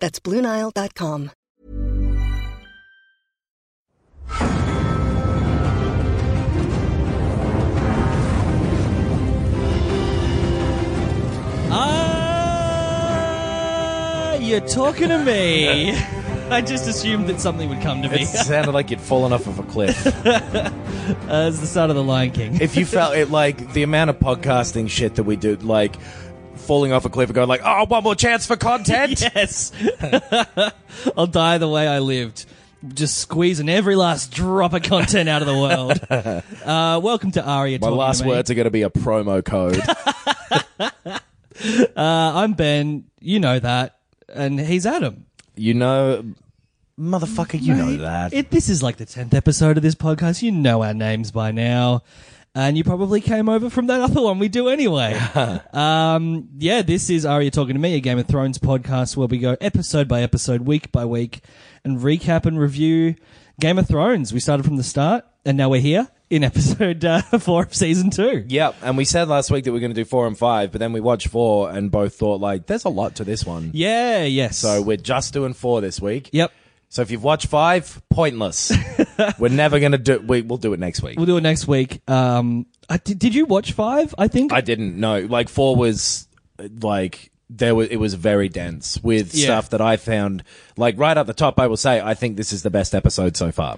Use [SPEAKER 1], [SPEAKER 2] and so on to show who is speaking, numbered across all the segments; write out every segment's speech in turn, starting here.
[SPEAKER 1] That's BlueNile.com.
[SPEAKER 2] Ah, you're talking to me. I just assumed that something would come to me.
[SPEAKER 3] It sounded like you'd fallen off of a cliff.
[SPEAKER 2] Uh, it's the start of the Lion King.
[SPEAKER 3] If you felt it, like the amount of podcasting shit that we do, like falling off a cliff and going like, "Oh, one more chance for content."
[SPEAKER 2] yes, I'll die the way I lived, just squeezing every last drop of content out of the world. Uh, welcome to Aria.
[SPEAKER 3] My last words are going to be a promo code.
[SPEAKER 2] Uh, I'm Ben. You know that, and he's Adam.
[SPEAKER 3] you know, motherfucker, you know
[SPEAKER 2] Mate,
[SPEAKER 3] that.
[SPEAKER 2] It, this is like the tenth episode of this podcast. You know our names by now, and you probably came over from that other one we do anyway. um, yeah, this is Are You Talking to Me, a Game of Thrones podcast where we go episode by episode, week by week, and recap and review Game of Thrones. We started from the start, and now we're here in episode uh, four of season two.
[SPEAKER 3] Yep, and we said last week that we are going to do four and five, but then we watched four and both thought like, "There's a lot to this one."
[SPEAKER 2] Yeah. Yes.
[SPEAKER 3] So we're just doing four this week.
[SPEAKER 2] Yep.
[SPEAKER 3] So if you've watched five, pointless. we're never going to do. We, we'll do it next week.
[SPEAKER 2] We'll do it next week. Um, I, did, did you watch five? I think
[SPEAKER 3] I didn't know. Like four was uh, like there was it was very dense with
[SPEAKER 2] Yeah.
[SPEAKER 3] stuff that I found like right up the top. I will say I think this is the best episode so far.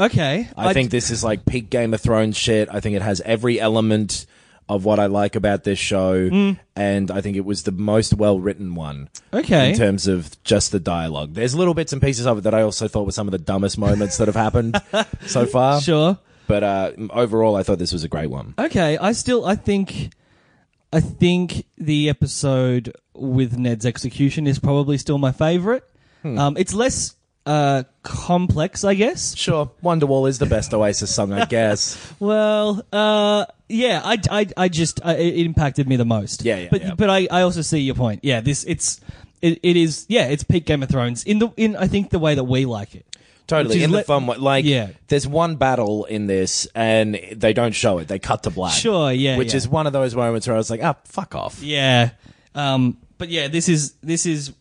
[SPEAKER 2] Okay.
[SPEAKER 3] I, think this is like peak Game of Thrones shit. I think it has every element of what I like about this show,
[SPEAKER 2] Mm.
[SPEAKER 3] and I think it was the most well written one.
[SPEAKER 2] Okay.
[SPEAKER 3] in terms of just the dialogue, there's little bits and pieces of it that I also thought were some of the dumbest moments that have happened so far.
[SPEAKER 2] Sure.
[SPEAKER 3] But uh, overall, I thought this was a great one.
[SPEAKER 2] Okay, I still I think I think the episode with Ned's execution is probably still my favorite. Um, it's less uh, complex, I guess.
[SPEAKER 3] Sure, Wonderwall is the best Oasis song, I guess.
[SPEAKER 2] Well, uh, yeah, I, I, I just I, it impacted me the most.
[SPEAKER 3] Yeah, yeah,
[SPEAKER 2] But
[SPEAKER 3] yeah.
[SPEAKER 2] but I, I also see your point. Yeah, this it's it, it is yeah it's peak Game of Thrones in the in I think the way that we like it. Which
[SPEAKER 3] Totally,
[SPEAKER 2] is
[SPEAKER 3] in the
[SPEAKER 2] let-
[SPEAKER 3] fun way. Like,
[SPEAKER 2] Yeah.
[SPEAKER 3] there's one battle in this, and they don't show it. They cut to black.
[SPEAKER 2] Sure, yeah,
[SPEAKER 3] Which
[SPEAKER 2] yeah.
[SPEAKER 3] is one of those moments where I was like, ah, fuck off.
[SPEAKER 2] Yeah. Um, but yeah, this is this is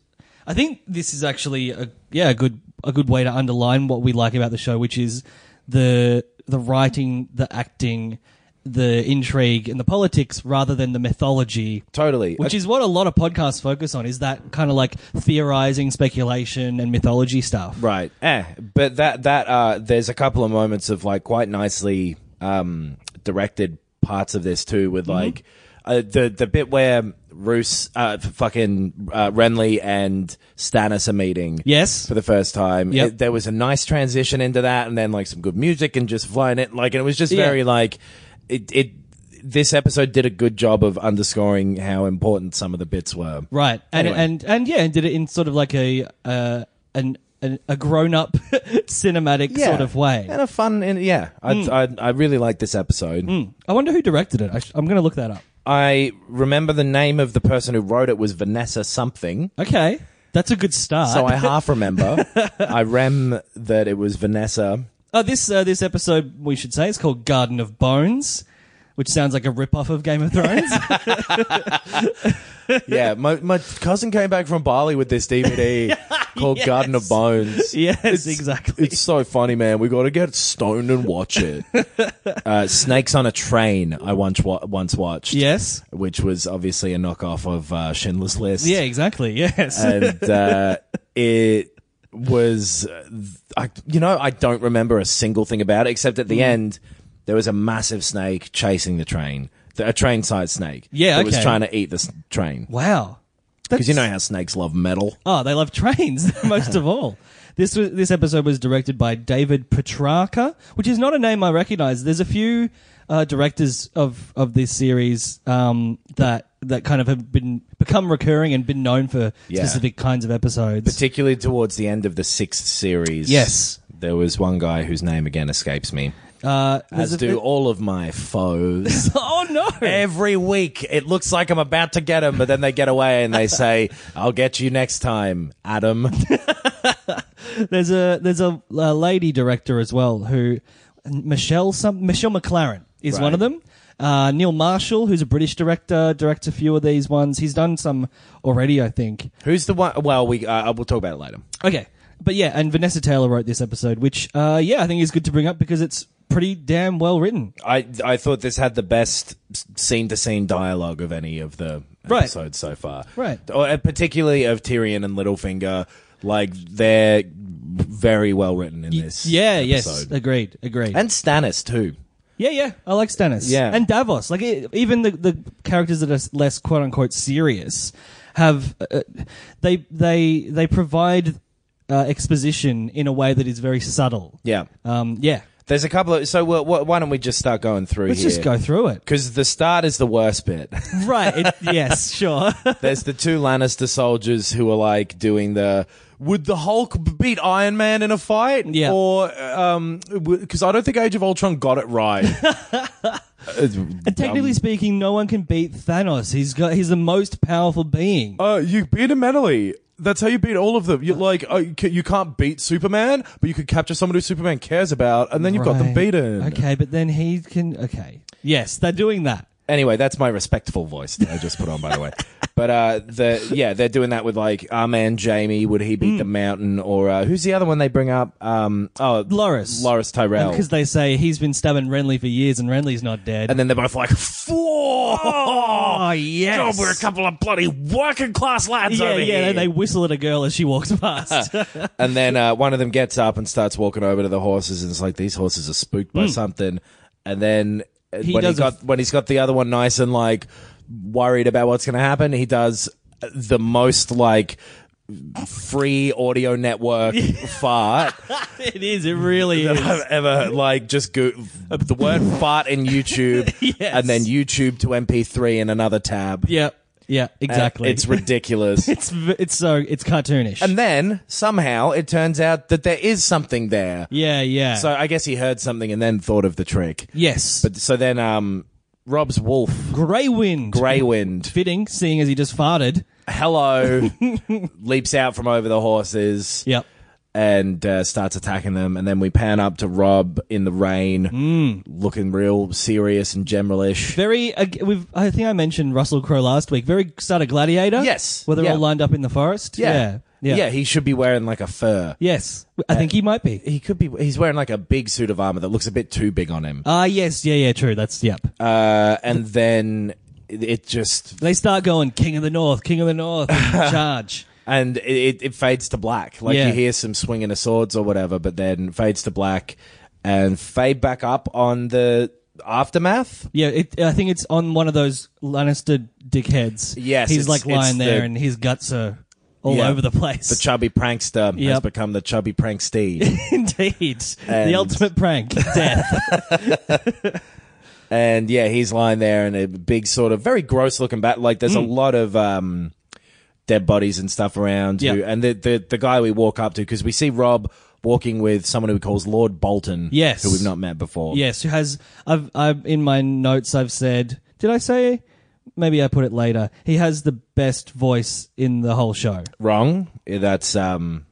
[SPEAKER 2] I think this is actually a yeah, a good a good way to underline what we like about the show, which is the the writing, the acting, the intrigue and the politics rather than the mythology.
[SPEAKER 3] Totally.
[SPEAKER 2] Which is what a lot of podcasts focus on is that kind of like theorizing, speculation and mythology stuff.
[SPEAKER 3] Right. Eh. But that that uh, there's a couple of moments of like quite nicely um, directed parts of this too, with like uh, the the bit where Roos, uh, f- fucking uh, Renly and Stannis are meeting.
[SPEAKER 2] Yes.
[SPEAKER 3] For the first time,
[SPEAKER 2] Yep.
[SPEAKER 3] It- there was a nice transition into that, and then like some good music and just flying it. Like, and it was just
[SPEAKER 2] Yeah.
[SPEAKER 3] very like it. It this episode did a good job of underscoring how important some of the bits were.
[SPEAKER 2] Right. And
[SPEAKER 3] Anyway.
[SPEAKER 2] and and yeah, and did it in sort of like a uh, an, an a grown-up cinematic sort of way. Hmm.
[SPEAKER 3] and a fun and yeah i I, I really like this episode
[SPEAKER 2] I wonder who directed it. I sh- I'm going to look that up.
[SPEAKER 3] i remember the name of the person who wrote it was vanessa something
[SPEAKER 2] Okay, that's a good start.
[SPEAKER 3] so i half remember i rem that it was vanessa
[SPEAKER 2] oh, this uh, this episode we should say is called Garden of Bones, which sounds like a rip-off of Game of Thrones.
[SPEAKER 3] yeah my, my cousin came back from bali with this dvd called garden of bones
[SPEAKER 2] yes, exactly.
[SPEAKER 3] it's so funny, man. We got to get stoned and watch it. uh, Snakes on a Train. I once wa- once watched.
[SPEAKER 2] yes.
[SPEAKER 3] which was obviously a knockoff of uh, Schindler's List.
[SPEAKER 2] Yeah, exactly. Yes.
[SPEAKER 3] and uh, it was uh, I, you know i don't remember a single thing about it except at the end there was a massive snake chasing the train Th- a train-sized snake
[SPEAKER 2] Yeah,
[SPEAKER 3] that was
[SPEAKER 2] okay.
[SPEAKER 3] trying to eat the s- train
[SPEAKER 2] wow.
[SPEAKER 3] because you know how snakes love metal
[SPEAKER 2] Oh, they love trains most of all. This was this episode was directed by David Petrarca, which is not a name I recognize. There's a few uh, directors of of this series um, that that kind of have been become recurring and been known for
[SPEAKER 3] Yeah.
[SPEAKER 2] specific kinds of episodes.
[SPEAKER 3] particularly towards the end of the sixth series.
[SPEAKER 2] Yes.
[SPEAKER 3] There was one guy whose name again escapes me,
[SPEAKER 2] Uh, there's
[SPEAKER 3] as
[SPEAKER 2] a-
[SPEAKER 3] do all of my foes.
[SPEAKER 2] oh no!
[SPEAKER 3] Every week, it looks like I'm about to get him, but then they get away and they say, "I'll get you next time, Adam."
[SPEAKER 2] There's a there's a, a lady director as well who Michelle some Michelle McLaren is
[SPEAKER 3] Right.
[SPEAKER 2] one of them. Uh, Neil Marshall, who's a British director, directs a few of these ones. He's done some already, I think.
[SPEAKER 3] Who's the one? Well, we uh, we'll talk about it later.
[SPEAKER 2] Okay, but yeah, and Vanessa Taylor wrote this episode, which uh, yeah, I think is good to bring up because it's pretty damn well written.
[SPEAKER 3] I I thought this had the best scene to scene dialogue of any of the
[SPEAKER 2] Right.
[SPEAKER 3] episodes so far.
[SPEAKER 2] Right.
[SPEAKER 3] Or, uh, particularly of Tyrion and Littlefinger. Like they're very well written in this.
[SPEAKER 2] Yeah, yes,
[SPEAKER 3] episode.
[SPEAKER 2] agreed, agreed.
[SPEAKER 3] and Stannis too.
[SPEAKER 2] yeah, yeah, I like Stannis.
[SPEAKER 3] Yeah.
[SPEAKER 2] and Davos. Like e- even the the characters that are less quote unquote serious have uh, they they they provide uh, exposition in a way that is very subtle.
[SPEAKER 3] Yeah.
[SPEAKER 2] Um. Yeah.
[SPEAKER 3] There's a couple of so we why don't we just start going through
[SPEAKER 2] Let's
[SPEAKER 3] here?
[SPEAKER 2] just go through it.
[SPEAKER 3] because the start is the worst bit.
[SPEAKER 2] Right. It, yes. Sure.
[SPEAKER 3] There's the two Lannister soldiers who are like doing the would the Hulk b- beat Iron Man in a fight?
[SPEAKER 2] Yeah.
[SPEAKER 3] Or um, because I don't think Age of Ultron got it right. Uh,
[SPEAKER 2] and technically
[SPEAKER 3] Um,
[SPEAKER 2] speaking, no one can beat Thanos. He's got. He's the most powerful being.
[SPEAKER 3] Uh, you beat him mentally. That's how you beat all of them. You like uh, you ca- you can't beat Superman, but you could capture someone who Superman cares about, and then you've got them
[SPEAKER 2] Right.
[SPEAKER 3] beaten.
[SPEAKER 2] Okay, but then he can. Okay. Yes, they're doing that.
[SPEAKER 3] Anyway, that's my respectful voice that I just put on, by the way. But uh, the yeah, they're doing that with like our man Jamie. Would he beat
[SPEAKER 2] Hmm.
[SPEAKER 3] the Mountain or uh, who's the other one they bring up? Um, oh,
[SPEAKER 2] Loras.
[SPEAKER 3] Loris Tyrell.
[SPEAKER 2] Because they say he's been stabbing Renly for years and Renly's not dead.
[SPEAKER 3] and then they're both like, "Four,
[SPEAKER 2] oh, yes.
[SPEAKER 3] God, we're a couple of bloody working class lads
[SPEAKER 2] yeah,
[SPEAKER 3] over
[SPEAKER 2] yeah,
[SPEAKER 3] here."
[SPEAKER 2] and they whistle at a girl as she walks past.
[SPEAKER 3] And then uh, one of them gets up and starts walking over to the horses, and it's like these horses are spooked by something. And then uh,
[SPEAKER 2] He
[SPEAKER 3] when Hmm. he
[SPEAKER 2] does a
[SPEAKER 3] got
[SPEAKER 2] f-
[SPEAKER 3] when he's got the other one nice and like worried about what's going to happen, he does the most like free audio network fart
[SPEAKER 2] it is, it really
[SPEAKER 3] that
[SPEAKER 2] is.
[SPEAKER 3] I've ever like just go the word fart in YouTube
[SPEAKER 2] Yes.
[SPEAKER 3] and then YouTube to MP3 in another tab.
[SPEAKER 2] Yeah, yeah, exactly.
[SPEAKER 3] Uh, It's ridiculous.
[SPEAKER 2] it's v- it's so it's cartoonish.
[SPEAKER 3] and then somehow it turns out that there is something there.
[SPEAKER 2] yeah, yeah.
[SPEAKER 3] So I guess he heard something and then thought of the trick.
[SPEAKER 2] yes,
[SPEAKER 3] But so then, um, Rob's wolf,
[SPEAKER 2] Grey Wind.
[SPEAKER 3] Greywind,
[SPEAKER 2] Fitting, seeing as he just farted.
[SPEAKER 3] hello, leaps out from over the horses
[SPEAKER 2] Yep.
[SPEAKER 3] and uh, starts attacking them. And then we pan up to Rob in the rain, looking real serious and generalish.
[SPEAKER 2] Very, uh, we've, I think I mentioned Russell Crowe last week. Very start of Gladiator.
[SPEAKER 3] Yes,
[SPEAKER 2] Where they're
[SPEAKER 3] yeah.
[SPEAKER 2] all lined up in the forest.
[SPEAKER 3] Yeah.
[SPEAKER 2] Yeah.
[SPEAKER 3] he should be wearing like a fur.
[SPEAKER 2] Yes. I think he might be.
[SPEAKER 3] He could be. He's wearing like a big suit of armor that looks a bit too big on him.
[SPEAKER 2] Ah, yes, yeah, yeah, true. That's yep.
[SPEAKER 3] Uh, and then it- it just
[SPEAKER 2] they start going King of the North, King of the North, and charge.
[SPEAKER 3] and it, it, it fades to black. Like
[SPEAKER 2] Yeah.
[SPEAKER 3] you hear some swinging of swords or whatever, but then fades to black and fade back up on the aftermath.
[SPEAKER 2] Yeah, it, I think it's on one of those Lannister dickheads.
[SPEAKER 3] Yes,
[SPEAKER 2] he's
[SPEAKER 3] it's-
[SPEAKER 2] like lying
[SPEAKER 3] it's
[SPEAKER 2] there,
[SPEAKER 3] the-
[SPEAKER 2] and his guts are all
[SPEAKER 3] Yeah.
[SPEAKER 2] over the place.
[SPEAKER 3] The chubby prankster has
[SPEAKER 2] Yep.
[SPEAKER 3] become the chubby prankstee,
[SPEAKER 2] Indeed,
[SPEAKER 3] And-
[SPEAKER 2] the ultimate prank, death.
[SPEAKER 3] and yeah, he's lying there in a big sort of very gross looking bat. Like there's
[SPEAKER 2] Mm.
[SPEAKER 3] a lot of. um Dead bodies and stuff around, who,
[SPEAKER 2] Yeah.
[SPEAKER 3] and the, the the guy we walk up to because we see Rob walking with someone who he calls Lord Bolton,
[SPEAKER 2] Yes.
[SPEAKER 3] who we've not met before.
[SPEAKER 2] yes, who has? I've, I've in my notes. I've said, did I say? Maybe I put it later. He has the best voice in the whole show.
[SPEAKER 3] wrong. That's um,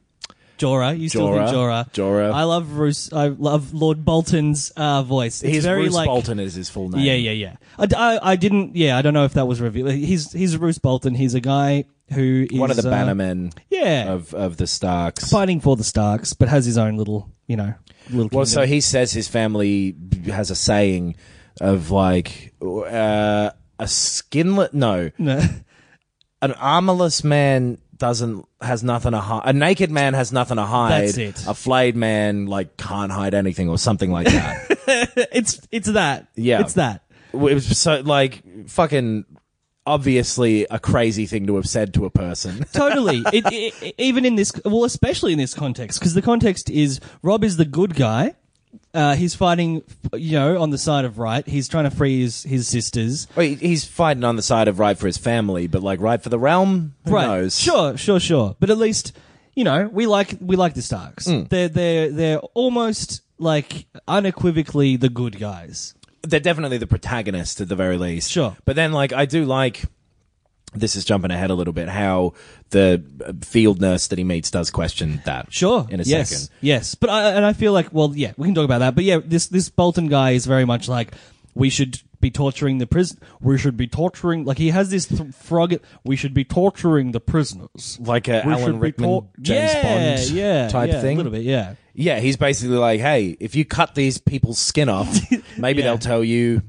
[SPEAKER 2] Jorah, you still think
[SPEAKER 3] Jorah.
[SPEAKER 2] Jorah?
[SPEAKER 3] Jorah.
[SPEAKER 2] I love Roos. I love Lord Bolton's uh, voice. It's
[SPEAKER 3] he's
[SPEAKER 2] very
[SPEAKER 3] Bruce
[SPEAKER 2] like
[SPEAKER 3] Bolton is his full name.
[SPEAKER 2] Yeah, yeah, yeah. I, d- I- I didn't. Yeah, I don't know if that was revealed. He's he's Bruce Bolton. He's a guy who is
[SPEAKER 3] one of the
[SPEAKER 2] uh,
[SPEAKER 3] bannermen
[SPEAKER 2] Yeah,
[SPEAKER 3] of, of the Starks.
[SPEAKER 2] fighting for the Starks, but has his own little, you know, little.
[SPEAKER 3] well,
[SPEAKER 2] kingdom.
[SPEAKER 3] so he says his family has a saying of like uh, a skinlet, no,
[SPEAKER 2] No.
[SPEAKER 3] an armorless man doesn't has nothing to hide. A naked man has nothing to hide.
[SPEAKER 2] That's it.
[SPEAKER 3] A flayed man like can't hide anything or something like that.
[SPEAKER 2] it's it's that.
[SPEAKER 3] Yeah.
[SPEAKER 2] it's that.
[SPEAKER 3] it was so like fucking obviously a crazy thing to have said to a person.
[SPEAKER 2] Totally. it, it, it- even in this, well, especially in this context, because the context is Rob is the good guy. Uh, he's fighting, you know, on the side of right. He's trying to free his, his sisters.
[SPEAKER 3] Well, he- he's fighting on the side of right for his family, but like right for the realm, who
[SPEAKER 2] right.
[SPEAKER 3] knows?
[SPEAKER 2] Sure, sure, sure. But at least, you know, we like we like the Starks.
[SPEAKER 3] Mm.
[SPEAKER 2] They're they're they're almost like unequivocally the good guys.
[SPEAKER 3] they're definitely the protagonist at the very least.
[SPEAKER 2] Sure.
[SPEAKER 3] But then, like, I do like. This is jumping ahead a little bit. How the uh, field nurse that he meets does question that.
[SPEAKER 2] Sure.
[SPEAKER 3] In a
[SPEAKER 2] yes,
[SPEAKER 3] second.
[SPEAKER 2] Yes. But I, and I feel like, well, yeah, we can talk about that. But yeah, this this Bolton guy is very much like we should be torturing the prison. We should be torturing. Like he has this th- frog. We should be torturing the prisoners.
[SPEAKER 3] Like a
[SPEAKER 2] We
[SPEAKER 3] Alan
[SPEAKER 2] should be
[SPEAKER 3] Rickman,
[SPEAKER 2] tor-
[SPEAKER 3] James
[SPEAKER 2] Yeah,
[SPEAKER 3] Bond
[SPEAKER 2] yeah,
[SPEAKER 3] type
[SPEAKER 2] yeah,
[SPEAKER 3] thing.
[SPEAKER 2] A little bit, yeah.
[SPEAKER 3] Yeah, he's basically like, hey, if you cut these people's skin off, maybe
[SPEAKER 2] Yeah.
[SPEAKER 3] they'll tell you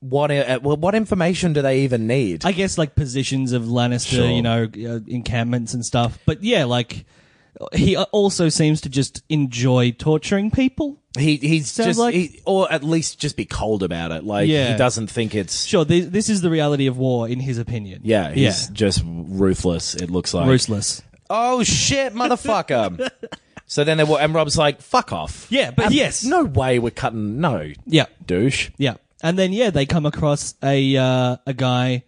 [SPEAKER 3] what uh, well, what information do they even need?
[SPEAKER 2] I guess like positions of Lannister,
[SPEAKER 3] Sure.
[SPEAKER 2] you know, uh, encampments and stuff. But yeah, like he uh, also seems to just enjoy torturing people.
[SPEAKER 3] he he's
[SPEAKER 2] Sounds
[SPEAKER 3] just
[SPEAKER 2] like-
[SPEAKER 3] he, or at least just be cold about it. Like
[SPEAKER 2] Yeah.
[SPEAKER 3] he doesn't think it's
[SPEAKER 2] Sure, this, this is the reality of war, in his opinion.
[SPEAKER 3] yeah, he's
[SPEAKER 2] yeah,
[SPEAKER 3] just ruthless. It looks like
[SPEAKER 2] ruthless.
[SPEAKER 3] Oh shit, motherfucker. so then they were, and Rob's like, fuck off.
[SPEAKER 2] Yeah, but yes.
[SPEAKER 3] No way we're cutting. No,
[SPEAKER 2] Yeah,
[SPEAKER 3] douche.
[SPEAKER 2] yeah. And then yeah, they come across a uh, a guy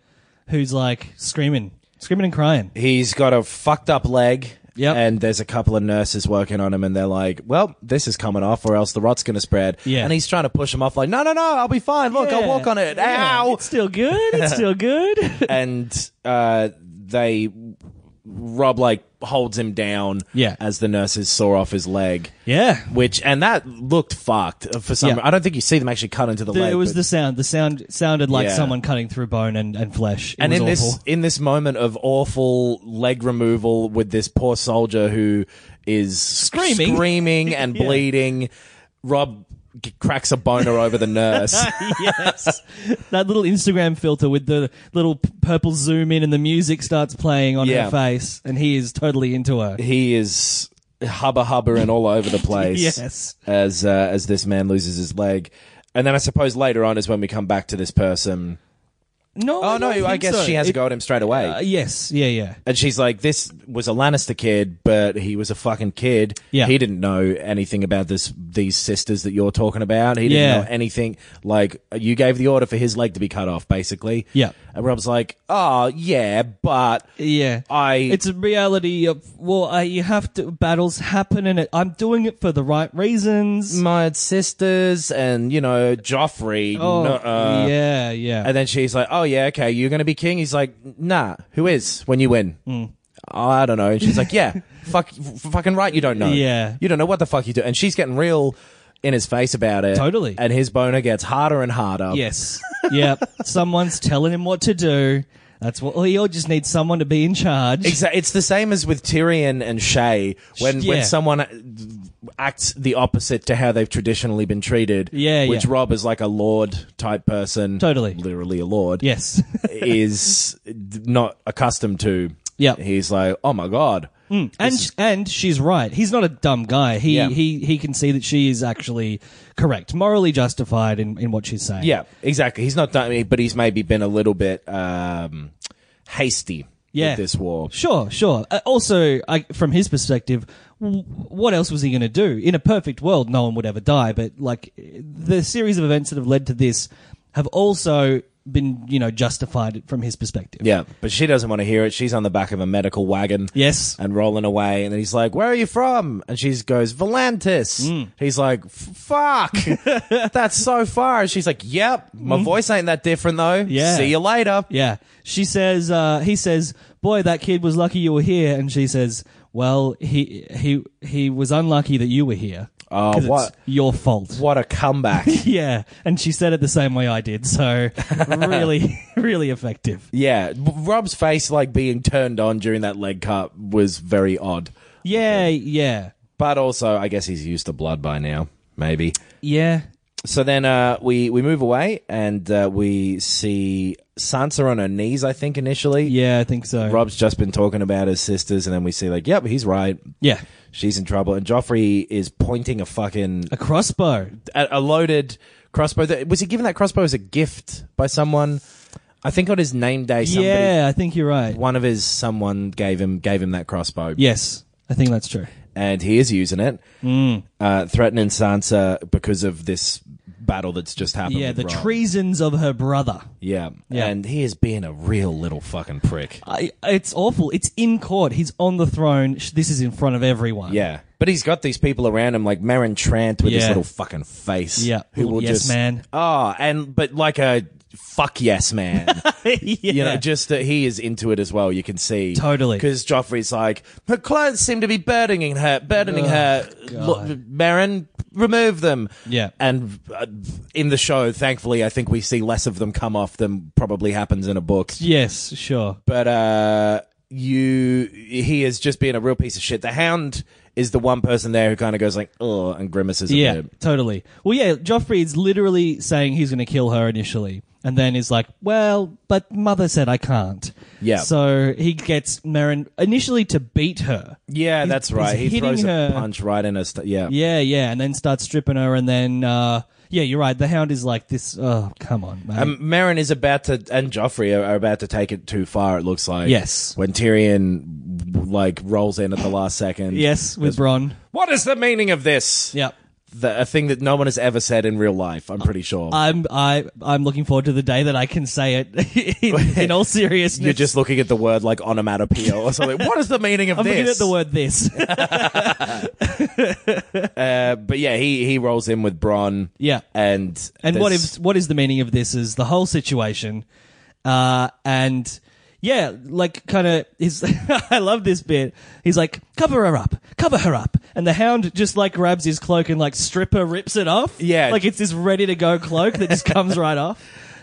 [SPEAKER 2] who's like screaming, screaming and crying.
[SPEAKER 3] He's got a fucked up leg.
[SPEAKER 2] Yep.
[SPEAKER 3] And there's a couple of nurses working on him, and they're like, well, this is coming off, or else the rot's going to spread.
[SPEAKER 2] Yeah.
[SPEAKER 3] And he's trying to push him off, like, no, no, no, I'll be fine. Look, I'll
[SPEAKER 2] Yeah,
[SPEAKER 3] walk on it.
[SPEAKER 2] yeah,
[SPEAKER 3] Ow.
[SPEAKER 2] It's still good. It's still good.
[SPEAKER 3] and uh, they. Rob, like, holds him down
[SPEAKER 2] Yeah.
[SPEAKER 3] as the nurses saw off his leg.
[SPEAKER 2] yeah.
[SPEAKER 3] Which and that looked fucked for some.
[SPEAKER 2] Yeah.
[SPEAKER 3] I don't think you see them actually cut into the,
[SPEAKER 2] The-
[SPEAKER 3] leg.
[SPEAKER 2] it was
[SPEAKER 3] but-
[SPEAKER 2] the sound. The sound sounded like
[SPEAKER 3] Yeah.
[SPEAKER 2] someone cutting through bone and, and flesh. It
[SPEAKER 3] and
[SPEAKER 2] was
[SPEAKER 3] in
[SPEAKER 2] awful.
[SPEAKER 3] this in this moment of awful leg removal with this poor soldier who is
[SPEAKER 2] Screaming.
[SPEAKER 3] screaming and
[SPEAKER 2] Yeah.
[SPEAKER 3] bleeding, Rob g- cracks a boner over the nurse.
[SPEAKER 2] yes. That little Instagram filter with the little p- purple zoom in and the music starts playing on
[SPEAKER 3] Yeah.
[SPEAKER 2] her face, and he is totally into her.
[SPEAKER 3] he is hubba hubba and all over the place.
[SPEAKER 2] Yes.
[SPEAKER 3] as uh, as this man loses his leg, and then I suppose later on is when we come back to this person.
[SPEAKER 2] No,
[SPEAKER 3] Oh
[SPEAKER 2] I
[SPEAKER 3] no,
[SPEAKER 2] don't
[SPEAKER 3] I
[SPEAKER 2] think
[SPEAKER 3] guess
[SPEAKER 2] so.
[SPEAKER 3] she has a
[SPEAKER 2] It-
[SPEAKER 3] go at him straight away.
[SPEAKER 2] Uh, yes, yeah, yeah.
[SPEAKER 3] And she's like, "This was a Lannister kid, but he was a fucking kid.
[SPEAKER 2] Yeah.
[SPEAKER 3] he didn't know anything about this these sisters that you're talking about. He didn't
[SPEAKER 2] Yeah.
[SPEAKER 3] know anything. Like you gave the order for his leg to be cut off, basically.
[SPEAKER 2] Yeah.
[SPEAKER 3] And Rob's like, "Oh yeah, but
[SPEAKER 2] Yeah,
[SPEAKER 3] I
[SPEAKER 2] it's a reality of well, I, you have to battles happen, and it, I'm doing it for the right reasons.
[SPEAKER 3] my sisters and you know Joffrey.
[SPEAKER 2] Oh,
[SPEAKER 3] no, uh,
[SPEAKER 2] yeah, yeah.
[SPEAKER 3] And then she's like, "Oh yeah, okay, you're gonna be king." He's like, "Nah, who is when you win?"
[SPEAKER 2] Mm.
[SPEAKER 3] "Oh, I don't know. And she's like, "Yeah, fuck, f- fucking right, you don't know.
[SPEAKER 2] Yeah.
[SPEAKER 3] you don't know what the fuck you do." And she's getting real in his face about it.
[SPEAKER 2] Totally.
[SPEAKER 3] And his boner gets harder and harder.
[SPEAKER 2] yes, yeah. Someone's telling him what to do. That's what. Well, you just need someone to be in charge.
[SPEAKER 3] Exactly. It's the same as with Tyrion and Shay when
[SPEAKER 2] Yeah.
[SPEAKER 3] when someone uh, acts the opposite to how they've traditionally been treated.
[SPEAKER 2] Yeah,
[SPEAKER 3] which
[SPEAKER 2] yeah.
[SPEAKER 3] Rob is like a lord type person.
[SPEAKER 2] Totally.
[SPEAKER 3] literally a lord.
[SPEAKER 2] Yes.
[SPEAKER 3] is not accustomed to.
[SPEAKER 2] Yep.
[SPEAKER 3] He's like, oh my god.
[SPEAKER 2] and and she's right. He's not a dumb guy. He
[SPEAKER 3] Yeah.
[SPEAKER 2] he he can see that she is actually correct, morally justified in, in what she's saying.
[SPEAKER 3] Yeah, exactly. He's not done, but he's maybe been a little bit um, hasty
[SPEAKER 2] Yeah.
[SPEAKER 3] with this war.
[SPEAKER 2] Sure, sure. Uh, also, I, from his perspective, w- what else was he going to do? In a perfect world, no one would ever die. But like the series of events that have led to this have also been you know justified from his perspective.
[SPEAKER 3] Yeah, but she doesn't want to hear it. She's on the back of a medical wagon.
[SPEAKER 2] Yes.
[SPEAKER 3] And rolling away, and then he's like, "Where are you from?" And she goes, "Volantis."
[SPEAKER 2] Hmm.
[SPEAKER 3] He's like, "F- "Fuck, that's so far." And she's like, "Yep, my voice ain't that different though."
[SPEAKER 2] Hmm. Yeah.
[SPEAKER 3] see you later.
[SPEAKER 2] Yeah. She says, uh, he says, boy, that kid was lucky you were here. And she says, well, he, he, he was unlucky that you were here.
[SPEAKER 3] Oh,
[SPEAKER 2] 'Cause it's
[SPEAKER 3] what-
[SPEAKER 2] your fault.
[SPEAKER 3] What a comeback!
[SPEAKER 2] Yeah. And she said it the same way I did. So really, really effective.
[SPEAKER 3] Yeah, B- Rob's face like being turned on during that leg cut was very odd.
[SPEAKER 2] Yeah. Yeah.
[SPEAKER 3] But also, I guess he's used to blood by now, maybe.
[SPEAKER 2] Yeah.
[SPEAKER 3] So then uh, we we move away and uh, we see Sansa on her knees. I think initially,
[SPEAKER 2] Yeah. I think so.
[SPEAKER 3] Rob's just been talking about his sisters, and then we see like, yep, he's right.
[SPEAKER 2] Yeah.
[SPEAKER 3] She's in trouble, and Joffrey is pointing a fucking
[SPEAKER 2] A crossbow.
[SPEAKER 3] a, a loaded crossbow. That, was he given that crossbow as a gift by someone? I think on his name day, somebody,
[SPEAKER 2] Yeah. I think you're right.
[SPEAKER 3] one of his someone gave him gave him that crossbow.
[SPEAKER 2] Yes. I think that's true.
[SPEAKER 3] and he is using it,
[SPEAKER 2] Mm.
[SPEAKER 3] uh, threatening Sansa because of this battle that's just happened.
[SPEAKER 2] Yeah,
[SPEAKER 3] with
[SPEAKER 2] the
[SPEAKER 3] Ron.
[SPEAKER 2] treasons of her brother.
[SPEAKER 3] Yeah.
[SPEAKER 2] Yeah.
[SPEAKER 3] and he is being a real little fucking prick.
[SPEAKER 2] I, it's awful. It's in court. He's on the throne. Sh- This is in front of everyone.
[SPEAKER 3] Yeah, but he's got these people around him like Marin Trant with his
[SPEAKER 2] Yeah.
[SPEAKER 3] little fucking face.
[SPEAKER 2] Yeah.
[SPEAKER 3] who will
[SPEAKER 2] Yes,
[SPEAKER 3] just
[SPEAKER 2] man.
[SPEAKER 3] Oh, and but like a fuck yes man.
[SPEAKER 2] yeah.
[SPEAKER 3] You know, just that he is into it as well. You can see
[SPEAKER 2] Totally.
[SPEAKER 3] because Joffrey's like her clothes seem to be burdening her, burdening her. Look, Marin, remove them.
[SPEAKER 2] Yeah.
[SPEAKER 3] and uh, in the show, thankfully, I think we see less of them come off than probably happens in a book.
[SPEAKER 2] yes, sure.
[SPEAKER 3] But uh, you, he is just being a real piece of shit. The Hound is the one person there who kind of goes like, oh, and grimaces. A
[SPEAKER 2] Yeah,
[SPEAKER 3] bit.
[SPEAKER 2] totally. Well, yeah, Joffrey is literally saying he's going to kill her initially, and then is like, "Well, but Mother said I can't."
[SPEAKER 3] Yeah.
[SPEAKER 2] So he gets Meryn initially to beat her.
[SPEAKER 3] yeah,
[SPEAKER 2] He's-
[SPEAKER 3] that's right.
[SPEAKER 2] he's
[SPEAKER 3] He throws
[SPEAKER 2] hitting
[SPEAKER 3] a
[SPEAKER 2] her.
[SPEAKER 3] punch right in us. St- yeah,
[SPEAKER 2] Yeah, yeah, and then starts stripping her, and then uh, yeah, you're right. The Hound is like this. Oh, come on, mate.
[SPEAKER 3] Um, Marin is about to, and Joffrey are, are about to take it too far. It looks like.
[SPEAKER 2] Yes.
[SPEAKER 3] When Tyrion like rolls in at the last second.
[SPEAKER 2] yes, with Bron.
[SPEAKER 3] What is the meaning of this?
[SPEAKER 2] Yep.
[SPEAKER 3] The, a thing that no one has ever said in real life. I'm pretty sure.
[SPEAKER 2] I'm I I'm looking forward to the day that I can say it in, in all seriousness.
[SPEAKER 3] You're just looking at the word like onomatopoeia or something. what is the meaning of
[SPEAKER 2] I'm
[SPEAKER 3] this?
[SPEAKER 2] looking at the word this.
[SPEAKER 3] Uh, but yeah, he he rolls in with Bron.
[SPEAKER 2] Yeah.
[SPEAKER 3] and
[SPEAKER 2] And what
[SPEAKER 3] there's-
[SPEAKER 2] is what is the meaning of this? Is the whole situation, uh, and yeah, like kind of is. I love this bit. He's like, cover her up, cover her up, and the hound just like grabs his cloak and like stripper rips it off.
[SPEAKER 3] Yeah.
[SPEAKER 2] like it's this ready to go cloak that just comes right off.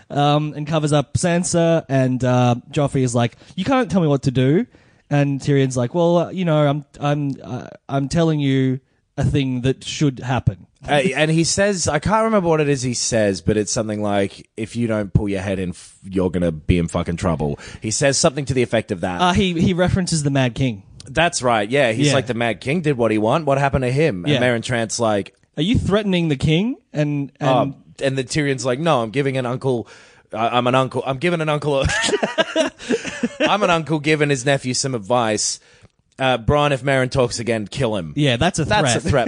[SPEAKER 2] Um, and covers up Sansa, and uh, Joffrey is like, "You can't tell me what to do." And Tyrion's like, "Well, uh, you know, I'm, I'm, uh, I'm telling you a thing that should happen."
[SPEAKER 3] uh, and he says I can't remember what it is he says, but it's something like if you don't pull your head in, f- you're gonna be in fucking trouble. He says something to the effect of that.
[SPEAKER 2] Uh, he he references the Mad King.
[SPEAKER 3] That's right. Yeah, he's
[SPEAKER 2] Yeah.
[SPEAKER 3] like the Mad King did what he want. What happened to him?
[SPEAKER 2] Yeah.
[SPEAKER 3] And Marin Trant's like,
[SPEAKER 2] Are you threatening the king? And, and
[SPEAKER 3] um, and the Tyrion's like, no, I'm giving an uncle. I- I'm an uncle. I'm giving an uncle. A- I'm an uncle giving his nephew some advice. Uh, Brian, if Marin talks again, kill him.
[SPEAKER 2] yeah, that's a threat.
[SPEAKER 3] That's a threat,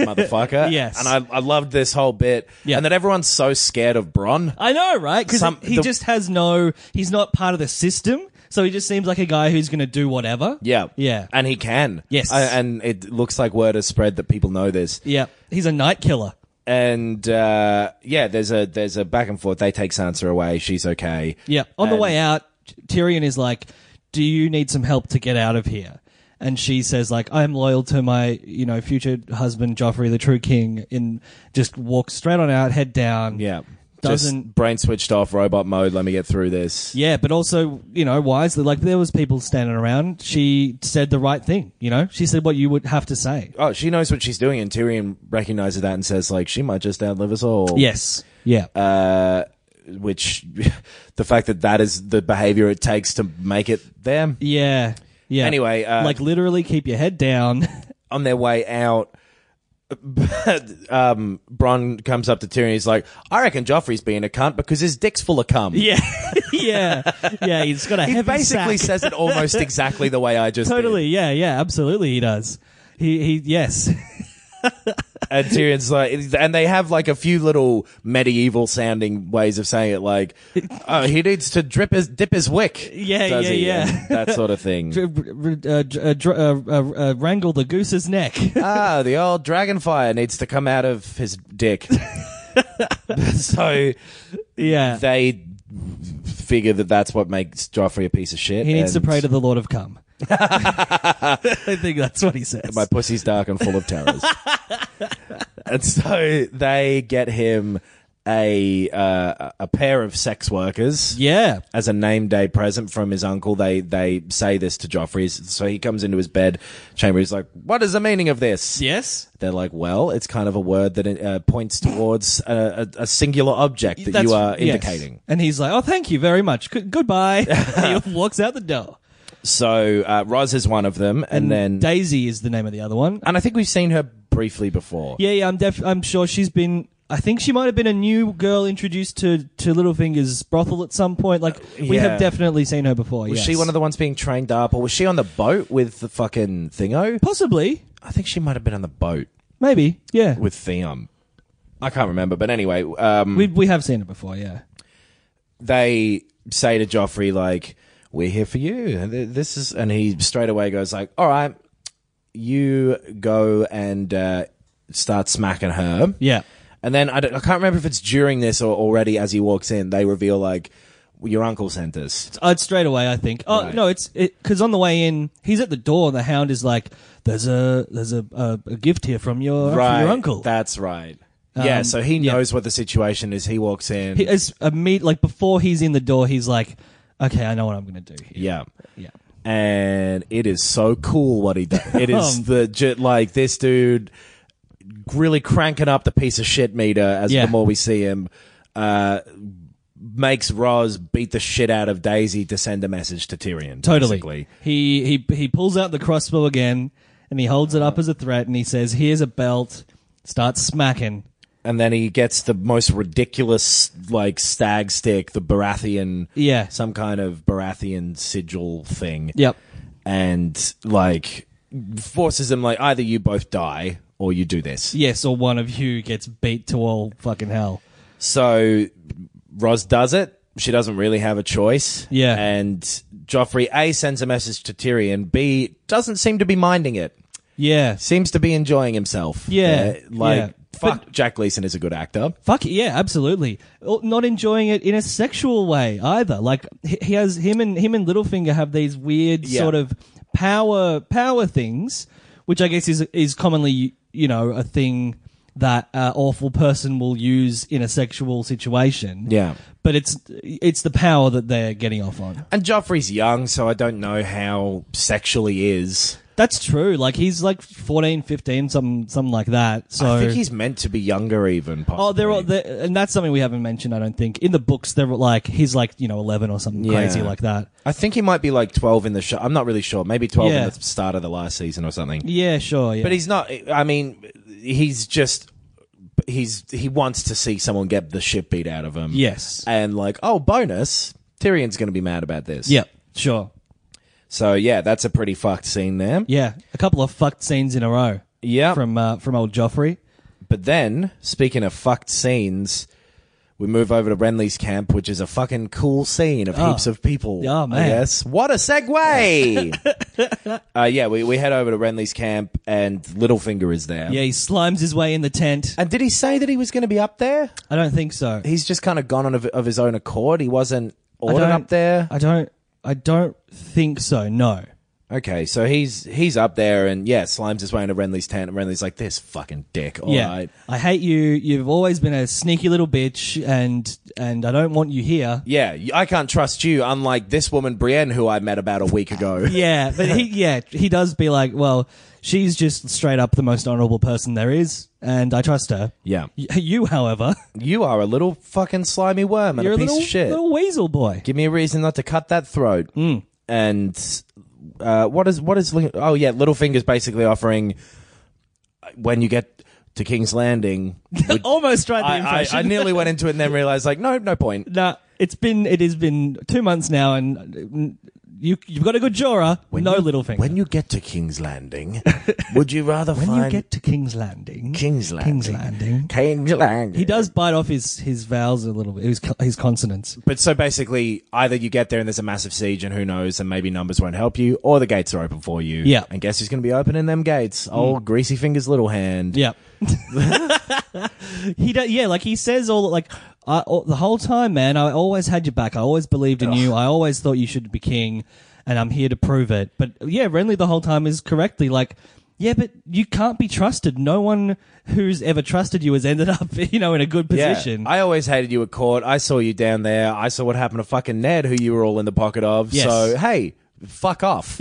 [SPEAKER 3] motherfucker.
[SPEAKER 2] Yes.
[SPEAKER 3] And I, I loved this whole bit.
[SPEAKER 2] Yeah.
[SPEAKER 3] And that everyone's so scared of Bron.
[SPEAKER 2] I know, right? Because
[SPEAKER 3] Some-
[SPEAKER 2] he
[SPEAKER 3] the-
[SPEAKER 2] just has no. He's not part of the system, so he just seems like a guy who's going to do whatever.
[SPEAKER 3] Yeah.
[SPEAKER 2] yeah,
[SPEAKER 3] And he can.
[SPEAKER 2] Yes.
[SPEAKER 3] I, and it looks like word has spread that people know this.
[SPEAKER 2] yeah. He's a night killer.
[SPEAKER 3] And uh, yeah, there's a there's a back and forth. They take Sansa away. She's okay.
[SPEAKER 2] Yeah. On the way out, Tyrion is like, "Do you need some help to get out of here?" And she says, "Like I am loyal to my, you know, future husband Joffrey, the true king." And just walks straight on out, head down.
[SPEAKER 3] Yeah.
[SPEAKER 2] Doesn't
[SPEAKER 3] Just brain switched off, robot mode. Let me get through this.
[SPEAKER 2] Yeah, but also, you know, wisely, like there was people standing around. She said the right thing, you know? She said what you would have to say.
[SPEAKER 3] Oh, she knows what she's doing, and Tyrion recognizes that and says, like, she might just outlive us all.
[SPEAKER 2] Yes. Yeah.
[SPEAKER 3] Uh, which, the fact that that is the behavior it takes to make it there.
[SPEAKER 2] yeah. Yeah.
[SPEAKER 3] Anyway, uh,
[SPEAKER 2] like literally keep your head down.
[SPEAKER 3] on their way out, um, Bron comes up to Tyrion. He's like, I reckon Joffrey's being a cunt because his dick's full of cum.
[SPEAKER 2] yeah. yeah. Yeah, he's got a
[SPEAKER 3] He
[SPEAKER 2] heavy
[SPEAKER 3] basically
[SPEAKER 2] sack.
[SPEAKER 3] says it almost exactly the way I just did.
[SPEAKER 2] totally. Yeah, yeah, absolutely he does. He he yes.
[SPEAKER 3] And Tyrion's like, and they have like a few little medieval sounding ways of saying it, like, oh, he needs to drip his dip his wick,
[SPEAKER 2] Yeah,
[SPEAKER 3] does
[SPEAKER 2] yeah,
[SPEAKER 3] he?
[SPEAKER 2] yeah.
[SPEAKER 3] And that sort of
[SPEAKER 2] R-
[SPEAKER 3] thing.
[SPEAKER 2] r- uh, dr- uh, dr- uh, uh, uh, wrangle the goose's neck.
[SPEAKER 3] ah, the old dragon fire needs to come out of his dick. so
[SPEAKER 2] yeah.
[SPEAKER 3] they figure that that's what makes Joffrey a piece of shit.
[SPEAKER 2] he needs to
[SPEAKER 3] and
[SPEAKER 2] pray to the Lord of Cum. I think that's what he says.
[SPEAKER 3] My pussy's dark and full of terrors. and so they get him a uh, a pair of sex workers.
[SPEAKER 2] yeah.
[SPEAKER 3] as a name day present from his uncle. They they say this to Joffrey, so he comes into his bed chamber. He's like, "What is the meaning of this?"
[SPEAKER 2] Yes.
[SPEAKER 3] They're like, "Well, it's kind of a word that uh, points towards a, a, a singular object that
[SPEAKER 2] That's-
[SPEAKER 3] you are
[SPEAKER 2] yes.
[SPEAKER 3] indicating."
[SPEAKER 2] And he's like, "Oh, thank you very much. Good goodbye." he walks out the door.
[SPEAKER 3] So uh, Roz is one of them, and, then
[SPEAKER 2] Daisy is the name of the other one.
[SPEAKER 3] and I think we've seen her briefly before.
[SPEAKER 2] Yeah, yeah. I'm def- I'm sure she's been. I think she might have been a new girl introduced to to Littlefinger's brothel at some point. Like we
[SPEAKER 3] Uh, yeah.
[SPEAKER 2] have definitely seen her before.
[SPEAKER 3] Was she one of the ones being trained up, or was she on the boat with the fucking thingo?
[SPEAKER 2] possibly?
[SPEAKER 3] I think she might have been on the boat
[SPEAKER 2] Maybe. Yeah.
[SPEAKER 3] with Theon. I can't remember, but anyway, um,
[SPEAKER 2] We, we have seen it before, yeah.
[SPEAKER 3] they say to Joffrey like, "We're here for you." Th- This is, and he straight away goes like, "All right, you go and uh, start smacking her."
[SPEAKER 2] Yeah.
[SPEAKER 3] And then I, don't- I can't remember if it's during this or already as he walks in, they reveal like, "Your uncle sent us."
[SPEAKER 2] Uh, it's straight away, I think. Oh
[SPEAKER 3] Right.
[SPEAKER 2] no, it's because on the way in, he's at the door. and The hound is like, "There's a there's a a, a gift here from your from your uncle."
[SPEAKER 3] That's right. yeah,
[SPEAKER 2] Um,
[SPEAKER 3] so he
[SPEAKER 2] yeah.
[SPEAKER 3] knows what the situation is. He walks in.
[SPEAKER 2] he, it's a meet like before he's in the door, he's like, "Okay, I know what I'm going to do here."
[SPEAKER 3] yeah.
[SPEAKER 2] Yeah.
[SPEAKER 3] And it is so cool what he does. It
[SPEAKER 2] Um,
[SPEAKER 3] is the ju- like this dude really cranking up the piece of shit meter as
[SPEAKER 2] Yeah.
[SPEAKER 3] the more we see him. Uh, makes Roz beat the shit out of Daisy to send a message to Tyrion.
[SPEAKER 2] Totally.
[SPEAKER 3] basically.
[SPEAKER 2] He he he pulls out the crossbow again, and he holds it up as a threat, and he says, "Here's a belt." Starts smacking.
[SPEAKER 3] And then he gets the most ridiculous like stag stick, the Baratheon,
[SPEAKER 2] Yeah.
[SPEAKER 3] some kind of Baratheon sigil thing.
[SPEAKER 2] Yep.
[SPEAKER 3] and like forces him like either you both die or you do this.
[SPEAKER 2] Yes, or one of you gets beat to all fucking hell.
[SPEAKER 3] So Roz does it. She doesn't really have a choice.
[SPEAKER 2] Yeah.
[SPEAKER 3] And Joffrey A sends a message to Tyrion. B doesn't seem to be minding it.
[SPEAKER 2] Yeah.
[SPEAKER 3] Seems to be enjoying himself.
[SPEAKER 2] Yeah,
[SPEAKER 3] Uh, like
[SPEAKER 2] yeah.
[SPEAKER 3] fuck Jack Gleason is a good actor.
[SPEAKER 2] Fuck it, yeah, absolutely. Well, Not enjoying it in a sexual way either. Like he he has him and him and Littlefinger have these weird
[SPEAKER 3] Yeah.
[SPEAKER 2] sort of power power things, which I guess is is commonly you know a thing that uh, awful person will use in a sexual situation.
[SPEAKER 3] Yeah.
[SPEAKER 2] but it's it's the power that they're getting off on.
[SPEAKER 3] And Joffrey's young, so I don't know how sexual he is.
[SPEAKER 2] That's true. Like he's like 14, 15, something something like that. So
[SPEAKER 3] I think he's meant to be younger even possibly.
[SPEAKER 2] Oh, they're all, they and that's something we haven't mentioned. I don't think in the books they're like he's like you know eleven or something
[SPEAKER 3] Yeah.
[SPEAKER 2] crazy like that.
[SPEAKER 3] I think he might be like 12 in the show. I'm not really sure. Maybe 12
[SPEAKER 2] Yeah.
[SPEAKER 3] in the start of the last season or something.
[SPEAKER 2] Yeah, sure. Yeah,
[SPEAKER 3] But he's not I mean he's just he's he wants to see someone get the shit beat out of him.
[SPEAKER 2] yes,
[SPEAKER 3] And like, oh, bonus, Tyrion's going to be mad about this.
[SPEAKER 2] yeah, sure,
[SPEAKER 3] So yeah, that's a pretty fucked scene there.
[SPEAKER 2] yeah. A couple of fucked scenes in a row.
[SPEAKER 3] Yeah.
[SPEAKER 2] from uh, from old Joffrey.
[SPEAKER 3] But then, speaking of fucked scenes, we move over to Renly's camp, which is a fucking cool scene of heaps of people.
[SPEAKER 2] Oh, man.
[SPEAKER 3] Yes. What a segue! uh, yeah, we, we head over to Renly's camp, and Littlefinger is there.
[SPEAKER 2] Yeah, he slimes his way in the tent.
[SPEAKER 3] And did he say that he was going to be up there?
[SPEAKER 2] I don't think so.
[SPEAKER 3] He's just kind of gone on of, of his own accord. He wasn't
[SPEAKER 2] I
[SPEAKER 3] ordered
[SPEAKER 2] don't-
[SPEAKER 3] up there.
[SPEAKER 2] I don't. I don't think so. No.
[SPEAKER 3] Okay, so he's he's up there, and yeah, slimes his way into Renly's tent, and Renly's like, "This fucking dick." All right.
[SPEAKER 2] yeah, I hate you. You've always been a sneaky little bitch, and and I don't want you here.
[SPEAKER 3] Yeah, y- I can't trust you, unlike this woman, Brienne, who I met about a week ago.
[SPEAKER 2] Yeah, but he yeah he does be like, well, she's just straight up the most honourable person there is, and I trust her.
[SPEAKER 3] Yeah.
[SPEAKER 2] Y- You, however,
[SPEAKER 3] You are a little fucking slimy worm and
[SPEAKER 2] you're
[SPEAKER 3] a
[SPEAKER 2] a
[SPEAKER 3] piece
[SPEAKER 2] little,
[SPEAKER 3] of shit.
[SPEAKER 2] little Mm. weasel boy.
[SPEAKER 3] Give me a reason not to cut that throat. And uh, what is what is? Lin- Oh yeah, Littlefinger's basically offering uh, when you get to King's Landing. would-
[SPEAKER 2] Almost tried the
[SPEAKER 3] I, I,
[SPEAKER 2] impression.
[SPEAKER 3] I nearly went into it and then realized like no, no point.
[SPEAKER 2] nah, it's been it has been two months now, and uh, you you've got a good Jorah, no
[SPEAKER 3] you-
[SPEAKER 2] little finger.
[SPEAKER 3] When you get to King's Landing, would you rather
[SPEAKER 2] When
[SPEAKER 3] find
[SPEAKER 2] you get to King's Landing,
[SPEAKER 3] King's Landing?
[SPEAKER 2] King's Landing.
[SPEAKER 3] King's Landing.
[SPEAKER 2] He does bite off his, his vowels a little bit, his, co- his consonants.
[SPEAKER 3] But so basically, either you get there and there's a massive siege, and who knows, and maybe numbers won't help you, or the gates are open for you.
[SPEAKER 2] Yeah.
[SPEAKER 3] And guess who's going to be opening them gates? Old greasy fingers, little hand.
[SPEAKER 2] Yeah. he do, yeah, like he says all like I, all, the whole time, man. I always had your back. I always believed in you. I always thought you should be king, and I'm here to prove it. But yeah, Renly the whole time is correctly like. Yeah, but you can't be trusted. No one who's ever trusted you has ended up, you know, in a good
[SPEAKER 3] Yeah.
[SPEAKER 2] position.
[SPEAKER 3] I always hated you at court. I saw you down there. I saw what happened to fucking Ned, who you were all in the pocket of.
[SPEAKER 2] Yes.
[SPEAKER 3] So hey, fuck off.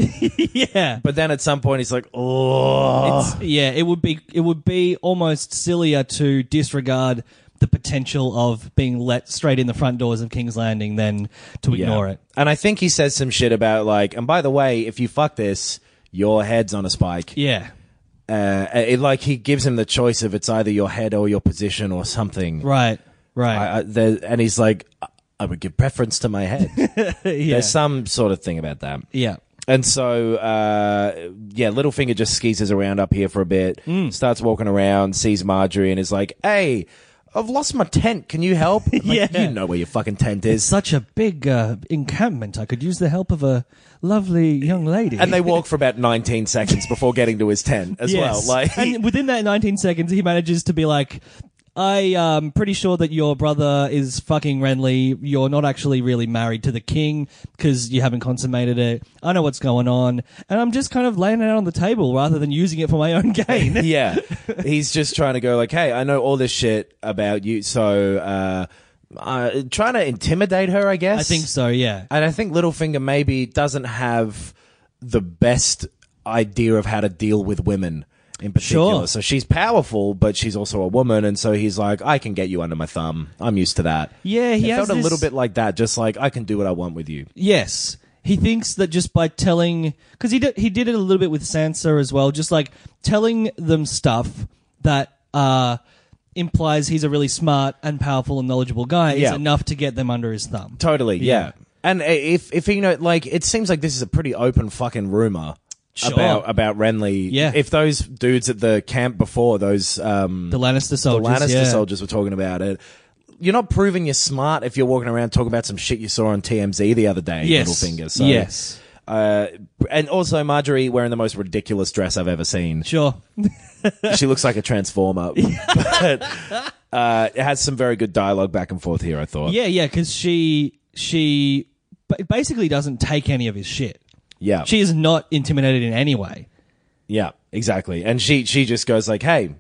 [SPEAKER 2] yeah.
[SPEAKER 3] but then at some point, he's like, oh.
[SPEAKER 2] It's- yeah, it would be it would be almost sillier to disregard the potential of being let straight in the front doors of King's Landing than to ignore it.
[SPEAKER 3] And I think he says some shit about like, and by the way, if you fuck this, your head's on a spike.
[SPEAKER 2] Yeah.
[SPEAKER 3] Uh, it, like he gives him the choice of it's either your head or your position or something.
[SPEAKER 2] Right. Right.
[SPEAKER 3] I, I, there, and he's like, I- I would give preference to my head.
[SPEAKER 2] Uh, yeah.
[SPEAKER 3] There's some sort of thing about that.
[SPEAKER 2] yeah.
[SPEAKER 3] And so, uh, yeah, Littlefinger just skeezes around up here for a bit,
[SPEAKER 2] Mm.
[SPEAKER 3] starts walking around, sees Marjorie, and is like, "Hey, I've lost my tent. Can you help?" I'm like,
[SPEAKER 2] Yeah.
[SPEAKER 3] you know where your fucking tent is.
[SPEAKER 2] Such a big uh, encampment. I could use the help of a lovely young lady.
[SPEAKER 3] And they walk for about 19 seconds before getting to his tent as well. Like,
[SPEAKER 2] and within that 19 seconds, he manages to be like, I am pretty sure that your brother is fucking Renly. You're not actually really married to the king because you haven't consummated it. I know what's going on. And I'm just kind of laying it out on the table rather than using it for my own gain.
[SPEAKER 3] yeah, he's just trying to go like, "Hey, I know all this shit about you." So, uh, uh trying to intimidate her, I guess.
[SPEAKER 2] I think so, yeah.
[SPEAKER 3] And I think Littlefinger maybe doesn't have the best idea of how to deal with women in particular.
[SPEAKER 2] Sure.
[SPEAKER 3] So she's powerful, but she's also a woman, and so he's like, I can get you under my thumb. I'm used to that.
[SPEAKER 2] Yeah, he
[SPEAKER 3] it
[SPEAKER 2] has
[SPEAKER 3] felt a
[SPEAKER 2] this-
[SPEAKER 3] little bit like that, just like I can do what I want with you.
[SPEAKER 2] Yes. He thinks that just by telling, because he did, he did it a little bit with Sansa as well, just like telling them stuff that uh, implies he's a really smart and powerful and knowledgeable guy
[SPEAKER 3] Yeah. Mm-hmm.
[SPEAKER 2] is enough to get them under his thumb.
[SPEAKER 3] Totally, yeah. And i- if if you know, like, it seems like this is a pretty open fucking rumor
[SPEAKER 2] Sure.
[SPEAKER 3] about about Renly.
[SPEAKER 2] Yeah.
[SPEAKER 3] If those dudes at the camp before those um,
[SPEAKER 2] The Lannister soldiers.
[SPEAKER 3] the Lannister
[SPEAKER 2] yeah.
[SPEAKER 3] soldiers were talking about it. You're not proving you're smart if you're walking around talking about some shit you saw on TMZ the other day,
[SPEAKER 2] Yes.
[SPEAKER 3] Littlefinger. So,
[SPEAKER 2] Yes.
[SPEAKER 3] Uh, and also Marjorie wearing the most ridiculous dress I've ever seen.
[SPEAKER 2] Sure.
[SPEAKER 3] she looks like a transformer. but uh, it has some very good dialogue back and forth here. I thought.
[SPEAKER 2] Yeah, yeah, because she, she ba- basically doesn't take any of his shit.
[SPEAKER 3] Yeah.
[SPEAKER 2] She is not intimidated in any way.
[SPEAKER 3] yeah. Exactly. And she she just goes like, "Hey,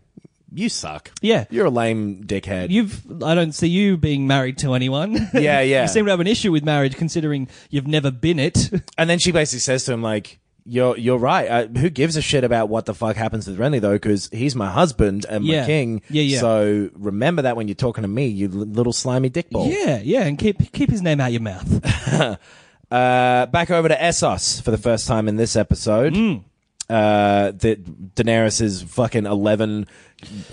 [SPEAKER 3] you suck.
[SPEAKER 2] Yeah.
[SPEAKER 3] You're a lame dickhead.
[SPEAKER 2] You've I don't see you being married to anyone.
[SPEAKER 3] Yeah, yeah.
[SPEAKER 2] you seem to have an issue with marriage considering you've never been it.
[SPEAKER 3] And then she basically says to him, like, you're, you're right. Uh, who gives a shit about what the fuck happens with Renly, though? Because he's my husband and
[SPEAKER 2] Yeah.
[SPEAKER 3] my king.
[SPEAKER 2] Yeah, yeah.
[SPEAKER 3] So remember that when you're talking to me, you l- little slimy dickball.
[SPEAKER 2] Yeah, yeah, and keep keep his name out your mouth.
[SPEAKER 3] Uh, back over to Essos for the first time in this episode.
[SPEAKER 2] Mm.
[SPEAKER 3] Uh, the, Daenerys is fucking 11,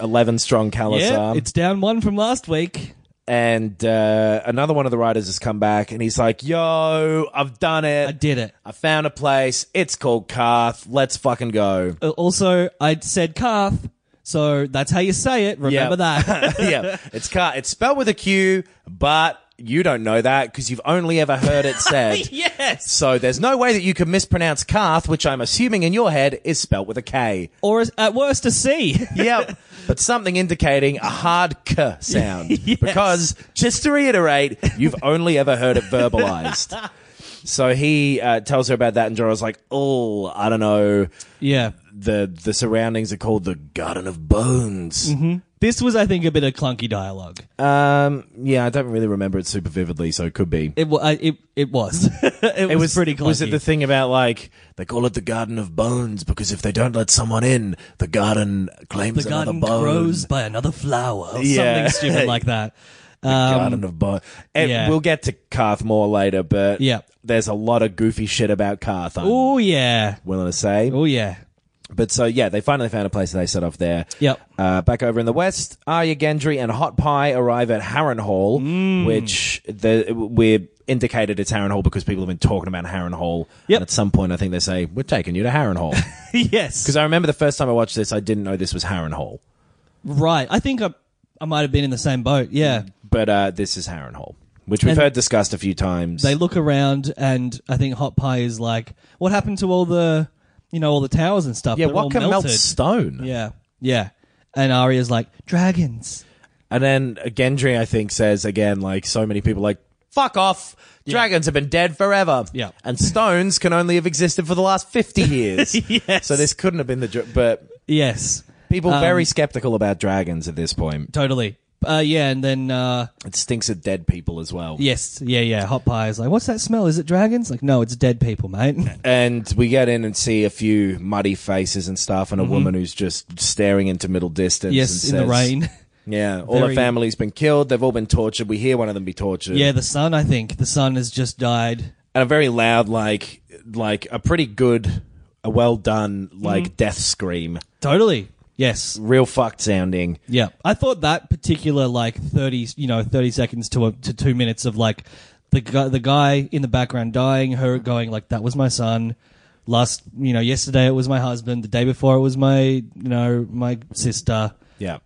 [SPEAKER 3] 11 strong
[SPEAKER 2] yeah,
[SPEAKER 3] Kalasar.
[SPEAKER 2] it's down one from last week.
[SPEAKER 3] and uh, another one of the writers has come back and he's like, yo, I've done it.
[SPEAKER 2] I did it.
[SPEAKER 3] I found a place. It's called Karth. Let's fucking go.
[SPEAKER 2] Uh, Also, I said Carth, so that's how you say it. Remember
[SPEAKER 3] Yeah.
[SPEAKER 2] that.
[SPEAKER 3] yeah, it's car. It's spelled with a Q, but you don't know that because you've only ever heard it said.
[SPEAKER 2] yes.
[SPEAKER 3] So there's no way that you can mispronounce Carth, which I'm assuming in your head is spelt with a K.
[SPEAKER 2] Or is- at worst a C.
[SPEAKER 3] Yep, but something indicating a hard K sound. Because just to reiterate, you've only ever heard it verbalized. So he uh, tells her about that, and Jorah's like, "Oh, I don't know.
[SPEAKER 2] yeah.
[SPEAKER 3] the The surroundings are called the Garden of Bones."
[SPEAKER 2] This was, I think, a bit of clunky dialogue.
[SPEAKER 3] Um, yeah, I don't really remember it super vividly, so it could be.
[SPEAKER 2] It wa- I- it it was. it, was pretty clunky.
[SPEAKER 3] Was it the thing about like they call it the Garden of Bones because if they don't let someone in, the garden claims
[SPEAKER 2] the
[SPEAKER 3] another
[SPEAKER 2] garden
[SPEAKER 3] bone.
[SPEAKER 2] grows by another flower, or
[SPEAKER 3] Yeah.
[SPEAKER 2] something stupid like that.
[SPEAKER 3] garden of Bones. And
[SPEAKER 2] Um, yeah.
[SPEAKER 3] We'll get to Carth more later, but
[SPEAKER 2] Yeah.
[SPEAKER 3] there's a lot of goofy shit about Carth. I'm
[SPEAKER 2] Oh yeah.
[SPEAKER 3] willing to say.
[SPEAKER 2] Oh yeah.
[SPEAKER 3] But so yeah, they finally found a place that they set off there.
[SPEAKER 2] Yep.
[SPEAKER 3] Uh, back over in the west, Arya Gendry and Hot Pie arrive at Harrenhal,
[SPEAKER 2] Mm.
[SPEAKER 3] which the we're indicated it's Harrenhal because people have been talking about Harrenhal.
[SPEAKER 2] Yep.
[SPEAKER 3] And at some point, I think they say we're taking you to Harrenhal
[SPEAKER 2] yes.
[SPEAKER 3] because I remember the first time I watched this, I didn't know this was Harrenhal,
[SPEAKER 2] Right. I think I I might have been in the same boat. Yeah.
[SPEAKER 3] but uh, this is Harrenhal, which we've
[SPEAKER 2] And-
[SPEAKER 3] heard discussed a few times.
[SPEAKER 2] They look around and I think Hot Pie is like, what happened to all the you know, all the towers and stuff?
[SPEAKER 3] yeah,
[SPEAKER 2] They're all
[SPEAKER 3] what can melt
[SPEAKER 2] melted."
[SPEAKER 3] stone?
[SPEAKER 2] Yeah. Yeah. And Arya's like, Dragons.
[SPEAKER 3] And then uh, Gendry, I think, says again, like so many people, like fuck off. Dragons have been dead forever.
[SPEAKER 2] Yeah.
[SPEAKER 3] and stones can only have existed for the last fifty years.
[SPEAKER 2] Yes. Um,
[SPEAKER 3] So this couldn't have been the. Dra- but
[SPEAKER 2] Yes.
[SPEAKER 3] people very skeptical about dragons at this point.
[SPEAKER 2] Totally. Uh, yeah, and then uh,
[SPEAKER 3] It stinks of dead people as well.
[SPEAKER 2] yes, yeah, yeah. Hot Pie is like, "What's that smell? Is it dragons?" Like, no, it's dead people, mate.
[SPEAKER 3] And we get in and see a few muddy faces and stuff, and a woman who's just staring into middle distance.
[SPEAKER 2] Mm-hmm. yes, in
[SPEAKER 3] and
[SPEAKER 2] the
[SPEAKER 3] says-
[SPEAKER 2] rain.
[SPEAKER 3] Yeah, all
[SPEAKER 2] Very-
[SPEAKER 3] her family's been killed. They've all been tortured. We hear one of them be tortured.
[SPEAKER 2] Yeah, the sun. I think the sun has just died.
[SPEAKER 3] and a very loud like like a pretty good a well done like death scream
[SPEAKER 2] Totally. Yes.
[SPEAKER 3] real fucked sounding
[SPEAKER 2] Yeah. I thought that particular like thirty, you know, thirty seconds to a, to two minutes of like the guy, the guy in the background dying, her going like, "That was my son." Last, you know, yesterday it was my husband. The day before it was my, you know, my sister.
[SPEAKER 3] Yeah.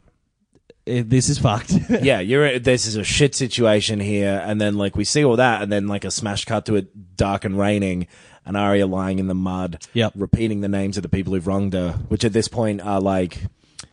[SPEAKER 2] It, this is fucked.
[SPEAKER 3] yeah, you're this is a shit situation here, and then like we see all that, and then like a smash cut to it dark and raining, and Arya lying in the mud,
[SPEAKER 2] Yep.
[SPEAKER 3] repeating the names of the people who've wronged her, which at this point are like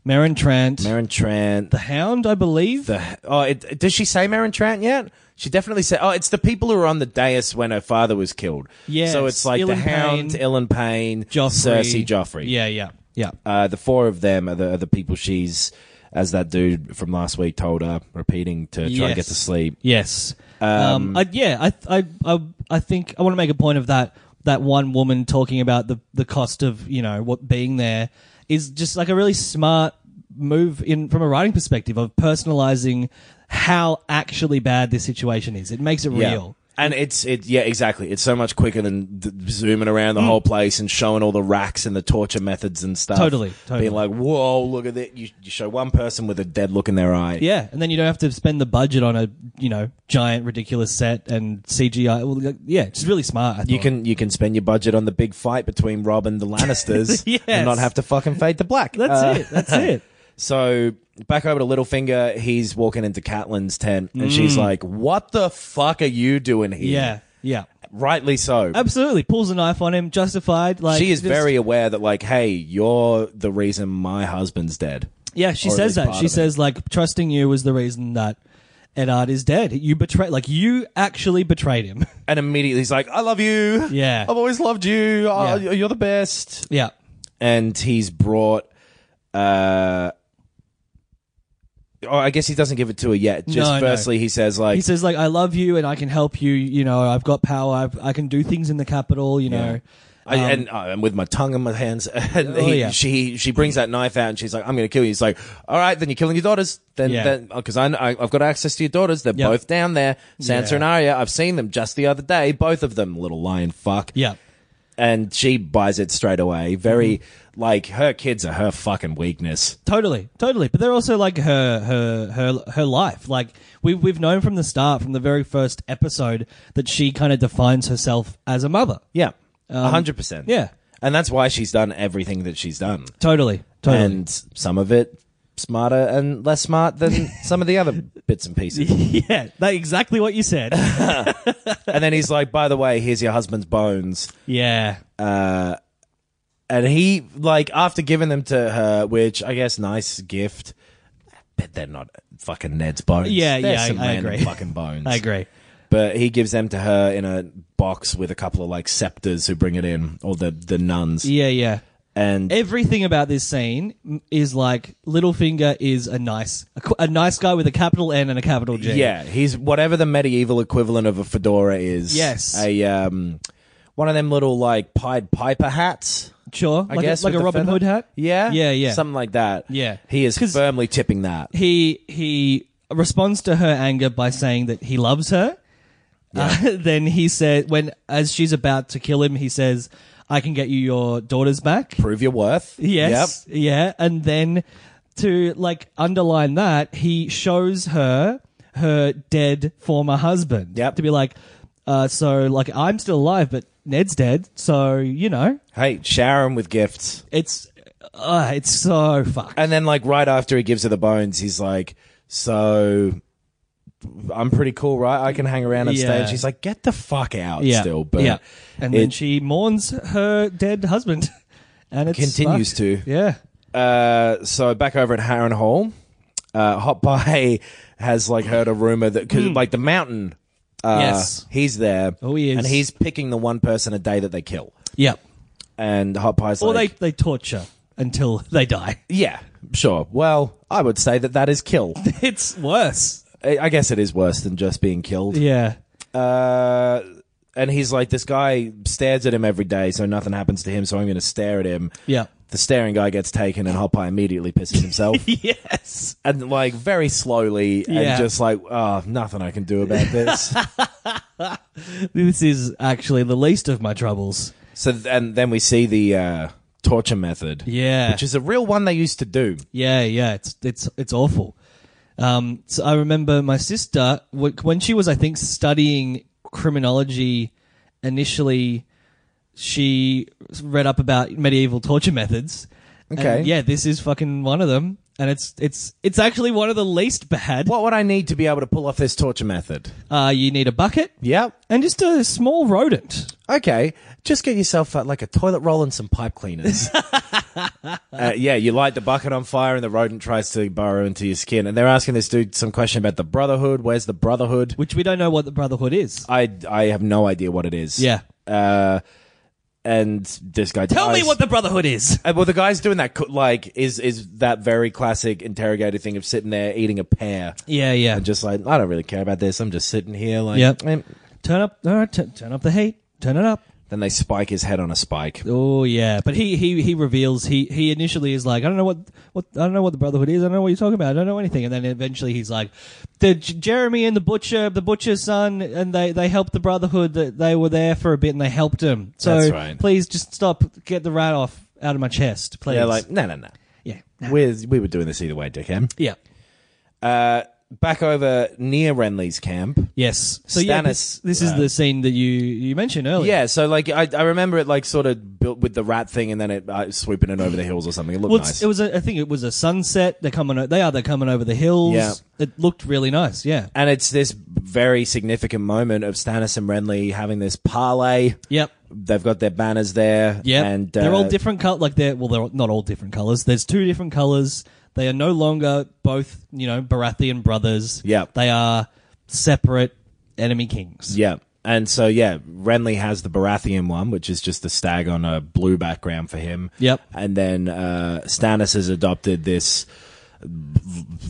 [SPEAKER 2] Marin Trant,
[SPEAKER 3] Meryn Trant.
[SPEAKER 2] the Hound, I believe.
[SPEAKER 3] the oh, it, does she say Meryn Trant yet? She definitely said, "Oh, it's the people who were on the dais when her father was killed."
[SPEAKER 2] Yes,
[SPEAKER 3] so it's like the
[SPEAKER 2] Ilyn
[SPEAKER 3] Hound,
[SPEAKER 2] Payne,
[SPEAKER 3] Illan Payne,
[SPEAKER 2] Joffrey,
[SPEAKER 3] Cersei, Joffrey.
[SPEAKER 2] Yeah, yeah, yeah.
[SPEAKER 3] uh, the four of them are the, are the people she's, as that dude from last week told her, repeating to try and get
[SPEAKER 2] Yes.
[SPEAKER 3] to sleep.
[SPEAKER 2] Yes. Um, I, yeah, I, I, I, I think I want to make a point of that. That one woman talking about the the cost of you know what being there is just like a really smart move in from a writing perspective of personalizing how actually bad this situation is. It makes it real.
[SPEAKER 3] And it's it yeah exactly. It's so much quicker than th- zooming around the
[SPEAKER 2] Mm.
[SPEAKER 3] whole place and showing all the racks and the torture methods and stuff.
[SPEAKER 2] Totally, totally.
[SPEAKER 3] Being like, whoa, look at that! You, you show one person with a dead look in their eye.
[SPEAKER 2] Yeah, and then you don't have to spend the budget on a you know giant ridiculous set and CGI. Well, like, yeah, it's really smart. I
[SPEAKER 3] You
[SPEAKER 2] thought.
[SPEAKER 3] can you can spend your budget on the big fight between Rob and the Lannisters
[SPEAKER 2] Yes.
[SPEAKER 3] and not have to fucking fade to black.
[SPEAKER 2] That's
[SPEAKER 3] Uh,
[SPEAKER 2] it. That's it.
[SPEAKER 3] So back over to Littlefinger, he's walking into Catelyn's tent and she's like, "What the fuck are you doing here?"
[SPEAKER 2] Mm. Yeah. Yeah.
[SPEAKER 3] rightly so.
[SPEAKER 2] Absolutely. Pulls a knife on him. Justified. Like
[SPEAKER 3] she is
[SPEAKER 2] just-
[SPEAKER 3] very aware that like, hey, you're the reason my husband's dead.
[SPEAKER 2] Yeah, she
[SPEAKER 3] or at
[SPEAKER 2] says
[SPEAKER 3] least
[SPEAKER 2] that.
[SPEAKER 3] part
[SPEAKER 2] She
[SPEAKER 3] of it.
[SPEAKER 2] says like trusting you was the reason that Edard is dead. You betrayed, like you actually betrayed him.
[SPEAKER 3] And immediately he's like, I love you.
[SPEAKER 2] Yeah.
[SPEAKER 3] I've always loved you. Oh,
[SPEAKER 2] Yeah.
[SPEAKER 3] You're the best.
[SPEAKER 2] yeah.
[SPEAKER 3] And he's brought. Uh, oh, I guess he doesn't give it to her yet. Just
[SPEAKER 2] No, no.
[SPEAKER 3] firstly, he says like,
[SPEAKER 2] He says like I love you and I can help you. You know, I've got power. I've, I can do things in the capital. You know.
[SPEAKER 3] I, and uh, I'm with my tongue in my hands. And
[SPEAKER 2] um, Oh,
[SPEAKER 3] he,
[SPEAKER 2] yeah.
[SPEAKER 3] she she brings that knife out and she's like, I'm going to kill you. He's like, all right, then you're killing your daughters. Then
[SPEAKER 2] Yeah.
[SPEAKER 3] then because I, I I've got access to your daughters. They're
[SPEAKER 2] Yep.
[SPEAKER 3] both down there, Sansa
[SPEAKER 2] Yeah.
[SPEAKER 3] and Arya. I've seen them just the other day, both of them. Little lion fuck.
[SPEAKER 2] Yeah.
[SPEAKER 3] and she buys it straight away. Very
[SPEAKER 2] Mm-hmm.
[SPEAKER 3] like her kids are her fucking weakness.
[SPEAKER 2] Totally, totally. But they're also like her, her, her, her life. Like we we've known from the start, from the very first episode, that she kind of defines herself as a mother.
[SPEAKER 3] Yeah, a hundred percent.
[SPEAKER 2] Um, yeah.
[SPEAKER 3] and that's why she's done everything that she's done,
[SPEAKER 2] Totally, totally.
[SPEAKER 3] and some of it smarter and less smart than some of the other bits and pieces.
[SPEAKER 2] yeah, that exactly what you said.
[SPEAKER 3] And then he's like, by the way, here's your husband's bones.
[SPEAKER 2] yeah,
[SPEAKER 3] And he, like, after giving them to her, which I guess nice gift, but they're not fucking Ned's bones.
[SPEAKER 2] Yeah,
[SPEAKER 3] They're
[SPEAKER 2] yeah,
[SPEAKER 3] some
[SPEAKER 2] I- I
[SPEAKER 3] random
[SPEAKER 2] agree.
[SPEAKER 3] fucking bones.
[SPEAKER 2] I agree.
[SPEAKER 3] But he gives them to her in a box with a couple of, like, scepters who bring it in, or the, the nuns.
[SPEAKER 2] Yeah, yeah.
[SPEAKER 3] And
[SPEAKER 2] Everything about this scene m- is like Littlefinger is a nice, a, qu- a nice guy with a capital N and a capital G.
[SPEAKER 3] yeah, he's whatever the medieval equivalent of a fedora is.
[SPEAKER 2] Yes.
[SPEAKER 3] A, um, one of them little, like, Pied Piper hats.
[SPEAKER 2] sure.
[SPEAKER 3] I
[SPEAKER 2] like
[SPEAKER 3] guess
[SPEAKER 2] a, like
[SPEAKER 3] with
[SPEAKER 2] a
[SPEAKER 3] the
[SPEAKER 2] Robin
[SPEAKER 3] feather.
[SPEAKER 2] Hood hat.
[SPEAKER 3] Yeah,
[SPEAKER 2] yeah, yeah.
[SPEAKER 3] something like that.
[SPEAKER 2] Yeah.
[SPEAKER 3] he is
[SPEAKER 2] 'Cause-
[SPEAKER 3] firmly tipping that.
[SPEAKER 2] he he responds to her anger by saying that he loves her. Uh, then he said, when as she's about to kill him, he says, "I can get you your daughters back."
[SPEAKER 3] prove your worth.
[SPEAKER 2] Yes. Yeah. And then to like underline that, he shows her her dead former husband.
[SPEAKER 3] Yep.
[SPEAKER 2] To be like, uh, so like I'm still alive, but Ned's dead. So you know,
[SPEAKER 3] Yep. Hey, shower him with gifts.
[SPEAKER 2] it's uh, it's so fucked.
[SPEAKER 3] And then, like, right after he gives her the bones, he's like, So I'm pretty cool, right? I can hang around and
[SPEAKER 2] Yeah.
[SPEAKER 3] stay. And she's like, Get the fuck out
[SPEAKER 2] yeah.
[SPEAKER 3] still. But
[SPEAKER 2] yeah. And then
[SPEAKER 3] it-
[SPEAKER 2] she mourns her dead husband, and it
[SPEAKER 3] Continues to.
[SPEAKER 2] Yeah.
[SPEAKER 3] uh, so back over at Harren Hall, uh, Hot Pie has, like, heard a rumor that, because, like, the mountain. Uh,
[SPEAKER 2] Hmm. Yes.
[SPEAKER 3] He's there.
[SPEAKER 2] Oh, he is.
[SPEAKER 3] And he's picking the one person a day that they kill.
[SPEAKER 2] Yep.
[SPEAKER 3] And Hot Pie's
[SPEAKER 2] Or
[SPEAKER 3] like,
[SPEAKER 2] they they torture until they die.
[SPEAKER 3] Yeah, sure. Well, I would say that that is kill.
[SPEAKER 2] It's worse.
[SPEAKER 3] I I guess it is worse than just being killed.
[SPEAKER 2] Yeah.
[SPEAKER 3] Uh, and he's like, this guy stares at him every day, so nothing happens to him, so I'm going to stare at him.
[SPEAKER 2] Yeah.
[SPEAKER 3] The staring guy gets taken, and Hopeye immediately pisses himself.
[SPEAKER 2] Yes.
[SPEAKER 3] and, like, very slowly,
[SPEAKER 2] Yeah.
[SPEAKER 3] and just like, oh, nothing I can do about this.
[SPEAKER 2] This is actually the least of my troubles.
[SPEAKER 3] so, th- and then we see the uh, torture method.
[SPEAKER 2] Yeah.
[SPEAKER 3] Which is a real one they used to do.
[SPEAKER 2] Yeah, yeah, it's it's it's awful. Um, so I remember my sister w- when she was, I think, studying criminology initially. she read up about medieval torture methods. And
[SPEAKER 3] Okay.
[SPEAKER 2] yeah, this is fucking one of them, and it's it's it's actually one of the least bad.
[SPEAKER 3] What would I need to be able to pull off this torture method?
[SPEAKER 2] Uh, you need a bucket
[SPEAKER 3] Yep.
[SPEAKER 2] and just a small rodent.
[SPEAKER 3] Okay, just get yourself uh, like a toilet roll and some pipe cleaners. uh, yeah, you light the bucket on fire and the rodent tries to burrow into your skin. And they're asking this dude some question about the Brotherhood. Where's the Brotherhood?
[SPEAKER 2] Which we don't know what the Brotherhood is.
[SPEAKER 3] I, I have no idea what it is.
[SPEAKER 2] Yeah.
[SPEAKER 3] Uh, and this guy
[SPEAKER 2] Tell me
[SPEAKER 3] dies.
[SPEAKER 2] what the Brotherhood is.
[SPEAKER 3] Uh, well, the guy's doing that co- like is is that very classic interrogator thing of sitting there eating a pear
[SPEAKER 2] Yeah, yeah.
[SPEAKER 3] and just like I don't really care about this. I'm just sitting here like.
[SPEAKER 2] Yep.
[SPEAKER 3] "Mm."
[SPEAKER 2] turn up, uh, t- turn up the heat, turn it up.
[SPEAKER 3] Then they spike his head on a spike.
[SPEAKER 2] Oh yeah, but he he he reveals he he initially is like I don't know what what I don't know what the Brotherhood is. I don't know what you're talking about. I don't know anything. And then eventually he's like, the J- Jeremy and the butcher, the butcher's son, and they they helped the Brotherhood. That they were there for a bit and they helped him. So
[SPEAKER 3] That's right.
[SPEAKER 2] please just stop, get the rat off out of my chest, please.
[SPEAKER 3] Yeah, like no, no, no.
[SPEAKER 2] yeah,
[SPEAKER 3] We're, we were doing this either way, dickhead. Uh,
[SPEAKER 2] yeah,
[SPEAKER 3] back over near Renly's camp.
[SPEAKER 2] yes. So yeah, this,
[SPEAKER 3] Stannis,
[SPEAKER 2] this is
[SPEAKER 3] uh,
[SPEAKER 2] the scene that you you mentioned earlier.
[SPEAKER 3] Yeah, so like I, I remember it like sort of built with the rat thing, and then it uh, swooping it over the hills or something. It looked
[SPEAKER 2] Well, it's-
[SPEAKER 3] nice.
[SPEAKER 2] it was a, I think it was a sunset. They're coming. o- They are. They're coming over the hills.
[SPEAKER 3] Yeah.
[SPEAKER 2] It looked really nice. Yeah.
[SPEAKER 3] and it's this very significant moment of Stannis and Renly having this parley.
[SPEAKER 2] Yep.
[SPEAKER 3] They've got their banners there.
[SPEAKER 2] Yep.
[SPEAKER 3] and
[SPEAKER 2] they're all
[SPEAKER 3] uh,
[SPEAKER 2] different color. Like they're well, they're not all different colors. There's two different colors. They are no longer both. You know, Baratheon brothers.
[SPEAKER 3] Yep.
[SPEAKER 2] They are separate enemy kings.
[SPEAKER 3] Yeah. And so, yeah, Renly has the Baratheon one, which is just the stag on a blue background for him.
[SPEAKER 2] Yep.
[SPEAKER 3] And then uh, Stannis has adopted this,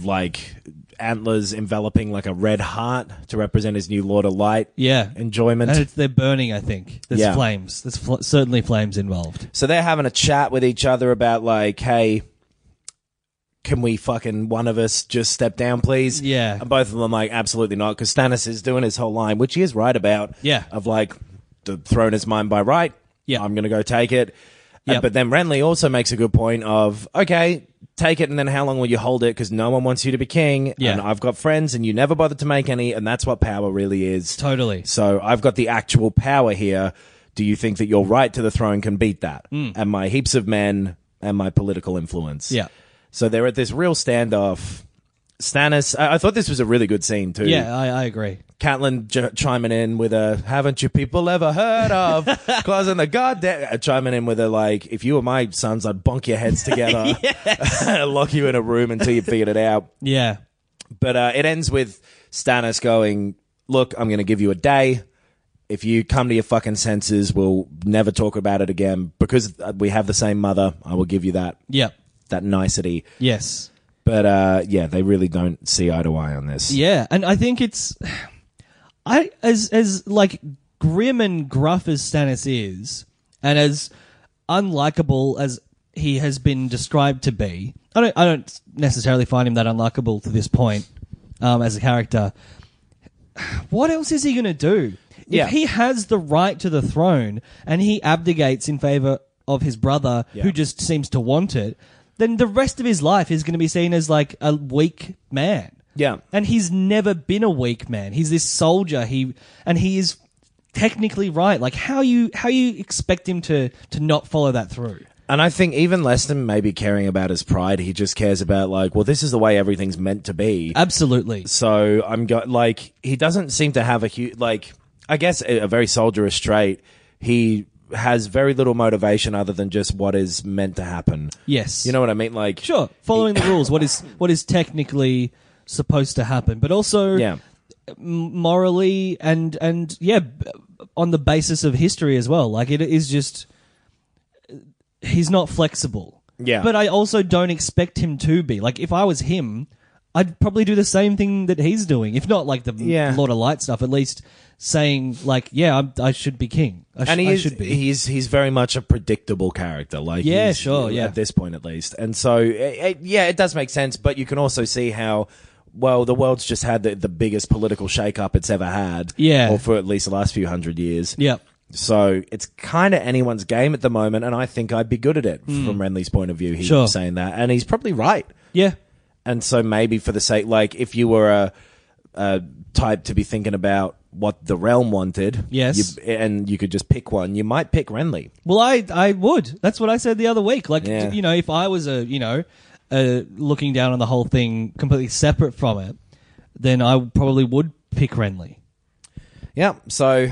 [SPEAKER 3] like, antlers enveloping like a red heart to represent his new Lord of Light.
[SPEAKER 2] Yeah.
[SPEAKER 3] Enjoyment.
[SPEAKER 2] And it's, they're burning. I think there's
[SPEAKER 3] Yeah.
[SPEAKER 2] flames. There's fl- certainly flames involved.
[SPEAKER 3] so they're having a chat with each other about, like, hey, can we fucking one of us just step down, please?
[SPEAKER 2] Yeah.
[SPEAKER 3] And both of them, like, absolutely not, because Stannis is doing his whole line, which he is right about.
[SPEAKER 2] Yeah.
[SPEAKER 3] Of, like, the throne is mine by right.
[SPEAKER 2] Yeah.
[SPEAKER 3] I'm going to go take it.
[SPEAKER 2] Yep.
[SPEAKER 3] Uh, But then Renly also makes a good point of, okay, take it, and then how long will you hold it? Because no one wants you to be king.
[SPEAKER 2] Yeah.
[SPEAKER 3] And I've got friends, and you never bothered to make any, and that's what power really is.
[SPEAKER 2] Totally.
[SPEAKER 3] So I've got the actual power here. Do you think that your right to the throne can beat that? And my heaps of men and my political influence.
[SPEAKER 2] Hmm. Yeah.
[SPEAKER 3] So they're at this real standoff. Stannis, I, I thought this was a really good scene too.
[SPEAKER 2] Yeah, I, I agree.
[SPEAKER 3] Catelyn j- chiming in with a "Haven't you people ever heard of?" Causing the goddamn uh, chiming in with a like, "If you were my sons, I'd bonk your heads together, lock you in a room until you figured it out."
[SPEAKER 2] Yeah.
[SPEAKER 3] But uh, it ends with Stannis going, "Look, I'm going to give you a day. If you come to your fucking senses, we'll never talk about it again because uh, we have the same mother. I will give you that
[SPEAKER 2] Yep.
[SPEAKER 3] that nicety."
[SPEAKER 2] Yes.
[SPEAKER 3] But uh, yeah, they really don't see eye to eye on this.
[SPEAKER 2] Yeah, and I think it's I as as like grim and gruff as Stannis is, and as unlikable as he has been described to be. I don't I don't necessarily find him that unlikable to this point um, as a character. What else is he going to do?
[SPEAKER 3] Yeah.
[SPEAKER 2] If he has the right to the throne and he abdicates in favor of his brother,
[SPEAKER 3] Yeah.
[SPEAKER 2] who just seems to want it, then the rest of his life is going to be seen as like a weak man.
[SPEAKER 3] Yeah.
[SPEAKER 2] And he's never been a weak man. He's this soldier. He and he is technically right. Like how you how you expect him to to not follow that through?
[SPEAKER 3] And I think even less than maybe caring about his pride, he just cares about like, well, this is the way everything's meant to be.
[SPEAKER 2] Absolutely.
[SPEAKER 3] So I'm go- like, he doesn't seem to have a huge like. I guess a, a very soldierish trait. He has very little motivation other than just what is meant to happen.
[SPEAKER 2] Yes.
[SPEAKER 3] You know what I mean? Like,
[SPEAKER 2] Sure. Following the rules, what is what is technically supposed to happen, but also
[SPEAKER 3] Yeah.
[SPEAKER 2] morally and and yeah, b- on the basis of history as well. Like it is just he's not flexible.
[SPEAKER 3] Yeah.
[SPEAKER 2] But I also don't expect him to be. Like if I was him, I'd probably do the same thing that he's doing. If not like the
[SPEAKER 3] Yeah.
[SPEAKER 2] Lord of Light stuff, at least saying like, yeah, I'm, I should be king. I, sh-
[SPEAKER 3] And he
[SPEAKER 2] I
[SPEAKER 3] is,
[SPEAKER 2] should be.
[SPEAKER 3] he's he's very much a predictable character. Like
[SPEAKER 2] Yeah,
[SPEAKER 3] he's-
[SPEAKER 2] sure, yeah.
[SPEAKER 3] at this point at least. And so it, it- yeah, it does make sense. But you can also see how well the world's just had the, the biggest political shakeup it's ever had.
[SPEAKER 2] Yeah.
[SPEAKER 3] or for at least the last few hundred years.
[SPEAKER 2] yeah.
[SPEAKER 3] So it's kind of anyone's game at the moment, and I think I'd be good at it from Renly's point of view. He's
[SPEAKER 2] Hmm. Sure.
[SPEAKER 3] saying that, and he's probably right.
[SPEAKER 2] Yeah.
[SPEAKER 3] And so maybe for the sake, like if you were a, a type to be thinking about what the realm wanted.
[SPEAKER 2] Yes.
[SPEAKER 3] you- and you could just pick one. You might pick Renly.
[SPEAKER 2] Well, I I would. That's what I said the other week. Like
[SPEAKER 3] Yeah.
[SPEAKER 2] you know, if I was a you know, uh, looking down on the whole thing completely separate from it, then I probably would pick Renly.
[SPEAKER 3] Yeah. So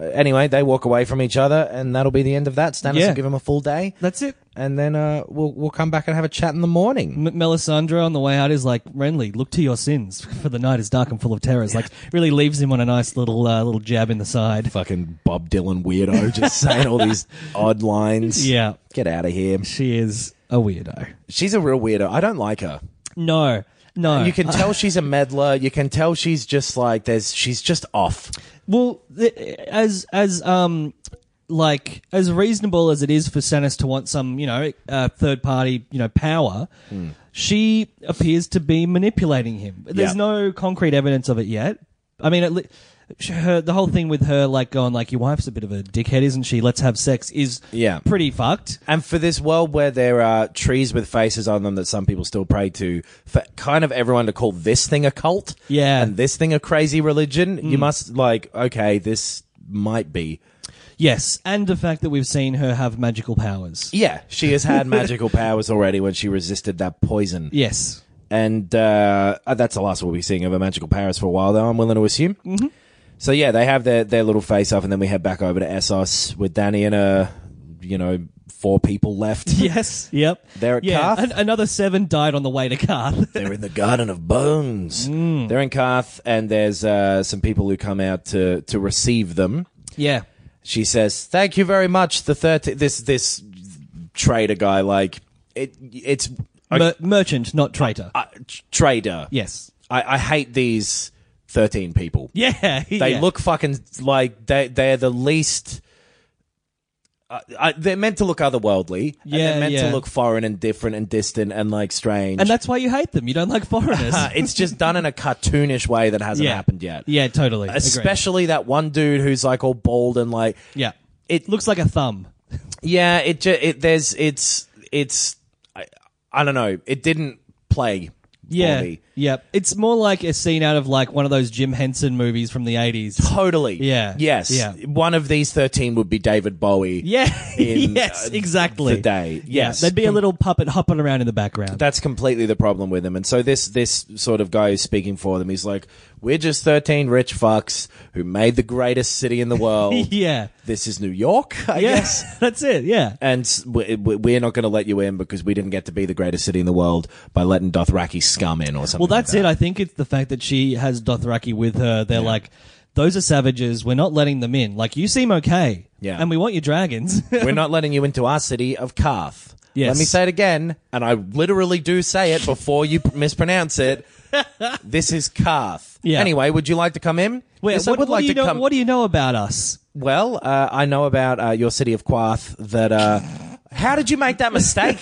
[SPEAKER 3] uh, anyway, they walk away from each other, and that'll be the end of that. Stannis
[SPEAKER 2] Yeah.
[SPEAKER 3] will give him a full day,
[SPEAKER 2] That's it.
[SPEAKER 3] and then uh, we'll we'll come back and have a chat in the morning.
[SPEAKER 2] M- Melisandre on the way out is like Renly, look to your sins, for the night is dark and full of terrors. Like really leaves him on a nice little uh, little jab in the side.
[SPEAKER 3] Fucking Bob Dylan weirdo, just saying all these odd lines.
[SPEAKER 2] Yeah,
[SPEAKER 3] Get out of here.
[SPEAKER 2] she is a weirdo.
[SPEAKER 3] She's a real weirdo. I don't like her.
[SPEAKER 2] No, no.
[SPEAKER 3] You can tell she's a meddler. You can tell she's just like there's. She's just off.
[SPEAKER 2] Well, th- as as um like as reasonable as it is for Stannis to want some you know uh, third party you know power,
[SPEAKER 3] Hmm.
[SPEAKER 2] she appears to be manipulating him. There's
[SPEAKER 3] Yeah.
[SPEAKER 2] no concrete evidence of it yet. I mean, at le- sh- her, the whole thing with her like going like your wife's a bit of a dickhead, isn't she? Let's have sex is
[SPEAKER 3] Yeah.
[SPEAKER 2] pretty fucked.
[SPEAKER 3] And for this world where there are trees with faces on them that some people still pray to, for kind of everyone to call this thing a cult,
[SPEAKER 2] Yeah.
[SPEAKER 3] and this thing a crazy religion, you must like, okay, this might be.
[SPEAKER 2] Yes, and the fact that we've seen her have magical powers.
[SPEAKER 3] Yeah, she has had magical powers already when she resisted that poison,
[SPEAKER 2] Yes.
[SPEAKER 3] and uh, that's the last we'll be seeing of her magical powers for a while, though. I'm willing to assume. Mm-hmm. So yeah, they have their their little face off, and then we head back over to Essos with Danny and uh, you know, four people left.
[SPEAKER 2] Yes. Yep.
[SPEAKER 3] They're at
[SPEAKER 2] yeah.
[SPEAKER 3] Carth.
[SPEAKER 2] an- another seven died on the way to Carth.
[SPEAKER 3] They're in the Garden of Bones. They're in Carth, and there's uh, some people who come out to to receive them.
[SPEAKER 2] yeah.
[SPEAKER 3] She says, "Thank you very much." The third, this this trader guy, like it, it's a
[SPEAKER 2] Mer- merchant, not traitor.
[SPEAKER 3] uh, tr- trader.
[SPEAKER 2] yes.
[SPEAKER 3] I, I hate these thirteen people.
[SPEAKER 2] Yeah.
[SPEAKER 3] They
[SPEAKER 2] yeah.
[SPEAKER 3] look fucking like they they're the least. Uh, I, they're meant to look otherworldly. and
[SPEAKER 2] Yeah,
[SPEAKER 3] they're meant
[SPEAKER 2] yeah.
[SPEAKER 3] to look foreign and different and distant and like strange.
[SPEAKER 2] And that's why you hate them. You don't like foreigners.
[SPEAKER 3] Uh, it's just done in a cartoonish way that hasn't
[SPEAKER 2] yeah.
[SPEAKER 3] happened yet.
[SPEAKER 2] Yeah, totally. Agreed.
[SPEAKER 3] Especially that one dude who's like all bald and like
[SPEAKER 2] Yeah.
[SPEAKER 3] it.
[SPEAKER 2] Looks like a thumb.
[SPEAKER 3] Yeah, it. Ju- it there's. It's. It's. I, I don't know. It didn't play.
[SPEAKER 2] Yeah.
[SPEAKER 3] For me.
[SPEAKER 2] Yeah. It's more like a scene out of like one of those Jim Henson movies from the 80s.
[SPEAKER 3] Totally.
[SPEAKER 2] Yeah.
[SPEAKER 3] Yes.
[SPEAKER 2] Yeah.
[SPEAKER 3] One of these thirteen would be David Bowie.
[SPEAKER 2] Yeah.
[SPEAKER 3] In,
[SPEAKER 2] yes,
[SPEAKER 3] uh,
[SPEAKER 2] exactly.
[SPEAKER 3] the day. Yes.
[SPEAKER 2] There'd be a little puppet hopping around in the background.
[SPEAKER 3] That's completely the problem with him. And so this this sort of guy who's speaking for them, he's like, "We're just thirteen rich fucks who made the greatest city in the world.
[SPEAKER 2] yeah.
[SPEAKER 3] This is New York, I guess."
[SPEAKER 2] Yes. That's it. Yeah.
[SPEAKER 3] and s- we- we- we're not going to let you in because we didn't get to be the greatest city in the world by letting Dothraki scum in or something.
[SPEAKER 2] Well, that's
[SPEAKER 3] like
[SPEAKER 2] it. I think it's the fact that she has Dothraki with her. They're like, those are savages. We're not letting them in. Like, you seem okay.
[SPEAKER 3] Yeah.
[SPEAKER 2] And we want your dragons.
[SPEAKER 3] that. we're not letting you into our city of Carth.
[SPEAKER 2] Yes.
[SPEAKER 3] Let me say it again, and I literally do say it before you p- mispronounce it. this is Carth.
[SPEAKER 2] Yeah.
[SPEAKER 3] Anyway, would you like to come in?
[SPEAKER 2] Wait,
[SPEAKER 3] Yes,
[SPEAKER 2] what,
[SPEAKER 3] I
[SPEAKER 2] what
[SPEAKER 3] would like
[SPEAKER 2] do you
[SPEAKER 3] to
[SPEAKER 2] know,
[SPEAKER 3] come.
[SPEAKER 2] What do you know about us?
[SPEAKER 3] well, uh, I know about uh, your city of Quath that. Uh, how did you make that mistake?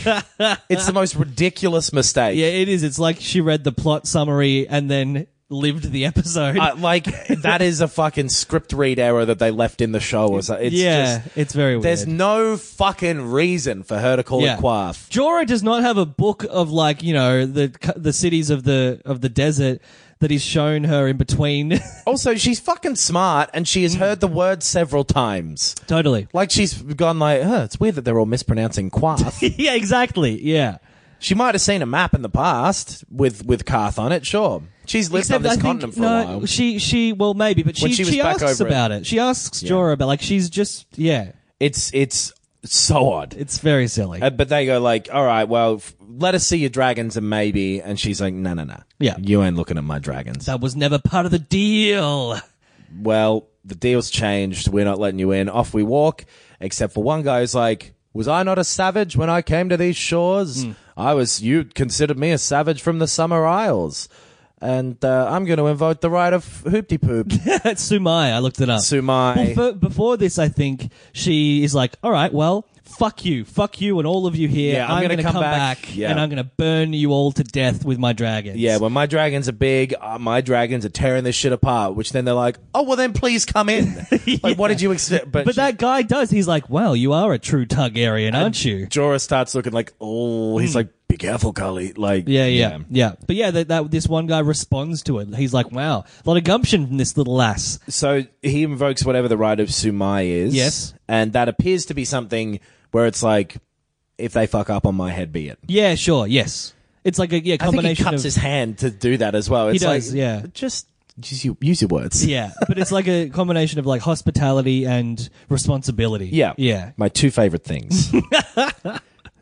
[SPEAKER 3] it's the most ridiculous mistake.
[SPEAKER 2] Yeah, it is. It's like she read the plot summary and then lived the episode.
[SPEAKER 3] Uh, like that is a fucking script read error that they left in the show or something. It's
[SPEAKER 2] yeah,
[SPEAKER 3] just,
[SPEAKER 2] it's very weird.
[SPEAKER 3] there's no fucking reason for her to call
[SPEAKER 2] yeah.
[SPEAKER 3] it Quaff.
[SPEAKER 2] Jorah does not have a book of like you know the c- the cities of the of the desert that he's shown her in between.
[SPEAKER 3] Also, she's fucking smart and she has
[SPEAKER 2] Mm.
[SPEAKER 3] heard the word several times.
[SPEAKER 2] totally.
[SPEAKER 3] Like she's gone like, huh, it's weird that they're all mispronouncing Quaff.
[SPEAKER 2] Yeah, exactly. Yeah.
[SPEAKER 3] she might have seen a map in the past with with Carth on it, sure. She's lived on this continent for a while.
[SPEAKER 2] She she well maybe, but she
[SPEAKER 3] When
[SPEAKER 2] she,
[SPEAKER 3] she was back
[SPEAKER 2] asks
[SPEAKER 3] over it.
[SPEAKER 2] about it. She asks Jorah about like she's just yeah.
[SPEAKER 3] It's it's so odd.
[SPEAKER 2] It's very silly.
[SPEAKER 3] Uh, but they go like, "All right, well, f- let us see your dragons and maybe." And she's like, "No, no, no.
[SPEAKER 2] Yeah.
[SPEAKER 3] you ain't looking at my dragons."
[SPEAKER 2] that was never part of the deal.
[SPEAKER 3] well, the deal's changed. We're not letting you in. Off we walk, except for one guy who's like, Was I not a savage when I came to these shores? I was, you considered me a savage from the Summer Isles. And uh, I'm going to invoke the right of hoopty poop.
[SPEAKER 2] That's Sumai. I looked it up.
[SPEAKER 3] Sumai.
[SPEAKER 2] Before, before this, I think she is like, "All right, well, fuck you, fuck you, and all of you here.
[SPEAKER 3] Yeah, I'm
[SPEAKER 2] going
[SPEAKER 3] gonna
[SPEAKER 2] to
[SPEAKER 3] come back. Yeah.
[SPEAKER 2] and I'm going to burn you all to death with my dragons."
[SPEAKER 3] yeah, when my dragons are big, uh, my dragons are tearing this shit apart, which then they're like, oh, well, then please come in. Like, what did you expect? But,
[SPEAKER 2] but
[SPEAKER 3] she-
[SPEAKER 2] that guy does. He's like, "Wow, you are a true Targaryen, aren't you?"
[SPEAKER 3] Jorah starts looking like, oh, he's like, be careful, Carly. Like,
[SPEAKER 2] Hmm. Yeah, yeah, yeah, But yeah, that, that this one guy responds to it. He's like, "Wow, a lot of gumption from this little lass."
[SPEAKER 3] So he invokes whatever the right of Sumai is.
[SPEAKER 2] Yes.
[SPEAKER 3] And that appears to be something where it's like, if they fuck up on my head, be it.
[SPEAKER 2] Yeah, sure, yes. It's like a yeah
[SPEAKER 3] I think he
[SPEAKER 2] combination
[SPEAKER 3] cuts
[SPEAKER 2] of
[SPEAKER 3] his hand to do that as well. It's
[SPEAKER 2] does,
[SPEAKER 3] like,
[SPEAKER 2] yeah.
[SPEAKER 3] Just, just u- use your words.
[SPEAKER 2] yeah, but it's like a combination of like hospitality and responsibility.
[SPEAKER 3] Yeah.
[SPEAKER 2] yeah,
[SPEAKER 3] My two favorite things.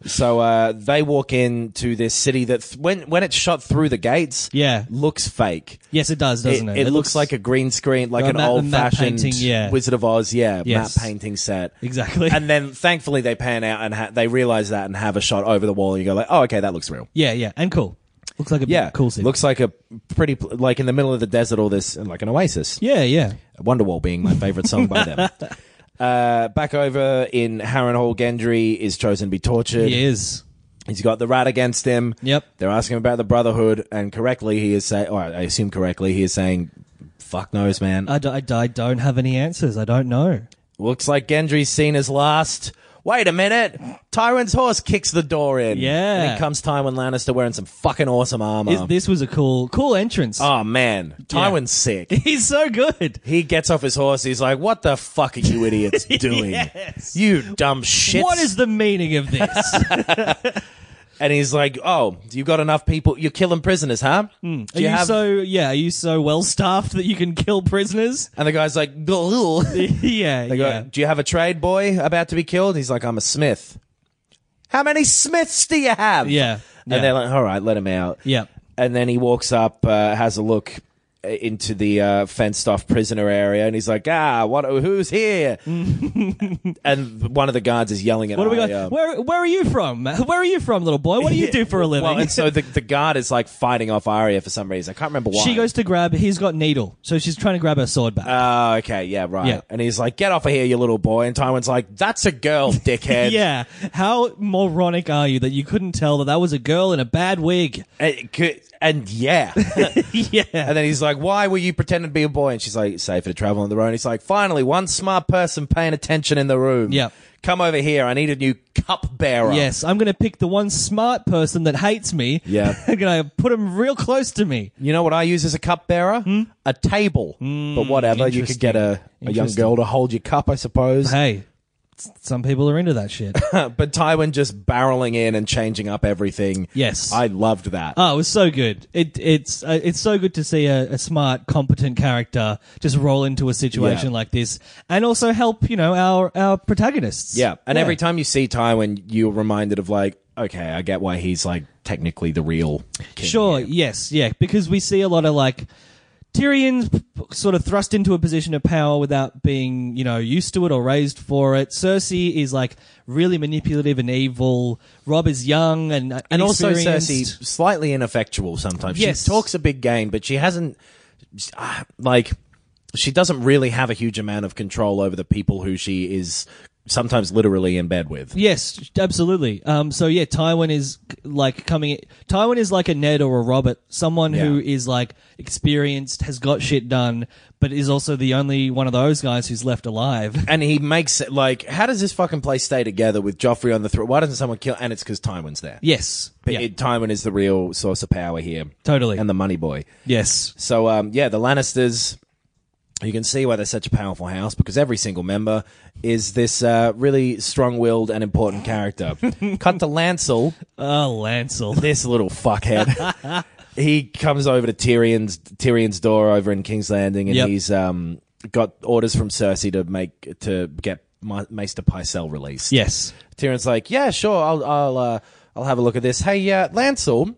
[SPEAKER 3] so uh, they walk into this city that, th- when, when it's shot through the gates,
[SPEAKER 2] yeah.
[SPEAKER 3] looks fake.
[SPEAKER 2] Yes, it does, doesn't it?
[SPEAKER 3] It, looks like a green screen, like
[SPEAKER 2] Like
[SPEAKER 3] an
[SPEAKER 2] a map- a
[SPEAKER 3] old fashioned
[SPEAKER 2] map painting, yeah.
[SPEAKER 3] Wizard of Oz, yeah,
[SPEAKER 2] Yes.
[SPEAKER 3] map painting set.
[SPEAKER 2] exactly.
[SPEAKER 3] and then thankfully they pan out and ha- they realize that and have a shot over the wall and you go like oh okay that looks real
[SPEAKER 2] yeah, yeah, and cool. Looks like a
[SPEAKER 3] yeah
[SPEAKER 2] cool city.
[SPEAKER 3] looks like a pretty pl- like in the middle of the desert all this and like an oasis
[SPEAKER 2] yeah, yeah,
[SPEAKER 3] wonderwall being my favorite song by them uh, back over in Harrenhal Gendry is chosen to be tortured
[SPEAKER 2] he is.
[SPEAKER 3] he's got the rat against him
[SPEAKER 2] Yep.
[SPEAKER 3] they're asking him about the brotherhood and correctly he is saying or I assume correctly he is saying fuck knows man
[SPEAKER 2] I, d- I, d- I don't have any answers. I don't know.
[SPEAKER 3] Looks like Gendry's seen his last. Wait a minute. Tywin's horse kicks the door in.
[SPEAKER 2] Yeah.
[SPEAKER 3] And in comes Tywin Lannister wearing some fucking awesome armor.
[SPEAKER 2] Is- this was a cool, cool entrance.
[SPEAKER 3] oh, man. Tywin's sick.
[SPEAKER 2] He's so good.
[SPEAKER 3] He gets off his horse. He's like, what the fuck are you idiots doing?
[SPEAKER 2] Yes.
[SPEAKER 3] You dumb shits.
[SPEAKER 2] What is the meaning of this?
[SPEAKER 3] And he's like, oh, you got enough people. You're killing prisoners, huh? Do
[SPEAKER 2] Hmm. Are you,
[SPEAKER 3] have-
[SPEAKER 2] so yeah? Are you so well staffed that you can kill prisoners?
[SPEAKER 3] And the guy's like, "Ugh." They
[SPEAKER 2] yeah,
[SPEAKER 3] go,
[SPEAKER 2] yeah.
[SPEAKER 3] do you have a trade boy about to be killed? He's like, I'm a smith. How many smiths do you have?
[SPEAKER 2] Yeah, yeah.
[SPEAKER 3] And they're like, all right, let him out.
[SPEAKER 2] Yeah.
[SPEAKER 3] And then he walks up, uh, has a look into the uh, fenced off prisoner area, and he's like, ah, what, who's here? and one of the guards is yelling at
[SPEAKER 2] What are we
[SPEAKER 3] her,
[SPEAKER 2] going?
[SPEAKER 3] uh,
[SPEAKER 2] Where Where are you from? Where are you from, little boy? What do you do for a living?
[SPEAKER 3] Well, and so the, the guard is like fighting off Arya for some reason. I can't remember why.
[SPEAKER 2] she goes to grab. He's got needle, so she's trying to grab her sword back.
[SPEAKER 3] Oh, okay, yeah, right.
[SPEAKER 2] Yeah.
[SPEAKER 3] And he's like, get off of here, you little boy. And Tywin's like, that's a girl, dickhead.
[SPEAKER 2] yeah. How moronic are you that you couldn't tell that that was a girl in a bad wig?
[SPEAKER 3] And, c- and yeah. and
[SPEAKER 2] yeah.
[SPEAKER 3] then he's like, why were you pretending to be a boy? And she's like, safer to travel on their own. He's like, finally, one smart person paying attention in the room.
[SPEAKER 2] Yep.
[SPEAKER 3] Come over here. I need a new cupbearer.
[SPEAKER 2] Yes, I'm going to pick the one smart person that hates me.
[SPEAKER 3] Yeah.
[SPEAKER 2] I'm going to put him real close to me.
[SPEAKER 3] You know what I use as a cupbearer?
[SPEAKER 2] Hmm?
[SPEAKER 3] A table. but whatever. You could get a, a young
[SPEAKER 2] Interesting.
[SPEAKER 3] girl to hold your cup, I suppose.
[SPEAKER 2] Hey, s- some people are into that shit.
[SPEAKER 3] but Tywin just barreling in and changing up everything.
[SPEAKER 2] Yes.
[SPEAKER 3] I loved that.
[SPEAKER 2] Oh, it was so good. It, it's uh, it's so good to see a, a smart, competent character just roll into a situation
[SPEAKER 3] Yeah.
[SPEAKER 2] like this, and also help you know our our protagonists.
[SPEAKER 3] Yeah, and every time you see Tywin, you're reminded of like, okay, I get why he's like technically the real. King
[SPEAKER 2] Sure.
[SPEAKER 3] here.
[SPEAKER 2] Yes. Yeah. Because we see a lot of like Tyrion's p- p- sort of thrust into a position of power without being, you know, used to it or raised for it. Cersei is like really manipulative and evil. Rob is young and uh,
[SPEAKER 3] and also Cersei
[SPEAKER 2] inexperienced.
[SPEAKER 3] slightly ineffectual sometimes.
[SPEAKER 2] Yes.
[SPEAKER 3] She talks a big game, but she hasn't ah, like she doesn't really have a huge amount of control over the people who she is sometimes literally in bed with.
[SPEAKER 2] Yes, absolutely. Um, so yeah, Tywin is like coming. Tywin is like a Ned or a Robert, someone who
[SPEAKER 3] Yeah.
[SPEAKER 2] is like experienced, has got shit done, but is also the only one of those guys who's left alive.
[SPEAKER 3] And he makes it like, how does this fucking place stay together with Joffrey on the throne? Why doesn't someone kill? And it's because Tywin's there.
[SPEAKER 2] Yes,
[SPEAKER 3] But
[SPEAKER 2] yeah,
[SPEAKER 3] it- Tywin is the real source of power here.
[SPEAKER 2] Totally.
[SPEAKER 3] And the money boy.
[SPEAKER 2] yes.
[SPEAKER 3] So um, yeah, the Lannisters. You can see why they're such a powerful house because every single member is this uh, really strong-willed and important character. Cut to Lancel,
[SPEAKER 2] Oh, Lancel.
[SPEAKER 3] this little fuckhead. he comes over to Tyrion's Tyrion's door over in King's Landing, and
[SPEAKER 2] Yep.
[SPEAKER 3] he's um, got orders from Cersei to make to get Ma- Maester Pycelle released.
[SPEAKER 2] Yes.
[SPEAKER 3] Tyrion's like, yeah, sure, I'll I'll uh, I'll have a look at this. Hey, uh, Lancel,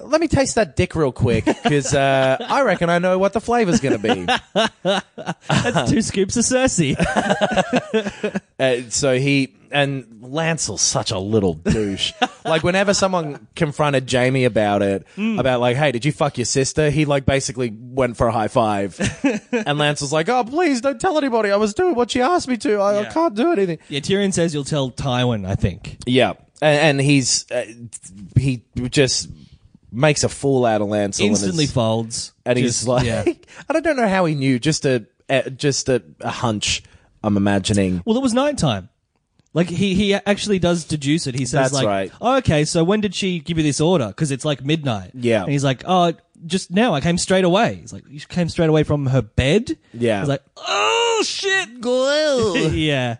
[SPEAKER 3] let me taste that dick real quick because uh, I reckon I know what the flavor's gonna be.
[SPEAKER 2] That's two scoops of Cersei.
[SPEAKER 3] Uh, so he and Lancel's such a little douche. like whenever someone confronted Jamie about it, about like, hey, did you fuck your sister? He like basically went for a high five, and Lancel's like, oh, please don't tell anybody. I was doing what she asked me to. I, I
[SPEAKER 2] Yeah.
[SPEAKER 3] can't do anything.
[SPEAKER 2] yeah, Tyrion says you'll tell Tywin, I think.
[SPEAKER 3] Yeah, and, and he's uh, he just makes a fool out of Lancel
[SPEAKER 2] Instantly
[SPEAKER 3] and, is-
[SPEAKER 2] folds.
[SPEAKER 3] and
[SPEAKER 2] Just-
[SPEAKER 3] he's like,
[SPEAKER 2] yeah.
[SPEAKER 3] I don't know how he knew. Just a uh, just a, a hunch. I'm imagining.
[SPEAKER 2] Well, it was nighttime. Like he he actually does deduce it. He says
[SPEAKER 3] That's
[SPEAKER 2] like,
[SPEAKER 3] right.
[SPEAKER 2] oh, "Okay, so when did she give you this order? Because it's like midnight."
[SPEAKER 3] Yeah.
[SPEAKER 2] and he's like, "Oh, just now. I came straight away." He's like, "You came straight away from her bed."
[SPEAKER 3] Yeah.
[SPEAKER 2] he's like, "Oh shit, girl." yeah,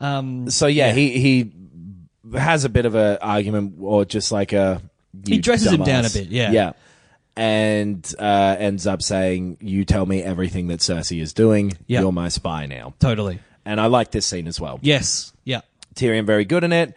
[SPEAKER 2] um,
[SPEAKER 3] So yeah, he he has a bit of a argument or just like a
[SPEAKER 2] He
[SPEAKER 3] "You
[SPEAKER 2] dresses him down a
[SPEAKER 3] dumbass."
[SPEAKER 2] bit, yeah.
[SPEAKER 3] yeah, and uh, ends up saying, "You tell me everything that Cersei is doing.
[SPEAKER 2] Yeah.
[SPEAKER 3] You're my spy now."
[SPEAKER 2] totally.
[SPEAKER 3] And I like this scene as well.
[SPEAKER 2] Yes, yeah,
[SPEAKER 3] Tyrion very good in it.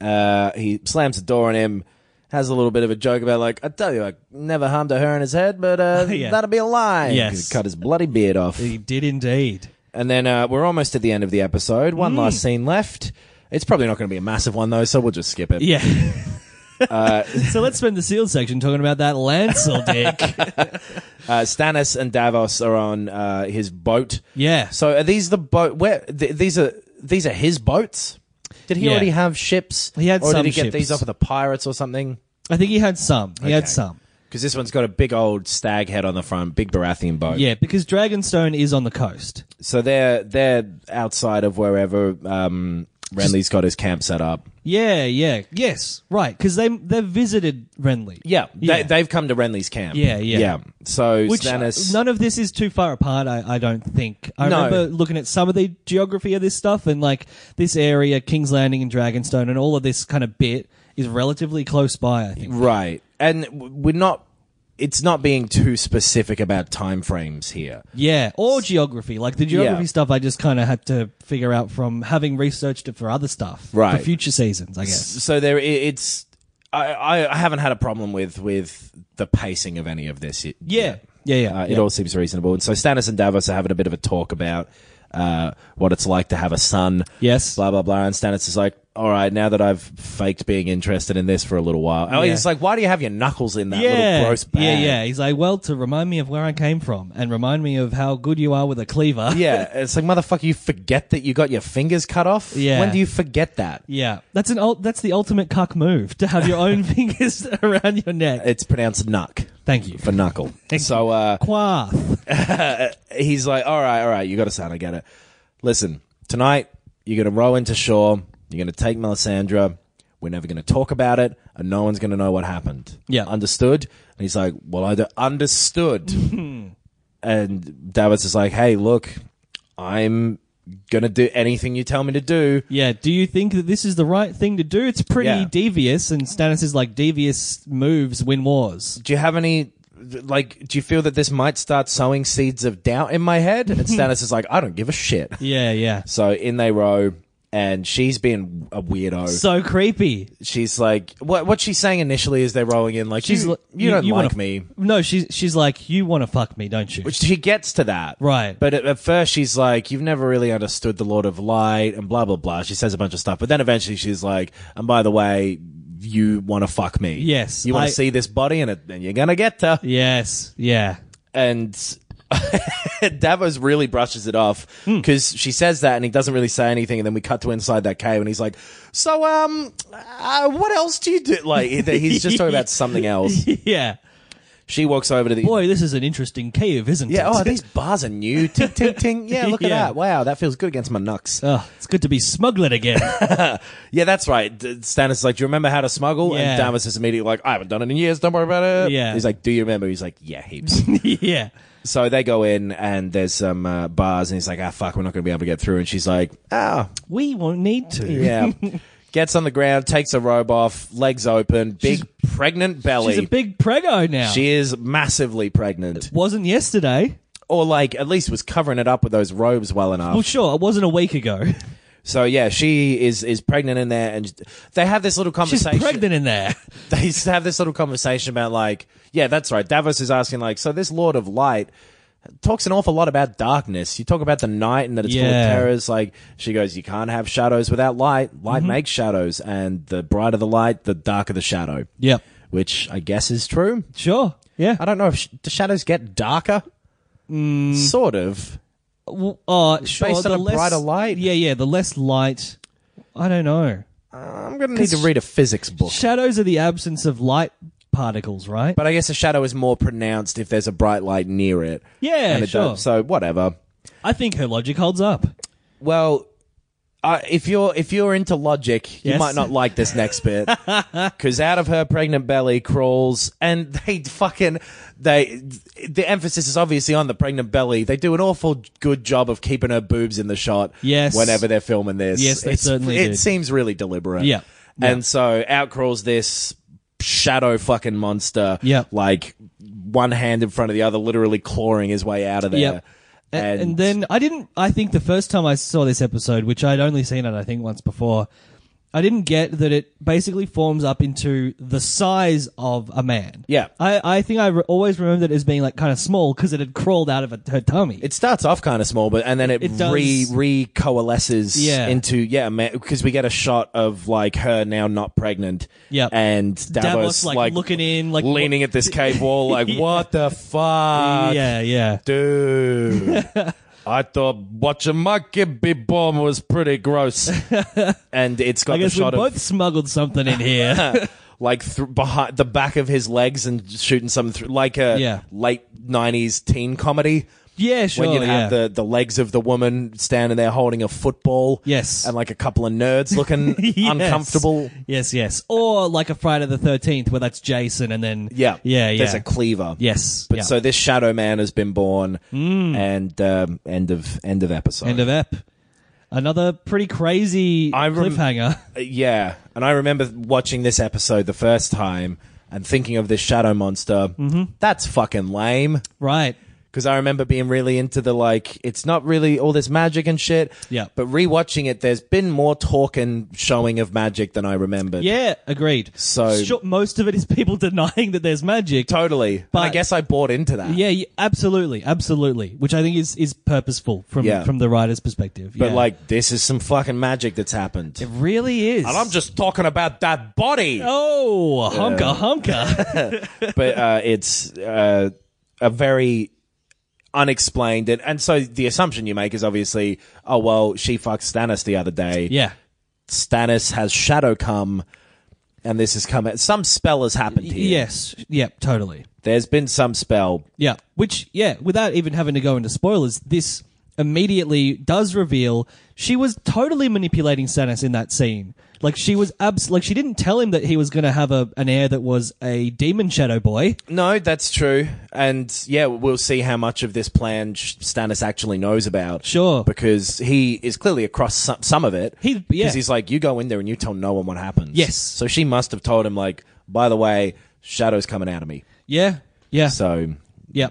[SPEAKER 3] Uh, he slams the door on him, has a little bit of a joke about like, I tell you, I never harmed a hair in his head, but uh,
[SPEAKER 2] Yeah.
[SPEAKER 3] that'd be a lie.
[SPEAKER 2] Yes.
[SPEAKER 3] He cut his bloody beard off.
[SPEAKER 2] he did indeed.
[SPEAKER 3] And then uh, we're almost at the end of the episode. One
[SPEAKER 2] Mm.
[SPEAKER 3] last scene left. It's probably not going to be a massive one though, so we'll just skip it.
[SPEAKER 2] Yeah.
[SPEAKER 3] Uh,
[SPEAKER 2] so let's spend the sealed section talking about that Lancel dick.
[SPEAKER 3] Uh, Stannis and Davos are on uh, his boat.
[SPEAKER 2] Yeah.
[SPEAKER 3] So are these the boat? Where th- these are these are his boats? Did he
[SPEAKER 2] Yeah.
[SPEAKER 3] already have ships?
[SPEAKER 2] He had
[SPEAKER 3] or
[SPEAKER 2] some
[SPEAKER 3] did he get
[SPEAKER 2] ships.
[SPEAKER 3] these off of the pirates or something?
[SPEAKER 2] I think he had some. He had some.
[SPEAKER 3] Because this one's got a big old stag head on the front, big Baratheon boat.
[SPEAKER 2] Yeah, because Dragonstone is on the coast.
[SPEAKER 3] So they're they're outside of wherever um, Renly's got his camp set up.
[SPEAKER 2] Yeah, yeah, yes, right. Because they they visited Renly.
[SPEAKER 3] Yeah,
[SPEAKER 2] Yeah.
[SPEAKER 3] They, they've come to Renly's camp.
[SPEAKER 2] Yeah, yeah.
[SPEAKER 3] yeah. So
[SPEAKER 2] Which
[SPEAKER 3] Stannis.
[SPEAKER 2] none of this is too far apart. I, I don't think. I
[SPEAKER 3] No.
[SPEAKER 2] remember looking at some of the geography of this stuff and like this area, King's Landing and Dragonstone, and all of this kind of bit is relatively close by. I think.
[SPEAKER 3] Right, and w- we're not. It's not being too specific about timeframes here.
[SPEAKER 2] Yeah, or geography. Like the geography
[SPEAKER 3] Yeah.
[SPEAKER 2] stuff, I just kind of had to figure out from having researched it for other stuff,
[SPEAKER 3] Right.
[SPEAKER 2] For future seasons, I guess.
[SPEAKER 3] So there, i- it's. I, I I haven't had a problem with with the pacing of any of this. yet.
[SPEAKER 2] Yeah, yeah, yeah.
[SPEAKER 3] Uh,
[SPEAKER 2] yeah.
[SPEAKER 3] It all seems reasonable. And so Stannis and Davos are having a bit of a talk about uh, what it's like to have a son.
[SPEAKER 2] Yes.
[SPEAKER 3] Blah, blah, blah. And Stannis is like, all right, now that I've faked being interested in this for a little while. Oh,
[SPEAKER 2] Yeah.
[SPEAKER 3] He's like, why do you have your knuckles in that
[SPEAKER 2] yeah,
[SPEAKER 3] little gross bag?
[SPEAKER 2] yeah, yeah. He's like, well, to remind me of where I came from and remind me of how good you are with a cleaver.
[SPEAKER 3] Yeah, it's like motherfucker. You forget that you got your fingers cut off.
[SPEAKER 2] Yeah.
[SPEAKER 3] when do you forget that?
[SPEAKER 2] Yeah, that's an ult- that's the ultimate cuck move to have your own fingers around your neck.
[SPEAKER 3] It's pronounced knuck
[SPEAKER 2] Thank you.
[SPEAKER 3] for knuckle. so uh,
[SPEAKER 2] Quaff.
[SPEAKER 3] he's like, all right, all right, you got a son, I get it. Listen, tonight you're going to row into shore. You're going to take Melisandre. We're never going to talk about it, and no one's going to know what happened.
[SPEAKER 2] Yeah.
[SPEAKER 3] understood. And he's like, well, I d- understood. and Davos is like, hey, look, I'm going to do anything you tell me to do.
[SPEAKER 2] Yeah. Do you think that this is the right thing to do? It's pretty
[SPEAKER 3] Yeah.
[SPEAKER 2] devious, and Stannis is like, devious moves win wars.
[SPEAKER 3] Do you have any? Like, do you feel that this might start sowing seeds of doubt in my head? And Stannis is like, I don't give a shit.
[SPEAKER 2] Yeah, yeah.
[SPEAKER 3] So in they row, and she's being a weirdo.
[SPEAKER 2] So creepy.
[SPEAKER 3] she's like what what she's saying initially is they're rolling in like
[SPEAKER 2] She's
[SPEAKER 3] you,
[SPEAKER 2] li-
[SPEAKER 3] you don't
[SPEAKER 2] wanna
[SPEAKER 3] like
[SPEAKER 2] f-
[SPEAKER 3] me
[SPEAKER 2] No, she's she's like, you want to fuck me, don't you?
[SPEAKER 3] which she gets to that
[SPEAKER 2] Right.
[SPEAKER 3] but at, at first she's like you've never really understood the lord of light and blah blah blah she says a bunch of stuff but then eventually she's like and by the way you want to fuck me
[SPEAKER 2] Yes,
[SPEAKER 3] you want
[SPEAKER 2] I-
[SPEAKER 3] to see this body and, it, and you're gonna get to
[SPEAKER 2] yes. Yeah.
[SPEAKER 3] and Davos really brushes it off
[SPEAKER 2] Hmm.
[SPEAKER 3] because she says that and he doesn't really say anything. And then we cut to inside that cave and he's like, "So, um, uh, what else do you do?" Like he's just talking about something else.
[SPEAKER 2] yeah.
[SPEAKER 3] She walks over to the
[SPEAKER 2] Boy, this is an interesting cave, isn't
[SPEAKER 3] Yeah,
[SPEAKER 2] it?
[SPEAKER 3] oh, these bars are new. Ting, ting, ting. Yeah, look at
[SPEAKER 2] Yeah.
[SPEAKER 3] that. Wow, that feels good against my knucks.
[SPEAKER 2] Ugh, it's good to be smuggling again.
[SPEAKER 3] yeah, that's right. D- Stannis is like, Do you remember how to smuggle?
[SPEAKER 2] Yeah.
[SPEAKER 3] And Davos is immediately like, I haven't done it in years. Don't worry about it.
[SPEAKER 2] Yeah.
[SPEAKER 3] He's like, Do you remember? He's like, Yeah, heaps.
[SPEAKER 2] yeah.
[SPEAKER 3] So they go in and there's some uh, bars and he's like, ah, fuck, we're not going to be able to get through. And she's like, ah,
[SPEAKER 2] We won't need to.
[SPEAKER 3] yeah. Gets on the ground, takes a robe off, legs open, big pregnant belly.
[SPEAKER 2] She's a big prego now.
[SPEAKER 3] she is massively pregnant.
[SPEAKER 2] wasn't yesterday.
[SPEAKER 3] Or like, at least was covering it up with those robes well enough.
[SPEAKER 2] Well, sure, it wasn't a week ago.
[SPEAKER 3] so yeah, she is, is pregnant in there and they have this little
[SPEAKER 2] She's
[SPEAKER 3] conversation.
[SPEAKER 2] pregnant in there.
[SPEAKER 3] they used to have this little conversation about like, yeah, that's right. Davos is asking like, so this Lord of Light talks an awful lot about darkness. You talk about the night and that it's full
[SPEAKER 2] Yeah.
[SPEAKER 3] of terrors. Like she goes, you can't have shadows without light. Light
[SPEAKER 2] Mm-hmm.
[SPEAKER 3] makes shadows, and the brighter the light, the darker the shadow.
[SPEAKER 2] Yep.
[SPEAKER 3] Which I guess is true.
[SPEAKER 2] Sure. Yeah.
[SPEAKER 3] I don't know if sh- do shadows get darker.
[SPEAKER 2] Mm.
[SPEAKER 3] Sort of.
[SPEAKER 2] Well, uh, sure.
[SPEAKER 3] Based on
[SPEAKER 2] the
[SPEAKER 3] a
[SPEAKER 2] less,
[SPEAKER 3] brighter light?
[SPEAKER 2] Yeah, yeah. The less light. I don't know.
[SPEAKER 3] I'm gonna need to read a physics book.
[SPEAKER 2] Shadows are the absence of light particles, right?
[SPEAKER 3] But I guess a shadow is more pronounced if there's a bright light near it.
[SPEAKER 2] Yeah,
[SPEAKER 3] and it
[SPEAKER 2] sure.
[SPEAKER 3] does- So whatever.
[SPEAKER 2] I think her logic holds up.
[SPEAKER 3] Well, uh, if you're if you're into logic, you
[SPEAKER 2] Yes.
[SPEAKER 3] might not like this next bit because out of her pregnant belly crawls, and they fucking they the emphasis is obviously on the pregnant belly. They do an awful good job of keeping her boobs in the shot.
[SPEAKER 2] Yes.
[SPEAKER 3] whenever they're filming this,
[SPEAKER 2] Yes, they
[SPEAKER 3] It's-
[SPEAKER 2] certainly
[SPEAKER 3] it
[SPEAKER 2] did.
[SPEAKER 3] seems really deliberate.
[SPEAKER 2] Yeah.
[SPEAKER 3] and so out crawls this shadow fucking monster.
[SPEAKER 2] Yeah.
[SPEAKER 3] like one hand in front of the other, literally clawing his way out of there.
[SPEAKER 2] Yep. A- And, then I didn't. I think the first time I saw this episode, which I'd only seen it, I think once before, I didn't get that it basically forms up into the size of a man.
[SPEAKER 3] Yeah.
[SPEAKER 2] I, I think I re- always remembered it as being like kind of small because it had crawled out of a, her tummy.
[SPEAKER 3] It starts off kind of small, but and then it,
[SPEAKER 2] It does.
[SPEAKER 3] re re coalesces
[SPEAKER 2] Yeah.
[SPEAKER 3] into yeah, because we get a shot of like her now not pregnant,
[SPEAKER 2] Yep.
[SPEAKER 3] and Davos,
[SPEAKER 2] Davos,
[SPEAKER 3] like,
[SPEAKER 2] like, looking in, like
[SPEAKER 3] leaning at this cave wall, like what the fuck,
[SPEAKER 2] yeah, yeah.
[SPEAKER 3] dude. I thought watching my kid be born was pretty gross, and it's got
[SPEAKER 2] I
[SPEAKER 3] the
[SPEAKER 2] guess we
[SPEAKER 3] shot
[SPEAKER 2] both
[SPEAKER 3] of
[SPEAKER 2] smuggled something in here.
[SPEAKER 3] like th- behind the back of his legs and shooting some thr like a
[SPEAKER 2] Yeah.
[SPEAKER 3] late nineties teen comedy
[SPEAKER 2] yeah, sure.
[SPEAKER 3] when you'd
[SPEAKER 2] yeah.
[SPEAKER 3] have the, the legs of the woman standing there holding a football.
[SPEAKER 2] Yes.
[SPEAKER 3] And like a couple of nerds looking
[SPEAKER 2] Yes.
[SPEAKER 3] uncomfortable.
[SPEAKER 2] Yes, yes. Or like a Friday the Thirteenth where that's Jason and then
[SPEAKER 3] Yeah.
[SPEAKER 2] yeah, yeah.
[SPEAKER 3] There's a cleaver.
[SPEAKER 2] yes.
[SPEAKER 3] But
[SPEAKER 2] yeah. Mm.
[SPEAKER 3] so this shadow man has been born and um, end of end of episode.
[SPEAKER 2] End of ep. Another pretty crazy
[SPEAKER 3] I rem-
[SPEAKER 2] cliffhanger.
[SPEAKER 3] Uh, yeah. And I remember watching this episode the first time and thinking of this shadow monster.
[SPEAKER 2] Mm-hmm.
[SPEAKER 3] That's fucking lame.
[SPEAKER 2] right.
[SPEAKER 3] because I remember being really into the like, it's not really all this magic and shit.
[SPEAKER 2] Yeah.
[SPEAKER 3] But rewatching it, there's been more talk and showing of magic than I remembered.
[SPEAKER 2] Yeah, agreed.
[SPEAKER 3] So-
[SPEAKER 2] Sure, most of it is people denying that there's magic.
[SPEAKER 3] Totally. But I
[SPEAKER 2] But-
[SPEAKER 3] guess I bought into that.
[SPEAKER 2] Yeah, yeah, absolutely, absolutely. Which I think is is purposeful from
[SPEAKER 3] Yeah.
[SPEAKER 2] from the writer's perspective.
[SPEAKER 3] But
[SPEAKER 2] Yeah.
[SPEAKER 3] like, this is some fucking magic that's happened.
[SPEAKER 2] it really is.
[SPEAKER 3] And I'm just talking about that body.
[SPEAKER 2] oh hunker hunker.
[SPEAKER 3] but uh, it's uh, a very unexplained. And, and so the assumption you make is obviously, oh, well, she fucked Stannis the other day.
[SPEAKER 2] yeah.
[SPEAKER 3] Stannis has shadow come. And this has come out. Some spell has happened here.
[SPEAKER 2] Yes. Yep. Totally.
[SPEAKER 3] There's been some spell.
[SPEAKER 2] Yeah, which yeah, without even having to go into spoilers, this immediately does reveal she was totally manipulating Stannis in that scene. Like she was abs like she didn't tell him that he was going to have a an heir that was a demon shadow boy.
[SPEAKER 3] No, that's true. And yeah, we'll see how much of this plan Sh- Stannis actually knows about.
[SPEAKER 2] Sure.
[SPEAKER 3] Because he is clearly across some, some of it.
[SPEAKER 2] He- yeah.
[SPEAKER 3] Because he's like, you go in there and you tell no one what happens.
[SPEAKER 2] Yes.
[SPEAKER 3] So she must have told him, like, by the way, Shadow's coming out of me.
[SPEAKER 2] Yeah. Yeah.
[SPEAKER 3] So,
[SPEAKER 2] yeah.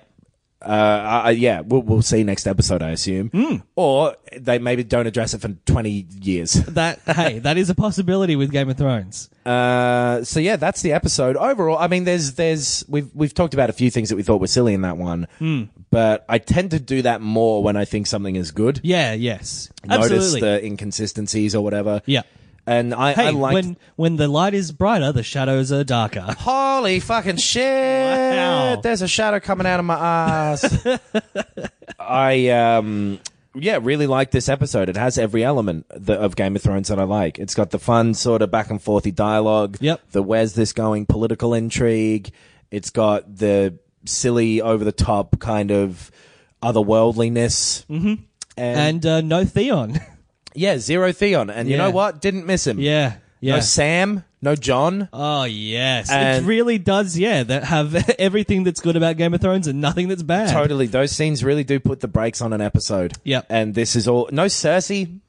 [SPEAKER 3] uh, I, I- yeah, we'll, we'll see next episode, I assume.
[SPEAKER 2] Hmm.
[SPEAKER 3] Or they maybe don't address it for 20 years.
[SPEAKER 2] That hey, that is a possibility with Game of Thrones.
[SPEAKER 3] Uh, so yeah, that's the episode. Overall, I mean, there's there's we've we've talked about a few things that we thought were silly in that one,
[SPEAKER 2] Hmm.
[SPEAKER 3] but I tend to do that more when I think something is good.
[SPEAKER 2] Yeah, yes.
[SPEAKER 3] Notice
[SPEAKER 2] Absolutely.
[SPEAKER 3] the inconsistencies or whatever.
[SPEAKER 2] Yeah.
[SPEAKER 3] and I
[SPEAKER 2] Hey,
[SPEAKER 3] I liked.
[SPEAKER 2] when when the light is brighter, the shadows are darker.
[SPEAKER 3] Holy fucking shit!
[SPEAKER 2] Wow.
[SPEAKER 3] There's a shadow coming out of my ass. I um yeah, really like this episode. It has every element that, of Game of Thrones that I like. It's got the fun sort of back and forthy dialogue.
[SPEAKER 2] Yep.
[SPEAKER 3] The where's this going political intrigue. It's got the silly over the top kind of otherworldliness. Mm-hmm. And,
[SPEAKER 2] And uh, no Theon.
[SPEAKER 3] yeah, zero Theon. And you
[SPEAKER 2] Yeah.
[SPEAKER 3] know what? Didn't miss him.
[SPEAKER 2] yeah. Yeah.
[SPEAKER 3] No Sam. No John.
[SPEAKER 2] Oh yes,
[SPEAKER 3] And-
[SPEAKER 2] it really does. Yeah, that have everything that's good about Game of Thrones and nothing that's bad.
[SPEAKER 3] Totally. Those scenes really do put the brakes on an episode.
[SPEAKER 2] Yep.
[SPEAKER 3] And this is all. No Cersei.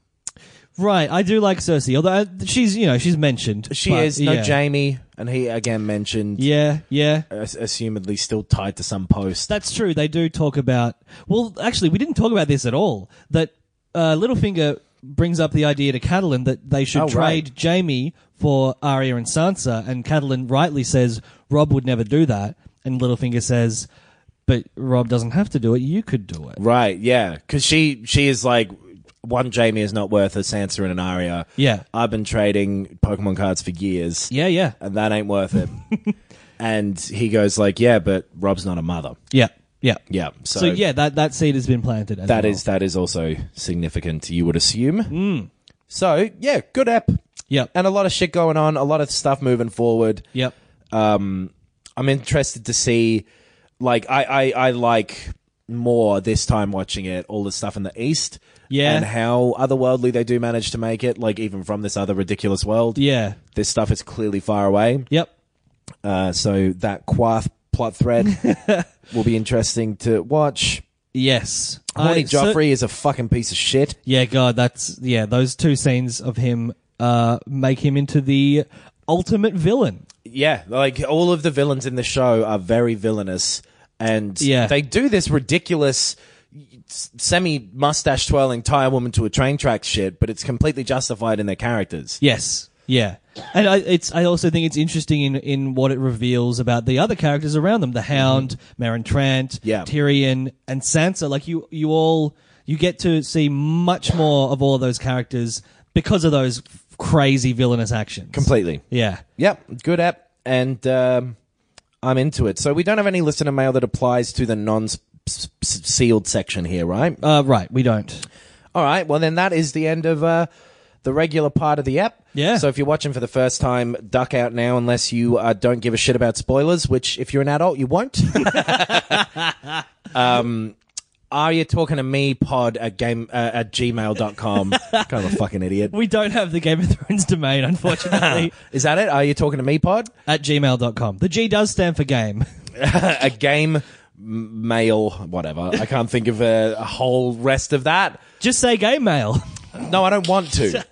[SPEAKER 2] Right, I do like Cersei, although uh, she's you know she's mentioned.
[SPEAKER 3] She
[SPEAKER 2] but,
[SPEAKER 3] is. No
[SPEAKER 2] yeah.
[SPEAKER 3] Jamie. And he again mentioned.
[SPEAKER 2] Yeah, yeah,
[SPEAKER 3] as- Assumedly still tied to some post.
[SPEAKER 2] that's true. They do talk about. Well, actually, we didn't talk about this at all. That uh, Littlefinger brings up the idea to Catelyn that they should
[SPEAKER 3] Oh, right.
[SPEAKER 2] trade Jamie for Arya and Sansa, and Catelyn rightly says Rob would never do that, and Littlefinger says, "But Rob doesn't have to do it. You could do it."
[SPEAKER 3] Right. Yeah. Because she she is like one Jamie is not worth a Sansa and an Arya.
[SPEAKER 2] Yeah.
[SPEAKER 3] I've been trading Pokemon cards for years,
[SPEAKER 2] Yeah, yeah,
[SPEAKER 3] and that ain't worth it. and he goes like, "Yeah, but Rob's not a mother."
[SPEAKER 2] yeah, yeah.
[SPEAKER 3] Yeah. So,
[SPEAKER 2] So yeah, that, that seed has been planted.
[SPEAKER 3] that is that is also significant. You would assume.
[SPEAKER 2] Hmm.
[SPEAKER 3] So yeah, good app.
[SPEAKER 2] Yep.
[SPEAKER 3] And a lot of shit going on. A lot of stuff moving forward.
[SPEAKER 2] Yep.
[SPEAKER 3] um, I'm interested to see. Like I, I, I like more this time watching it. All the stuff in the east.
[SPEAKER 2] Yeah.
[SPEAKER 3] and how otherworldly they do manage to make it, like even from this other ridiculous world.
[SPEAKER 2] Yeah.
[SPEAKER 3] This stuff is clearly far away.
[SPEAKER 2] Yep.
[SPEAKER 3] Uh, so that Quath plot thread will be interesting to watch.
[SPEAKER 2] Yes.
[SPEAKER 3] Horny
[SPEAKER 2] I- so-
[SPEAKER 3] Joffrey is a fucking piece of shit.
[SPEAKER 2] yeah, God, that's yeah. Those two scenes of him uh, make him into the ultimate villain.
[SPEAKER 3] Yeah, like all of the villains in the show are very villainous, and
[SPEAKER 2] Yeah.
[SPEAKER 3] they do this ridiculous semi mustache twirling tie a woman to a train track shit, but it's completely justified in their characters.
[SPEAKER 2] Yes. Yeah. And I, it's, I also think it's interesting in, in what it reveals about the other characters around them, the Hound, Marin Trant,
[SPEAKER 3] Mm-hmm. Yeah.
[SPEAKER 2] Tyrion, and Sansa. Like you, you all, you get to see much more of all of those characters because of those f- crazy villainous actions.
[SPEAKER 3] Completely.
[SPEAKER 2] Yeah.
[SPEAKER 3] Yep, good app, and um, I'm into it. So we don't have any listener mail that applies to the non sealed section here, right?
[SPEAKER 2] Uh, right. We don't.
[SPEAKER 3] All right. Well, then that is the end of uh, the regular part of the app.
[SPEAKER 2] Yeah.
[SPEAKER 3] So if you're watching for the first time, duck out now unless you uh, don't give a shit about spoilers, which if you're an adult, you won't. um, are you talking to me, pod at, game, uh, at gmail.com? kind of a fucking idiot.
[SPEAKER 2] We don't have the Game of Thrones domain, unfortunately,
[SPEAKER 3] Is that it? Are you talking to me, pod?
[SPEAKER 2] at gmail.com. The G does stand for game.
[SPEAKER 3] a game m- mail, whatever. I can't think of a, a whole rest of that.
[SPEAKER 2] Just say game mail.
[SPEAKER 3] No, I don't want to.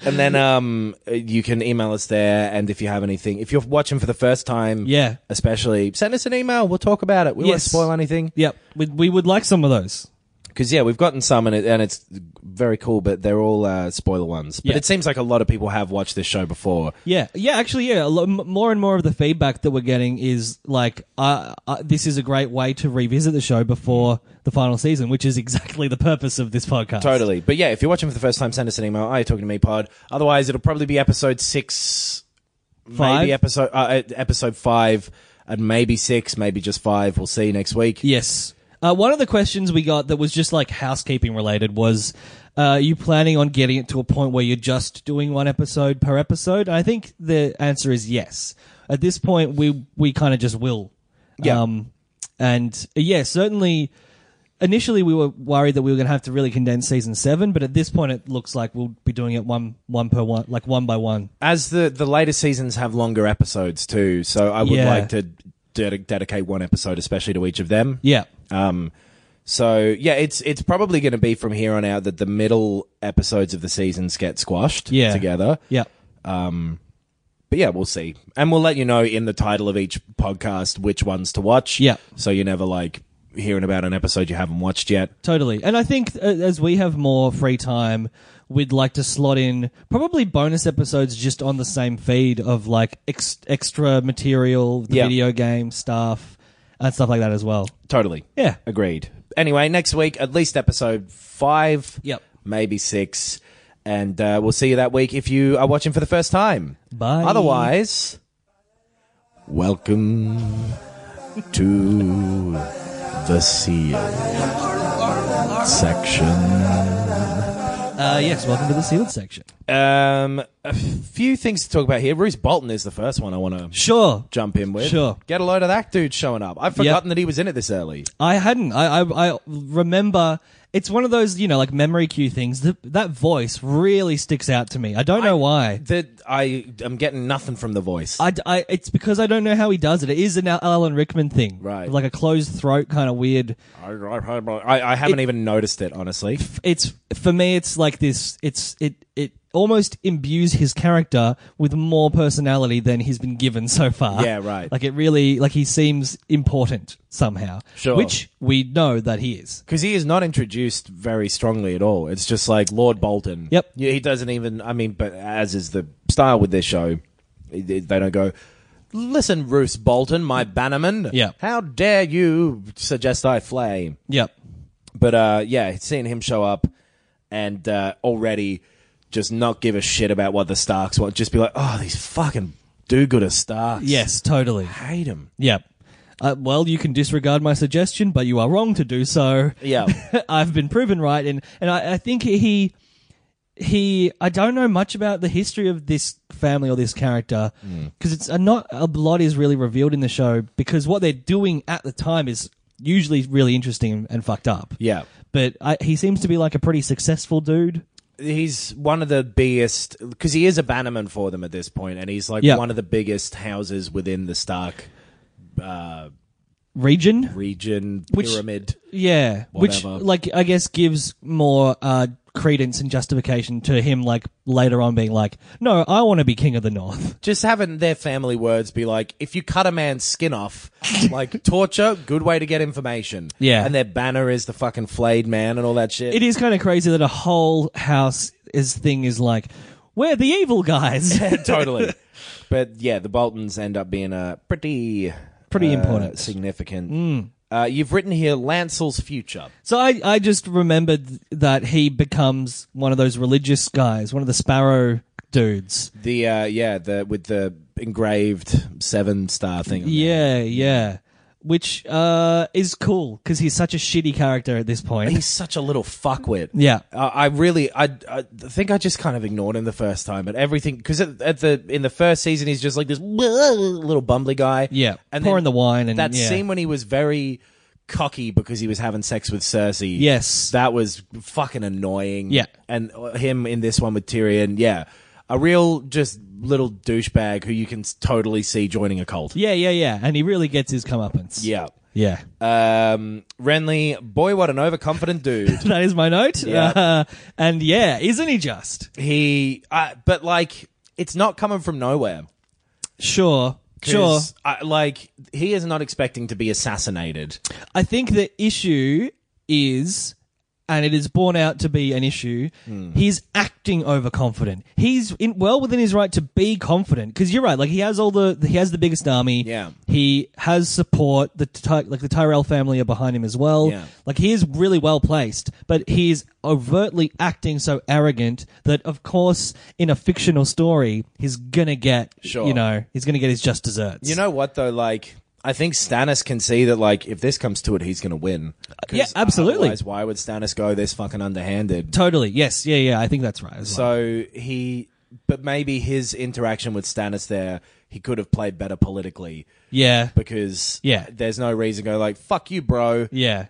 [SPEAKER 3] and then um, you can email us there. And if you have anything, if you're watching for the first time,
[SPEAKER 2] Yeah.
[SPEAKER 3] especially send us an email. We'll talk about it. We won't
[SPEAKER 2] Yes.
[SPEAKER 3] spoil anything
[SPEAKER 2] Yep. We, we would like some of those.
[SPEAKER 3] because yeah, we've gotten some and, it, and it's very cool, but they're all uh, spoiler ones. But
[SPEAKER 2] Yeah.
[SPEAKER 3] it seems like a lot of people have watched this show before.
[SPEAKER 2] Yeah, yeah. Actually, yeah. A lo- m- more and more of the feedback that we're getting is like, uh, uh, "This is a great way to revisit the show before the final season," which is exactly the purpose of this podcast.
[SPEAKER 3] Totally. But yeah, if you're watching for the first time, send us an email. Are you talking to me, Pod? Otherwise, it'll probably be episode six,
[SPEAKER 2] Five?
[SPEAKER 3] maybe episode uh, episode five, and maybe six, maybe just five. We'll see you next week.
[SPEAKER 2] Yes. Uh, one of the questions we got that was just like housekeeping related was, uh, "Are you planning on getting it to a point where you're just doing one episode per episode?" I think the answer is yes. At this point, we we kind of just will.
[SPEAKER 3] Yeah.
[SPEAKER 2] Um, and uh, yeah, certainly. initially we were worried that we were going to have to really condense season seven, but at this point it looks like we'll be doing it one one per one, like one by one.
[SPEAKER 3] as the the later seasons have longer episodes too, so I would
[SPEAKER 2] Yeah.
[SPEAKER 3] like to ded- dedicate one episode, especially to each of them.
[SPEAKER 2] Yeah,
[SPEAKER 3] Um. So yeah, it's it's probably going to be from here on out that the middle episodes of the seasons get squashed
[SPEAKER 2] Yeah.
[SPEAKER 3] together.
[SPEAKER 2] yeah,
[SPEAKER 3] But yeah, we'll see, and we'll let you know in the title of each podcast which ones to watch.
[SPEAKER 2] Yeah.
[SPEAKER 3] So you're never like hearing about an episode you haven't watched yet.
[SPEAKER 2] totally. And I think uh, as we have more free time, we'd like to slot in probably bonus episodes just on the same feed of like ex- extra material, the
[SPEAKER 3] Yeah.
[SPEAKER 2] video game stuff, and stuff like that as well.
[SPEAKER 3] Totally.
[SPEAKER 2] Yeah.
[SPEAKER 3] Agreed. Anyway, next week, at least episode five.
[SPEAKER 2] Yep.
[SPEAKER 3] Maybe six. And uh, we'll see you that week if you are watching for the first time.
[SPEAKER 2] Bye.
[SPEAKER 3] Otherwise, welcome to the sealed section.
[SPEAKER 2] Uh, yes, welcome to the sealed section.
[SPEAKER 3] Um, a few things to talk about here. Bruce Bolton is the first one I want to
[SPEAKER 2] Sure.
[SPEAKER 3] jump in with.
[SPEAKER 2] Sure.
[SPEAKER 3] Get a load of that dude showing up. I've forgotten that he was in it this early.
[SPEAKER 2] I hadn't. I, I I remember. It's one of those you know like memory cue things. That that voice really sticks out to me. I don't know why.
[SPEAKER 3] That I am getting nothing from the voice.
[SPEAKER 2] I, d- I- it's because I don't know how he does it. It is an Al- Alan Rickman thing,
[SPEAKER 3] Right.
[SPEAKER 2] Like a closed throat kind of weird.
[SPEAKER 3] I, I, I haven't even noticed it, honestly.
[SPEAKER 2] It's for me. It's like this. It's it it almost imbues his character with more personality than he's been given so far.
[SPEAKER 3] Yeah, right.
[SPEAKER 2] Like it really like he seems important somehow.
[SPEAKER 3] Sure.
[SPEAKER 2] Which we know that he is.
[SPEAKER 3] Because he is not introduced very strongly at all. It's just like Lord Bolton.
[SPEAKER 2] Yep.
[SPEAKER 3] Yeah, he doesn't even. I mean, but as is the style with this show, they they don't go. Listen, Roose Bolton, my bannerman.
[SPEAKER 2] Yeah.
[SPEAKER 3] How dare you suggest I flay?
[SPEAKER 2] Yep.
[SPEAKER 3] But uh, yeah, seeing him show up and uh, already just not give a shit about what the Starks want, just be like, oh, these fucking do-gooder Starks.
[SPEAKER 2] Yes. Totally.
[SPEAKER 3] hate him.
[SPEAKER 2] Yep. Uh, well, you can disregard my suggestion, but you are wrong to do so.
[SPEAKER 3] Yeah.
[SPEAKER 2] I've been proven right, and and I, I think he he I don't know much about the history of this family or this character
[SPEAKER 3] Hmm.
[SPEAKER 2] because it's uh, not a lot is really revealed in the show because what they're doing at the time is usually really interesting and fucked up.
[SPEAKER 3] Yeah.
[SPEAKER 2] But I, he seems to be like a pretty successful dude.
[SPEAKER 3] he's one of the biggest because he is a bannerman for them at this point, and he's like
[SPEAKER 2] Yeah.
[SPEAKER 3] one of the biggest houses within the Stark
[SPEAKER 2] Region,
[SPEAKER 3] region
[SPEAKER 2] Which-
[SPEAKER 3] pyramid.
[SPEAKER 2] yeah,
[SPEAKER 3] Whatever.
[SPEAKER 2] which like I guess gives more uh, credence and justification to him like later on being like, no, I want to be king of the north.
[SPEAKER 3] Just having their family words be like, if you cut a man's skin off, like torture, good way to get information.
[SPEAKER 2] Yeah.
[SPEAKER 3] and their banner is the fucking flayed man and all that shit.
[SPEAKER 2] It is kind of crazy that a whole house is thing is like, we're the evil guys.
[SPEAKER 3] totally. But yeah, the Boltons end up being a pretty,
[SPEAKER 2] Pretty
[SPEAKER 3] uh,
[SPEAKER 2] important. Mm.
[SPEAKER 3] significant. Uh, you've written here Lancel's future.
[SPEAKER 2] So I, I just remembered that he becomes one of those religious guys, one of the sparrow dudes.
[SPEAKER 3] The uh, yeah, the with the engraved seven star thing. on there.
[SPEAKER 2] Yeah, yeah. Which uh, is cool because he's such a shitty character at this point.
[SPEAKER 3] He's such a little fuckwit.
[SPEAKER 2] Yeah.
[SPEAKER 3] Uh, I really, I, I think I just kind of ignored him the first time, but everything because at, at the in the first season he's just like this little bumbly guy.
[SPEAKER 2] Yeah,
[SPEAKER 3] then
[SPEAKER 2] pouring the wine and
[SPEAKER 3] that
[SPEAKER 2] yeah.
[SPEAKER 3] scene when he was very cocky because he was having sex with Cersei.
[SPEAKER 2] Yes.
[SPEAKER 3] that was fucking annoying.
[SPEAKER 2] Yeah.
[SPEAKER 3] and uh, him in this one with Tyrion. Yeah, a real just little douchebag who you can s- totally see joining a cult.
[SPEAKER 2] Yeah, yeah, yeah. And he really gets his comeuppance.
[SPEAKER 3] Yeah.
[SPEAKER 2] Yeah.
[SPEAKER 3] Um, Renly, boy, what an overconfident dude.
[SPEAKER 2] that is my note.
[SPEAKER 3] Yeah.
[SPEAKER 2] Uh, and yeah, isn't he just?
[SPEAKER 3] he, uh, but like, it's not coming from nowhere.
[SPEAKER 2] Sure. Sure.
[SPEAKER 3] 'Cause, uh, like, he is not expecting to be assassinated.
[SPEAKER 2] I think the issue is, and it is borne out to be an issue,
[SPEAKER 3] Hmm.
[SPEAKER 2] he's acting overconfident. He's in, well within his right to be confident because you're right. Like he has all the he has the biggest army.
[SPEAKER 3] Yeah.
[SPEAKER 2] he has support. The Ty, like the Tyrell family are behind him as well.
[SPEAKER 3] Yeah.
[SPEAKER 2] like he is really well placed, but he is overtly acting so arrogant that, of course, in a fictional story, he's gonna get
[SPEAKER 3] Sure.
[SPEAKER 2] you know he's gonna get his just desserts.
[SPEAKER 3] You know what, though? Like, I think Stannis can see that, like, if this comes to it, he's going to win. 'Cause
[SPEAKER 2] Uh, Yeah, absolutely.
[SPEAKER 3] Otherwise, why would Stannis go this fucking underhanded?
[SPEAKER 2] totally. Yes. Yeah. Yeah. I think that's right. as well.
[SPEAKER 3] So he, but maybe his interaction with Stannis there, he could have played better politically
[SPEAKER 2] yeah.
[SPEAKER 3] because
[SPEAKER 2] Yeah.
[SPEAKER 3] there's no reason to go like fuck you, bro.
[SPEAKER 2] Yeah.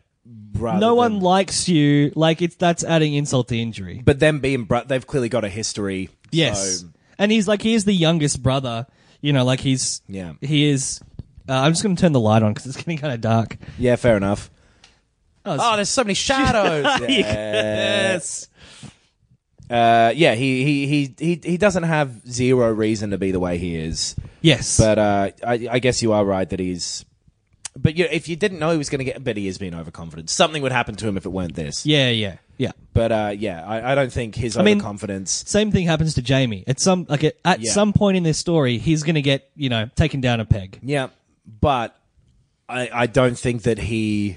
[SPEAKER 3] rather
[SPEAKER 2] No one
[SPEAKER 3] than-
[SPEAKER 2] likes you. Like it's that's adding insult to injury.
[SPEAKER 3] but them being bro, they've clearly got a history.
[SPEAKER 2] Yes.
[SPEAKER 3] so-
[SPEAKER 2] and he's like he is the youngest brother. You know, like he's
[SPEAKER 3] Yeah.
[SPEAKER 2] He is. Uh, I'm just going to turn the light on because it's getting kind of dark.
[SPEAKER 3] yeah, fair enough.
[SPEAKER 2] Oh,
[SPEAKER 3] Oh, there's so many shadows. yes. Uh, yeah, he, he he he he doesn't have zero reason to be the way he is.
[SPEAKER 2] Yes.
[SPEAKER 3] But uh, I, I guess you are right that he's. But you if you didn't know he was going to get, but he is being overconfident. Something would happen to him if it weren't this.
[SPEAKER 2] yeah. Yeah. Yeah.
[SPEAKER 3] But uh, yeah, I, I don't think his
[SPEAKER 2] mean-
[SPEAKER 3] overconfidence.
[SPEAKER 2] Same thing happens to Jamie. At some like at, at
[SPEAKER 3] Yeah.
[SPEAKER 2] some point in this story, he's going to get you know taken down a peg.
[SPEAKER 3] yeah, but I I don't think that he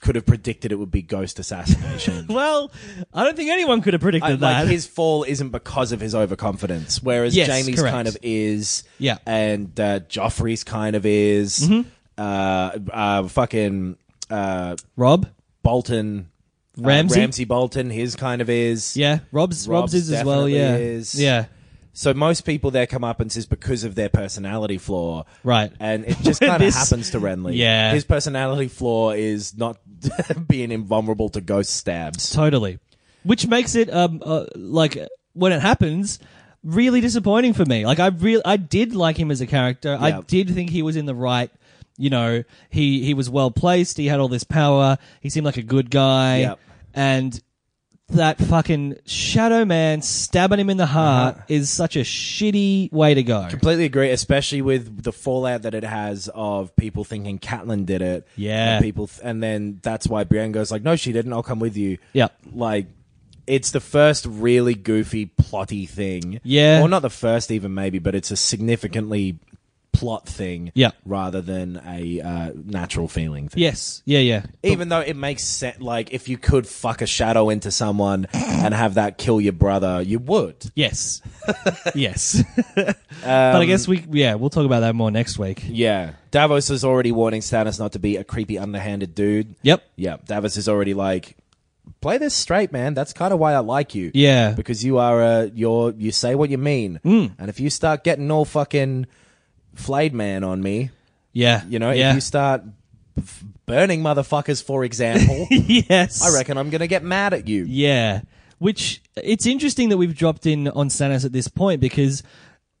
[SPEAKER 3] could have predicted it would be ghost assassination.
[SPEAKER 2] Well, I don't think anyone could have predicted
[SPEAKER 3] I-
[SPEAKER 2] that.
[SPEAKER 3] like his fall isn't because of his overconfidence, whereas
[SPEAKER 2] Yes,
[SPEAKER 3] Jamie's
[SPEAKER 2] correct.
[SPEAKER 3] kind of is,
[SPEAKER 2] Yeah. Mm-hmm.
[SPEAKER 3] and uh, Joffrey's kind of is, uh, uh, fucking uh,
[SPEAKER 2] Rob.
[SPEAKER 3] Bolton, uh,
[SPEAKER 2] Ramsay?
[SPEAKER 3] Ramsay Bolton, his kind of is,
[SPEAKER 2] Yeah. Rob's Rob's,
[SPEAKER 3] Rob's
[SPEAKER 2] is as well.
[SPEAKER 3] definitely
[SPEAKER 2] Yeah.
[SPEAKER 3] is.
[SPEAKER 2] Yeah.
[SPEAKER 3] So most people their comeuppance is because of their personality flaw,
[SPEAKER 2] Right.
[SPEAKER 3] And it just kind of
[SPEAKER 2] This-
[SPEAKER 3] happens to Renly.
[SPEAKER 2] Yeah.
[SPEAKER 3] his personality flaw is not being invulnerable to ghost stabs.
[SPEAKER 2] Totally. Which makes it um uh, like when it happens really disappointing for me. Like I real I did like him as a character.
[SPEAKER 3] Yeah.
[SPEAKER 2] I did think he was in the right you know, he he was well placed, he had all this power, he seemed like a good guy.
[SPEAKER 3] Yep.
[SPEAKER 2] And that fucking shadow man stabbing him in the heart is such a shitty way to go.
[SPEAKER 3] Completely agree, especially with the fallout that it has of people thinking Catelyn did it.
[SPEAKER 2] Yeah.
[SPEAKER 3] and people, th- and then that's why Brienne goes like, "No, she didn't. I'll come with you."
[SPEAKER 2] Yep.
[SPEAKER 3] like it's the first really goofy plotty thing.
[SPEAKER 2] Yeah.
[SPEAKER 3] or not the first even maybe, but it's a significantly plot thing.
[SPEAKER 2] Yeah.
[SPEAKER 3] rather than a uh, natural feeling thing.
[SPEAKER 2] Yes. Yeah, yeah.
[SPEAKER 3] Even though it makes sense, like if you could fuck a shadow into someone and have that kill your brother, you would.
[SPEAKER 2] Yes. yes. but I guess we yeah, we'll talk about that more next week.
[SPEAKER 3] Yeah. Davos is already warning Stannis not to be a creepy, underhanded dude.
[SPEAKER 2] Yep.
[SPEAKER 3] Yeah. Davos is already like, play this straight, man. That's kind of why I like you.
[SPEAKER 2] Yeah.
[SPEAKER 3] Because you are a, you're, you say what you mean. Mm. And if you start getting all fucking flayed man on me,
[SPEAKER 2] Yeah.
[SPEAKER 3] you know,
[SPEAKER 2] yeah.
[SPEAKER 3] if you start f- burning motherfuckers, for example,
[SPEAKER 2] yes.
[SPEAKER 3] I reckon I'm going to get mad at you.
[SPEAKER 2] Yeah. Which it's interesting that we've dropped in on Sanos at this point because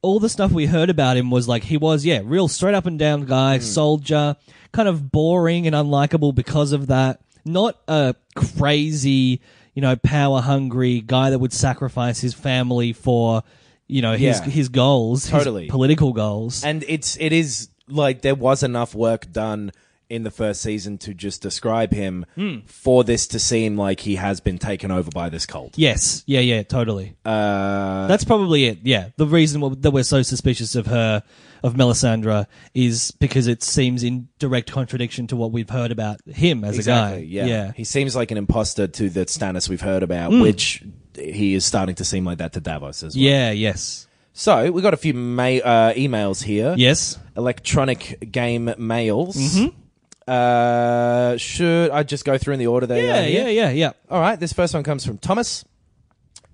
[SPEAKER 2] all the stuff we heard about him was like he was, yeah, real straight up and down
[SPEAKER 3] Hmm.
[SPEAKER 2] guy, soldier, kind of boring and unlikable because of that. Not a crazy, you know, power hungry guy that would sacrifice his family for, you know, his
[SPEAKER 3] Yeah.
[SPEAKER 2] his goals, his
[SPEAKER 3] Totally.
[SPEAKER 2] political goals.
[SPEAKER 3] And it's it is like there was enough work done in the first season to just describe him
[SPEAKER 2] Hmm.
[SPEAKER 3] for this to seem like he has been taken over by this cult.
[SPEAKER 2] yes, yeah, yeah, totally.
[SPEAKER 3] Uh,
[SPEAKER 2] That's probably it. Yeah, the reason wh- that we're so suspicious of her, of Melisandre, is because it seems in direct contradiction to what we've heard about him as
[SPEAKER 3] exactly.
[SPEAKER 2] a guy.
[SPEAKER 3] Yeah. He seems like an imposter to the Stannis we've heard about, which he is starting to seem like that to Davos as well.
[SPEAKER 2] Hmm. yeah. Yes.
[SPEAKER 3] So we got a few ma- uh, emails here.
[SPEAKER 2] Yes.
[SPEAKER 3] Electronic game mails.
[SPEAKER 2] Mm-hmm.
[SPEAKER 3] Uh, should I just go through in the order they
[SPEAKER 2] Yeah.
[SPEAKER 3] are? here?
[SPEAKER 2] Yeah. Yeah. Yeah.
[SPEAKER 3] All right, this first one comes from Thomas.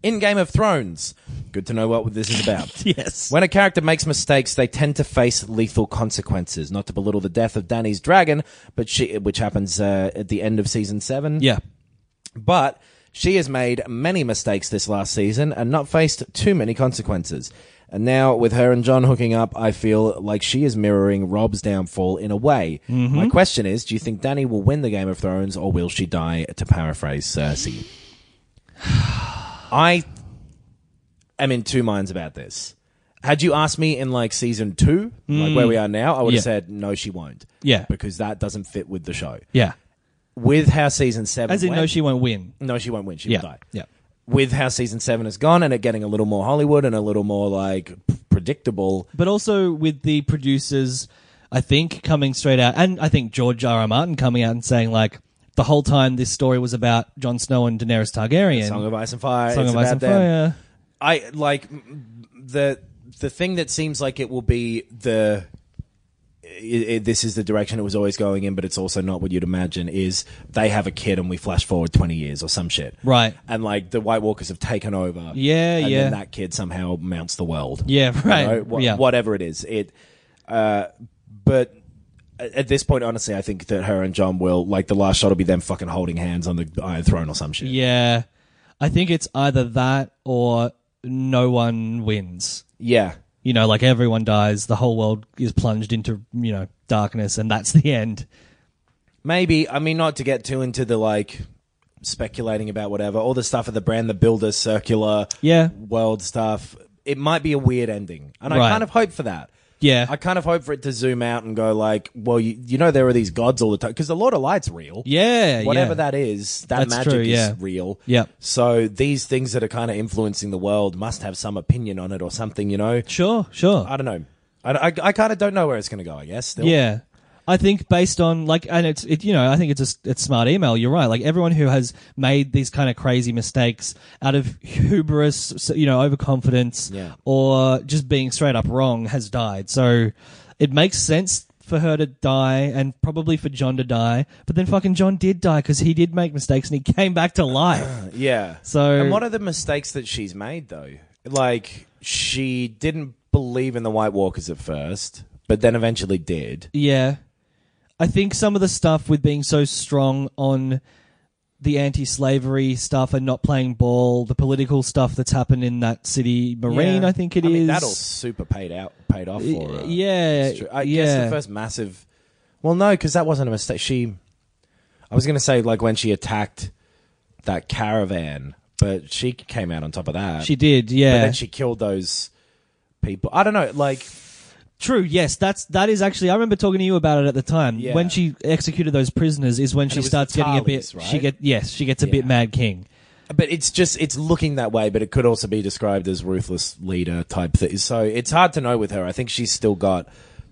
[SPEAKER 3] In Game of Thrones, good to know what this is about.
[SPEAKER 2] Yes.
[SPEAKER 3] When a character makes mistakes, they tend to face lethal consequences. Not to belittle the death of Danny's dragon, but she, which happens uh, at the end of season seven.
[SPEAKER 2] Yeah.
[SPEAKER 3] But she has made many mistakes this last season and not faced too many consequences. And now, with her and John hooking up, I feel like she is mirroring Rob's downfall in a way.
[SPEAKER 2] Mm-hmm.
[SPEAKER 3] My question is do you think Danny will win the Game of Thrones or will she die, to paraphrase Cersei? I am in two minds about this. Had you asked me in like season two, like where we are now, I would have
[SPEAKER 2] Mm. Yeah.
[SPEAKER 3] said, no, she won't.
[SPEAKER 2] Yeah.
[SPEAKER 3] Because that doesn't fit with the show.
[SPEAKER 2] Yeah.
[SPEAKER 3] With how season seven
[SPEAKER 2] As in, no,
[SPEAKER 3] went-
[SPEAKER 2] she won't win.
[SPEAKER 3] no, she won't win. She
[SPEAKER 2] Yeah.
[SPEAKER 3] will die.
[SPEAKER 2] Yeah.
[SPEAKER 3] With how season seven has gone and it getting a little more Hollywood and a little more like p- predictable.
[SPEAKER 2] But also with the producers, I think coming straight out, and I think George R. R. Martin coming out and saying like the whole time this story was about Jon Snow and Daenerys Targaryen.
[SPEAKER 3] Song of Ice and Fire.
[SPEAKER 2] Song
[SPEAKER 3] it's
[SPEAKER 2] of Ice
[SPEAKER 3] about
[SPEAKER 2] and
[SPEAKER 3] them.
[SPEAKER 2] Fire.
[SPEAKER 3] I like m- the the thing that seems like it will be the i i this is the direction it was always going in, but it's also not what you'd imagine. Is they have a kid and we flash forward twenty years or some shit,
[SPEAKER 2] Right.
[SPEAKER 3] And like the White Walkers have taken over,
[SPEAKER 2] Yeah,
[SPEAKER 3] and
[SPEAKER 2] yeah.
[SPEAKER 3] Then that kid somehow mounts the world,
[SPEAKER 2] Yeah, right.
[SPEAKER 3] You know, wha-
[SPEAKER 2] Yeah.
[SPEAKER 3] whatever it is, it. Uh, but at at this point, honestly, I think that her and John will like the last shot will be them fucking holding hands on the Iron Throne or some shit.
[SPEAKER 2] Yeah. I think it's either that or no one wins.
[SPEAKER 3] yeah.
[SPEAKER 2] You know, like everyone dies, the whole world is plunged into, you know, darkness and that's the end.
[SPEAKER 3] Maybe. I mean, not to get too into the like speculating about whatever, all the stuff of the brand, the builder, circular,
[SPEAKER 2] Yeah.
[SPEAKER 3] world stuff. It might be a weird ending, and I
[SPEAKER 2] Right.
[SPEAKER 3] kind of hope for that.
[SPEAKER 2] Yeah.
[SPEAKER 3] I kind of hope for it to zoom out and go like, well, you, you know, there are these gods all the time because the Lord of Light's real.
[SPEAKER 2] yeah.
[SPEAKER 3] Whatever
[SPEAKER 2] yeah.
[SPEAKER 3] that is, that
[SPEAKER 2] That's
[SPEAKER 3] magic
[SPEAKER 2] true, yeah.
[SPEAKER 3] is real.
[SPEAKER 2] Yep.
[SPEAKER 3] So these things that are kind of influencing the world must have some opinion on it or something, you know?
[SPEAKER 2] Sure, sure.
[SPEAKER 3] I don't know. I, I, I kind of don't know where it's going to go, I guess. Still.
[SPEAKER 2] Yeah. I think based on like, and it's it, you know, I think it's a s- it's smart email. You're right. Like everyone who has made these kind of crazy mistakes out of hubris, s- you know, overconfidence,
[SPEAKER 3] Yeah.
[SPEAKER 2] or just being straight up wrong has died. So it makes sense for her to die, and probably for John to die. But then fucking John did die because he did make mistakes and he came back to life.
[SPEAKER 3] Yeah.
[SPEAKER 2] So-
[SPEAKER 3] and what are the mistakes that she's made though? Like she didn't believe in the White Walkers at first, but then eventually did.
[SPEAKER 2] yeah, I think some of the stuff with being so strong on the anti-slavery stuff and not playing ball, the political stuff that's happened in that city marine, I think it
[SPEAKER 3] I
[SPEAKER 2] is.
[SPEAKER 3] mean, that all super paid out, paid off for her.
[SPEAKER 2] yeah,
[SPEAKER 3] It's true. I guess
[SPEAKER 2] yeah.
[SPEAKER 3] the first massive. Well, no, because that wasn't a mistake. She, I was gonna say like when she attacked that caravan, but she came out on top of that.
[SPEAKER 2] she did,
[SPEAKER 3] but
[SPEAKER 2] yeah.
[SPEAKER 3] then she killed those people. I don't know, like.
[SPEAKER 2] True, yes, that's that is actually. I remember talking to you about it at the time.
[SPEAKER 3] Yeah.
[SPEAKER 2] When she executed those prisoners, is when she
[SPEAKER 3] was
[SPEAKER 2] starts
[SPEAKER 3] the
[SPEAKER 2] getting a
[SPEAKER 3] Tarleys,
[SPEAKER 2] bit. She
[SPEAKER 3] right?
[SPEAKER 2] get yes, she gets a bit
[SPEAKER 3] Yeah.
[SPEAKER 2] mad king.
[SPEAKER 3] But it's just it's looking that way, but it could also be described as ruthless leader type thing. So it's hard to know with her. I think she's still got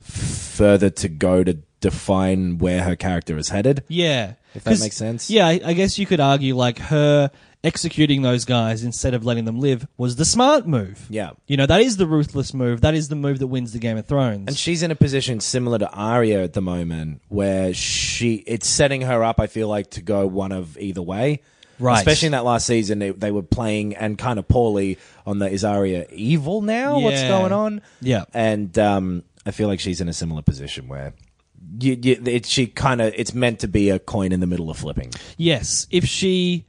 [SPEAKER 3] further to go to define where her character is headed.
[SPEAKER 2] Yeah.
[SPEAKER 3] If that
[SPEAKER 2] 'Cause-
[SPEAKER 3] makes sense.
[SPEAKER 2] Yeah, I, I guess you could argue like her executing those guys instead of letting them live was the smart move.
[SPEAKER 3] Yeah.
[SPEAKER 2] You know, that is the ruthless move. That is the move that wins the Game of Thrones.
[SPEAKER 3] And she's in a position similar to Arya at the moment, where she it's setting her up. I feel like to go one of either way.
[SPEAKER 2] Right.
[SPEAKER 3] Especially in that last season, they, they were playing and kind of poorly on the is Arya evil now? What's
[SPEAKER 2] Yeah.
[SPEAKER 3] going on?
[SPEAKER 2] Yeah.
[SPEAKER 3] And um, I feel like she's in a similar position where you, you, it, she kind of it's meant to be a coin in the middle of flipping.
[SPEAKER 2] Yes, if she,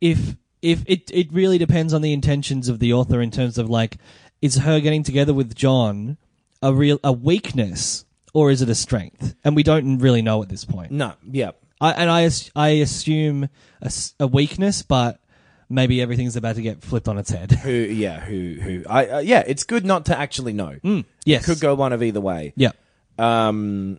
[SPEAKER 2] if if it it really depends on the intentions of the author in terms of like, is her getting together with John a real a weakness or is it a strength? And we don't really know at this point.
[SPEAKER 3] No, yeah,
[SPEAKER 2] I, and I as- I assume a, s- a weakness, but maybe everything's about to get flipped on its head.
[SPEAKER 3] who, yeah, who, who? I uh, yeah, it's good not to actually know.
[SPEAKER 2] yes,
[SPEAKER 3] Could go one of either way.
[SPEAKER 2] Yeah.
[SPEAKER 3] Um,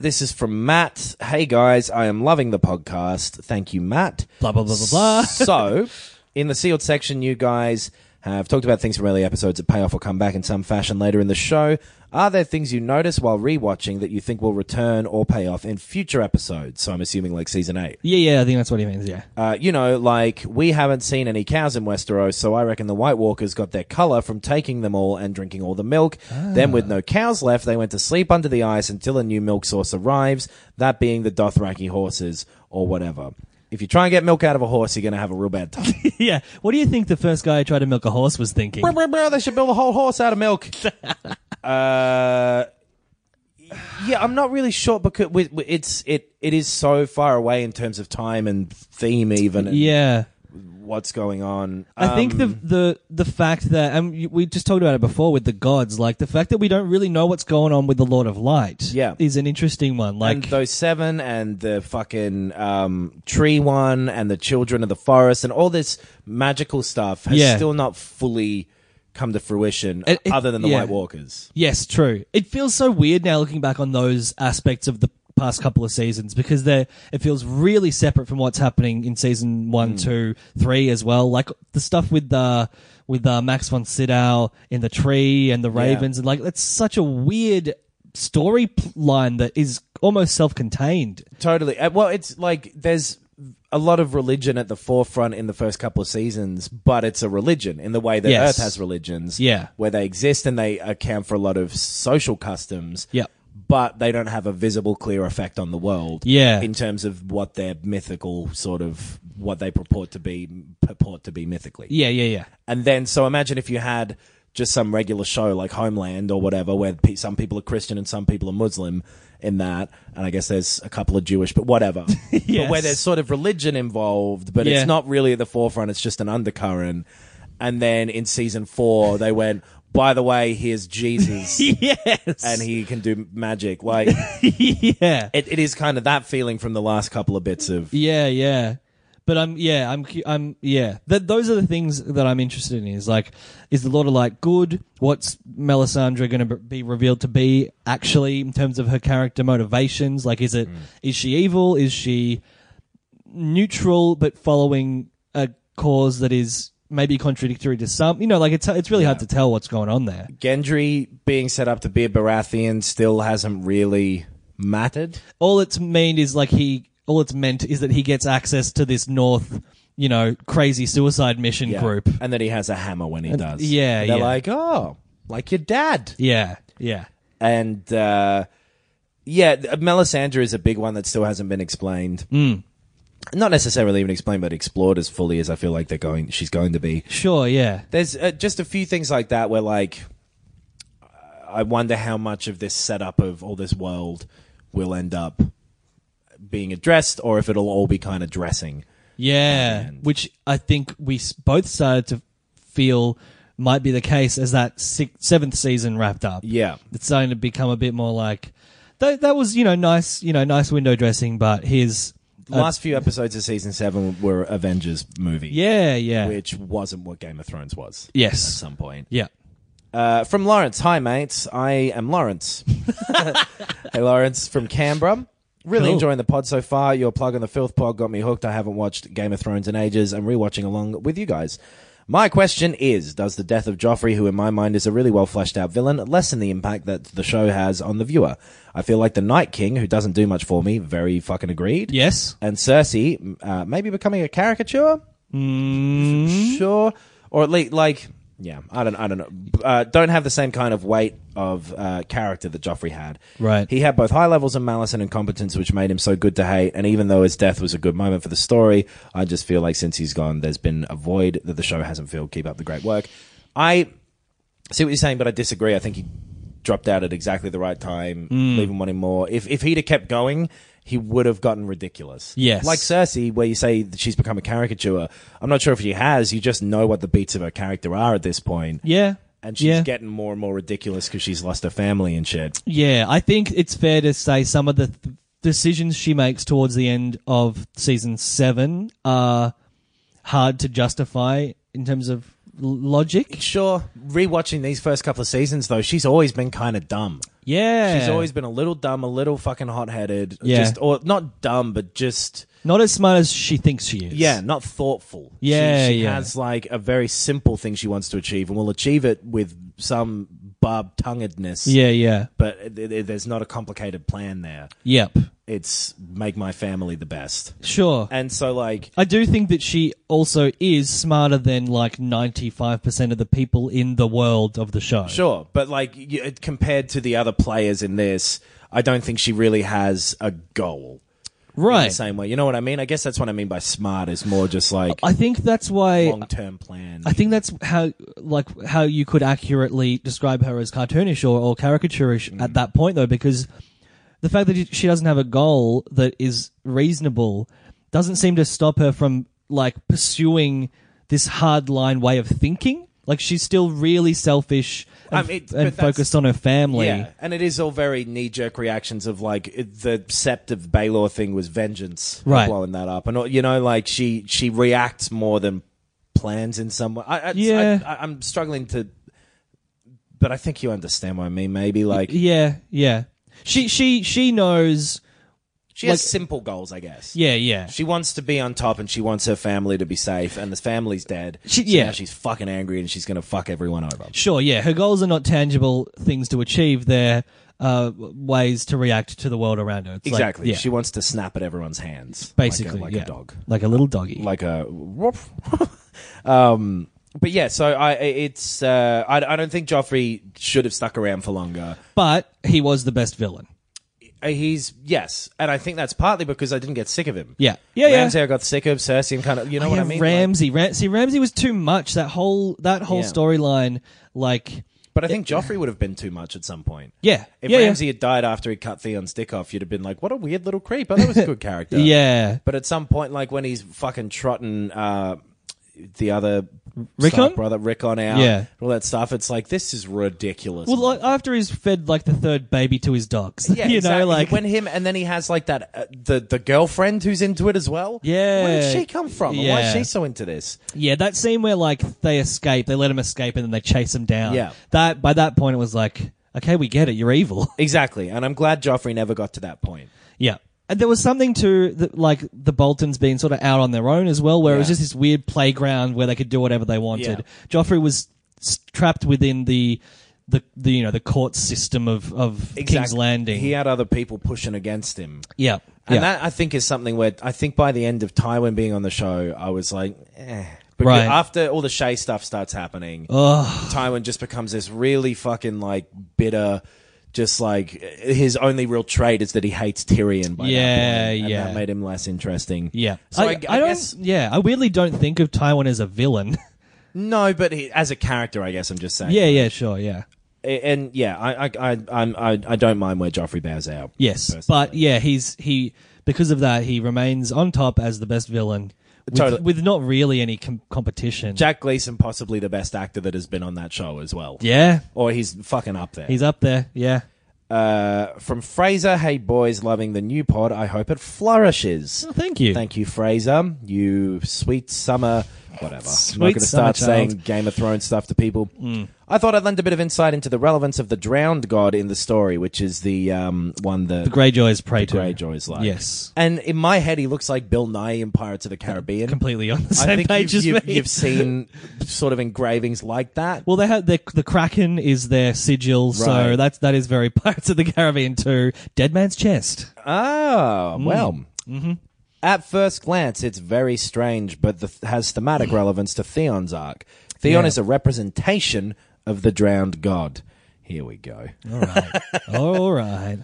[SPEAKER 3] this is from Matt. Hey guys, I am loving the podcast. Thank you, Matt.
[SPEAKER 2] Blah blah blah blah blah.
[SPEAKER 3] so, in the sealed section, you guys have talked about things from early episodes that pay off or come back in some fashion later in the show. Are there things you notice while rewatching that you think will return or pay off in future episodes? So I'm assuming like season eight.
[SPEAKER 2] Yeah, yeah, I think that's what he means. Yeah.
[SPEAKER 3] Uh, you know, like we haven't seen any cows in Westeros, so I reckon the White Walkers got their color from taking them all and drinking all the milk. Then, with no cows left, they went to sleep under the ice until a new milk source arrives, that being the Dothraki horses or whatever. If you try and get milk out of a horse, you're going to have a real bad time.
[SPEAKER 2] yeah. What do you think the first guy who tried to milk a horse was thinking?
[SPEAKER 3] Brr, brr, brr, they should build a whole horse out of milk. uh, yeah, I'm not really sure because we, we- it's it it is so far away in terms of time and theme, even and
[SPEAKER 2] Yeah.
[SPEAKER 3] what's going on.
[SPEAKER 2] I think the
[SPEAKER 3] Um,
[SPEAKER 2] the the fact that and you- we just talked about it before with the gods, like the fact that we don't really know what's going on with the Lord of Light,
[SPEAKER 3] Yeah.
[SPEAKER 2] is an interesting one.
[SPEAKER 3] and
[SPEAKER 2] Like,
[SPEAKER 3] those seven and the fucking um, tree one and the children of the forest and all this magical stuff has
[SPEAKER 2] Yeah.
[SPEAKER 3] still not fully come to fruition
[SPEAKER 2] It- it-
[SPEAKER 3] other than the
[SPEAKER 2] yeah.
[SPEAKER 3] White Walkers.
[SPEAKER 2] yes, true. It feels so weird now looking back on those aspects of the past couple of seasons because they are it feels really separate from what's happening in season one, two, three as well. Like the stuff with the with uh, Max von Sydow in the tree and the ravens, and like that's such a weird storyline that is almost self-contained.
[SPEAKER 3] Totally. Uh, Well, it's like there's a lot of religion at the forefront in the first couple of seasons, but it's a religion in the way that
[SPEAKER 2] Yes.
[SPEAKER 3] Earth has religions.
[SPEAKER 2] Yeah.
[SPEAKER 3] Where they exist and they account for a lot of social customs.
[SPEAKER 2] Yep.
[SPEAKER 3] But they don't have a visible, clear effect on the world.
[SPEAKER 2] Yeah.
[SPEAKER 3] In terms of what their mythical sort of what they purport to be purport to be mythically.
[SPEAKER 2] Yeah, yeah, yeah.
[SPEAKER 3] And then, so imagine if you had just some regular show like Homeland or whatever, where pe- some people are Christian and some people are Muslim in that. And I guess there's a couple of Jewish, but whatever. But where there's sort of religion involved, but
[SPEAKER 2] Yeah.
[SPEAKER 3] it's not really at the forefront, it's just an undercurrent. And then in season four, they went, by the way, here's Jesus.
[SPEAKER 2] yes.
[SPEAKER 3] And he can do magic. Like
[SPEAKER 2] yeah.
[SPEAKER 3] it, it is kind of that feeling from the last couple of bits of
[SPEAKER 2] Yeah, yeah. But I'm yeah, I'm cu- I'm yeah. That those are the things that I'm interested in is like is the Lord of Light good? What's Melisandre going to be revealed to be actually in terms of her character motivations? Like is it is she evil? Is she neutral but following a cause that is maybe contradictory to some? You know, like it's it's really hard to tell what's going on there.
[SPEAKER 3] Gendry being set up to be a Baratheon still hasn't really mattered.
[SPEAKER 2] all it's meant is like he all it's meant is that he gets access to this north you know crazy suicide mission
[SPEAKER 3] Yeah.
[SPEAKER 2] group
[SPEAKER 3] And that he has a hammer when he does.
[SPEAKER 2] yeah,
[SPEAKER 3] They're
[SPEAKER 2] yeah.
[SPEAKER 3] like, oh, like your dad.
[SPEAKER 2] yeah yeah
[SPEAKER 3] And uh, yeah, th- Melisandre is a big one that still hasn't been explained.
[SPEAKER 2] Mm.
[SPEAKER 3] Not necessarily even explained, but explored as fully as I feel like they're going. She's going to be.
[SPEAKER 2] sure yeah
[SPEAKER 3] There's uh, just a few things like that where, like, I wonder how much of this setup of all this world will end up being addressed, or if it'll all be kind of dressing.
[SPEAKER 2] yeah which i think we s- both started to feel might be the case as that sixth, seventh season wrapped up
[SPEAKER 3] Yeah.
[SPEAKER 2] it's starting to become a bit more like that, that was you know nice you know nice window dressing but here's
[SPEAKER 3] The last few episodes of season seven were Avengers movie.
[SPEAKER 2] yeah yeah
[SPEAKER 3] which wasn't what Game of Thrones was at
[SPEAKER 2] yes
[SPEAKER 3] some point.
[SPEAKER 2] yeah
[SPEAKER 3] Uh, from Lawrence, hi mates, I am Lawrence. hey Lawrence from Canberra. Really
[SPEAKER 2] Cool.
[SPEAKER 3] enjoying the pod so far. Your plug on the filth pod got me hooked. I haven't watched Game of Thrones in ages. I'm rewatching along with you guys. My question is, does the death of Joffrey, who in my mind is a really well fleshed out villain, lessen the impact that the show has on the viewer? I feel like the Night King, who doesn't do much for me, very fucking agreed
[SPEAKER 2] yes
[SPEAKER 3] and Cersei uh, maybe becoming a caricature.
[SPEAKER 2] Mm.
[SPEAKER 3] Sure, or at least like yeah, I don't, I don't know. Uh, don't have the same kind of weight of uh, character that Joffrey had.
[SPEAKER 2] Right.
[SPEAKER 3] He had both high levels of malice and incompetence, which made him so good to hate. And even though his death was a good moment for the story, I just feel like since he's gone, there's been a void that the show hasn't filled. Keep up the great work. I see what you're saying, but I disagree. I think he dropped out at exactly the right time,
[SPEAKER 2] Mm.
[SPEAKER 3] leaving wanting more. If if he'd have kept going, he would have gotten ridiculous.
[SPEAKER 2] Yes.
[SPEAKER 3] like Cersei, where you say that she's become a caricature. I'm not sure if she has. You just know what the beats of her character are at this point.
[SPEAKER 2] Yeah.
[SPEAKER 3] And she's
[SPEAKER 2] yeah.
[SPEAKER 3] getting more and more ridiculous because she's lost her family and shit.
[SPEAKER 2] Yeah, I think it's fair to say some of the th- decisions she makes towards the end of season seven are hard to justify in terms of l- logic.
[SPEAKER 3] Sure, rewatching these first couple of seasons though, she's always been kind of dumb.
[SPEAKER 2] Yeah,
[SPEAKER 3] She's always been a little dumb, a little fucking hot headed.
[SPEAKER 2] Yeah.
[SPEAKER 3] Just or not dumb, but just
[SPEAKER 2] not as smart as she thinks she is.
[SPEAKER 3] yeah, not thoughtful. She-
[SPEAKER 2] Yeah,
[SPEAKER 3] she,
[SPEAKER 2] yeah.
[SPEAKER 3] has like a very simple thing she wants to achieve, and will achieve it with some barb tonguedness.
[SPEAKER 2] yeah, yeah,
[SPEAKER 3] but th- th- there's not a complicated plan there.
[SPEAKER 2] yep,
[SPEAKER 3] It's make my family the best,
[SPEAKER 2] sure.
[SPEAKER 3] and so like
[SPEAKER 2] I do think that she also is smarter than like ninety five percent of the people in the world of the show.
[SPEAKER 3] Sure, but like y- it- compared to the other players in this, I don't think she really has a goal. In the
[SPEAKER 2] right?
[SPEAKER 3] same way, you know what I mean? I guess that's what I mean by smart is more just like
[SPEAKER 2] I think that's why
[SPEAKER 3] long term plan.
[SPEAKER 2] I think that's how, like, how you could accurately describe her as cartoonish or, or caricaturish
[SPEAKER 3] Mm.
[SPEAKER 2] at that point, though, because the fact that she doesn't have a goal that is reasonable doesn't seem to stop her from like pursuing this hard line way of thinking. Like, she's still really selfish and,
[SPEAKER 3] I mean,
[SPEAKER 2] and
[SPEAKER 3] Um, but that's-
[SPEAKER 2] focused on her family.
[SPEAKER 3] yeah, and it is all very knee jerk reactions of like it, the sept of Baylor thing was vengeance, for
[SPEAKER 2] Right.
[SPEAKER 3] Blowing that up, and all- you know, like she she reacts more than plans in some way. I, I,
[SPEAKER 2] Yeah.
[SPEAKER 3] I, I'm struggling to, but I think you understand what I mean. Maybe like
[SPEAKER 2] yeah, yeah. She she she knows.
[SPEAKER 3] she
[SPEAKER 2] like-
[SPEAKER 3] has simple goals, I guess.
[SPEAKER 2] Yeah, yeah.
[SPEAKER 3] She wants to be on top and she wants her family to be safe and the family's dead.
[SPEAKER 2] She-
[SPEAKER 3] so
[SPEAKER 2] yeah.
[SPEAKER 3] now she's fucking angry and she's going to fuck everyone over.
[SPEAKER 2] Sure, yeah. Her goals are not tangible things to achieve. They're uh, ways to react to the world around her. It's like-
[SPEAKER 3] exactly.
[SPEAKER 2] yeah,
[SPEAKER 3] She wants to snap at everyone's hands. like a-
[SPEAKER 2] basically
[SPEAKER 3] Like a,
[SPEAKER 2] yeah.
[SPEAKER 3] dog.
[SPEAKER 2] like a little doggy.
[SPEAKER 3] Like a. um, but yeah, so I it's uh, I, I don't think Joffrey should have stuck around for longer.
[SPEAKER 2] but he was the best villain.
[SPEAKER 3] Uh, He's yes, and I think that's partly because I didn't get sick of him.
[SPEAKER 2] Yeah, yeah, yeah.
[SPEAKER 3] Ramsay, I got sick of Cersei and kind of you know what I
[SPEAKER 2] yeah,
[SPEAKER 3] mean. Like-
[SPEAKER 2] Ramsey. Ram- see, Ramsey was too much. That whole that whole
[SPEAKER 3] Yeah.
[SPEAKER 2] storyline, like,
[SPEAKER 3] but I think Joffrey would have been too much at some point.
[SPEAKER 2] yeah,
[SPEAKER 3] If
[SPEAKER 2] yeah, yeah.
[SPEAKER 3] Ramsey had died after he cut Theon's dick off, you'd have been like, "What a weird little creep!" Oh, that was a good character.
[SPEAKER 2] yeah,
[SPEAKER 3] But at some point, like when he's fucking trotting uh, the other
[SPEAKER 2] Rickon?
[SPEAKER 3] Stark brother Rickon out,
[SPEAKER 2] Yeah.
[SPEAKER 3] all that stuff, it's like this is ridiculous.
[SPEAKER 2] Well, like, after he's fed like the third baby to his dogs,
[SPEAKER 3] yeah,
[SPEAKER 2] you
[SPEAKER 3] exactly.
[SPEAKER 2] know, like
[SPEAKER 3] when him, and then he has like that uh, the the girlfriend who's into it as well.
[SPEAKER 2] Yeah.
[SPEAKER 3] where did she come from? And Why is
[SPEAKER 2] Yeah.
[SPEAKER 3] she so into this?
[SPEAKER 2] Yeah, that scene where like they escape, they let him escape, and then they chase him down.
[SPEAKER 3] Yeah.
[SPEAKER 2] that by that point it was like, okay, we get it, you're evil.
[SPEAKER 3] Exactly, and I'm glad Joffrey never got to that point.
[SPEAKER 2] yeah, and there was something to the, like the Boltons being sort of out on their own as well, where it was
[SPEAKER 3] Yeah.
[SPEAKER 2] just this weird playground where they could do whatever they wanted. Joffrey was s- trapped within the. The, the you know the court system of of King's Landing
[SPEAKER 3] He had other people pushing against him.
[SPEAKER 2] yeah
[SPEAKER 3] And
[SPEAKER 2] yeah
[SPEAKER 3] that I think is something where I think by the end of Tywin being on the show, I was like, eh. But
[SPEAKER 2] Right.
[SPEAKER 3] after all the Shay stuff starts happening, Tywin just becomes this really fucking like bitter. Just like his only real trait is that he hates Tyrion. By
[SPEAKER 2] Yeah,
[SPEAKER 3] that point, and
[SPEAKER 2] yeah.
[SPEAKER 3] that made him less interesting.
[SPEAKER 2] yeah
[SPEAKER 3] So I- I
[SPEAKER 2] don't
[SPEAKER 3] guess-
[SPEAKER 2] yeah I weirdly don't think of Tywin as a villain
[SPEAKER 3] No, but he, as a character, I guess I'm just saying.
[SPEAKER 2] yeah yeah sure yeah
[SPEAKER 3] A- and yeah, I I I I'm, I, I don't mind where Joffrey bows out.
[SPEAKER 2] Yes, but yeah, he's he because of that he remains on top as the best villain with,
[SPEAKER 3] Totally.
[SPEAKER 2] with not really any com- competition.
[SPEAKER 3] Jack Gleason possibly the best actor that has been on that show as well.
[SPEAKER 2] yeah,
[SPEAKER 3] or he's fucking up there.
[SPEAKER 2] he's up there. Yeah,
[SPEAKER 3] Uh, from Fraser, hey boys, loving the new pod. I hope it flourishes.
[SPEAKER 2] Oh, thank you.
[SPEAKER 3] Thank you, Fraser. You sweet summer, whatever. I'm not
[SPEAKER 2] Sweet
[SPEAKER 3] going to start
[SPEAKER 2] summer
[SPEAKER 3] saying
[SPEAKER 2] child. Mm.
[SPEAKER 3] Game of Thrones stuff to people. I thought I'd lend a bit of insight into the relevance of the drowned god in the story, which is the um, one that
[SPEAKER 2] the Greyjoy is prey to
[SPEAKER 3] Greyjoy is like.
[SPEAKER 2] Yes,
[SPEAKER 3] And in my head, he looks like Bill Nye in Pirates of the Caribbean.
[SPEAKER 2] completely on the
[SPEAKER 3] I
[SPEAKER 2] same
[SPEAKER 3] think
[SPEAKER 2] page
[SPEAKER 3] you've,
[SPEAKER 2] as
[SPEAKER 3] you've,
[SPEAKER 2] me.
[SPEAKER 3] you've seen sort of engravings like that.
[SPEAKER 2] well, they have the the Kraken is their sigil,
[SPEAKER 3] Right.
[SPEAKER 2] so that's that is very Pirates of the Caribbean too. Dead Man's Chest.
[SPEAKER 3] Ah,
[SPEAKER 2] Mm-hmm.
[SPEAKER 3] well. At first glance, it's very strange, but the, has thematic relevance to Theon's arc. Theon is a representation of the drowned god. Here we go.
[SPEAKER 2] All right, all right.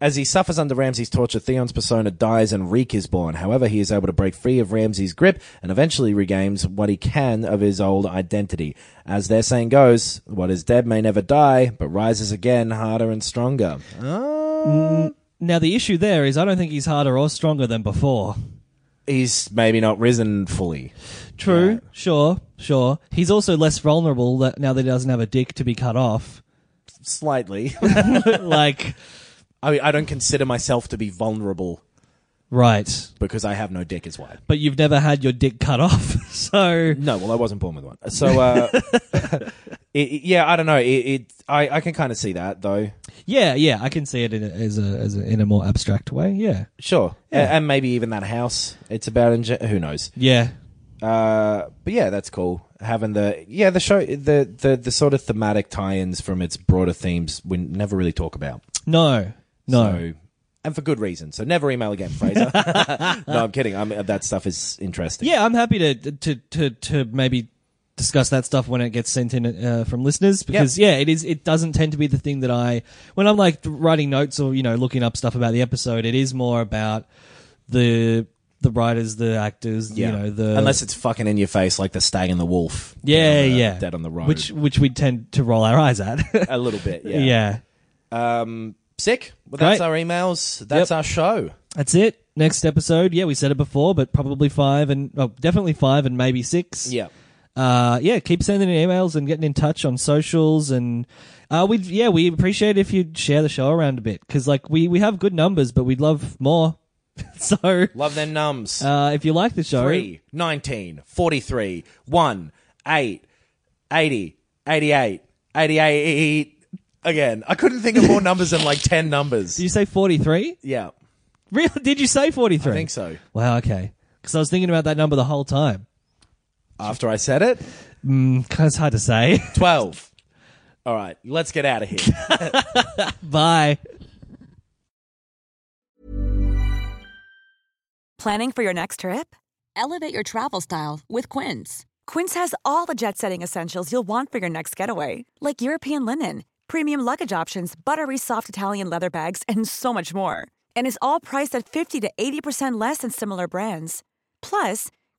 [SPEAKER 3] As he suffers under Ramsay's torture, Theon's persona dies and Reek is born. However, he is able to break free of Ramsay's grip and eventually regains what he can of his old identity. As their saying goes, what is dead may never die, but rises again harder and stronger.
[SPEAKER 2] Now the issue there is I don't think he's harder or stronger than before.
[SPEAKER 3] He's maybe not risen fully.
[SPEAKER 2] True. Sure. Sure. He's also less vulnerable that now that he doesn't have a dick to be cut off.
[SPEAKER 3] Slightly.
[SPEAKER 2] like,
[SPEAKER 3] I mean, I don't consider myself to be vulnerable
[SPEAKER 2] right.
[SPEAKER 3] because I have no dick, is why.
[SPEAKER 2] But you've never had your dick cut off, so
[SPEAKER 3] No, well, I wasn't born with one. So, uh, it, it- yeah, I don't know. It, it I, I can kind of see that though.
[SPEAKER 2] yeah, yeah, I can see it in a, as a as a, in a more abstract way. Yeah,
[SPEAKER 3] Sure, A- and maybe even that house. It's about in, ge- who knows.
[SPEAKER 2] yeah,
[SPEAKER 3] Uh, but yeah, that's cool. Having the yeah the show the the the sort of thematic tie-ins from its broader themes we never really talk about.
[SPEAKER 2] no, no,
[SPEAKER 3] So, and for good reason. So never email again, Fraser. no, I'm kidding. I'm, that stuff is interesting.
[SPEAKER 2] yeah. I'm happy to to to to maybe discuss that stuff when it gets sent in uh, from listeners because yeah, it is. It doesn't tend to be the thing that I when I'm like writing notes or you know looking up stuff about the episode. It is more about the the writers, the actors, you know, the
[SPEAKER 3] unless it's fucking in your face like the stag and the wolf.
[SPEAKER 2] yeah,
[SPEAKER 3] Dead on the-
[SPEAKER 2] yeah,
[SPEAKER 3] dead on the road.
[SPEAKER 2] which which we tend to roll our eyes at.
[SPEAKER 3] a little bit.
[SPEAKER 2] yeah.
[SPEAKER 3] Um, sick. Well, that's
[SPEAKER 2] Great.
[SPEAKER 3] our emails. That's
[SPEAKER 2] Yep.
[SPEAKER 3] our show.
[SPEAKER 2] That's it. Next episode, yeah, we said it before, but probably five and oh, definitely five and maybe six.
[SPEAKER 3] Yeah.
[SPEAKER 2] uh, yeah. Keep sending in emails and getting in touch on socials, and uh, we yeah we appreciate if you share the show around a bit because like we we have good numbers, but we'd love more. so
[SPEAKER 3] Love them nums.
[SPEAKER 2] uh, if you like the show,
[SPEAKER 3] 3, 19, 43, 1, 8, 80, 88, 88. Again, I couldn't think of more numbers than like 10 numbers.
[SPEAKER 2] did you say forty three?
[SPEAKER 3] Yeah,
[SPEAKER 2] Really? Did you say forty three?
[SPEAKER 3] I think so.
[SPEAKER 2] Wow. Okay. Because I was thinking about that number the whole time.
[SPEAKER 3] After I said it,
[SPEAKER 2] It's hard to say.
[SPEAKER 3] 12. All right, let's get out of here.
[SPEAKER 2] Bye.
[SPEAKER 4] Planning for your next trip? Elevate your travel style with Quince. Quince has all the jet setting essentials you'll want for your next getaway, like European linen, premium luggage options, buttery soft Italian leather bags, and so much more. And is all priced at 50 to 80% less than similar brands. Plus,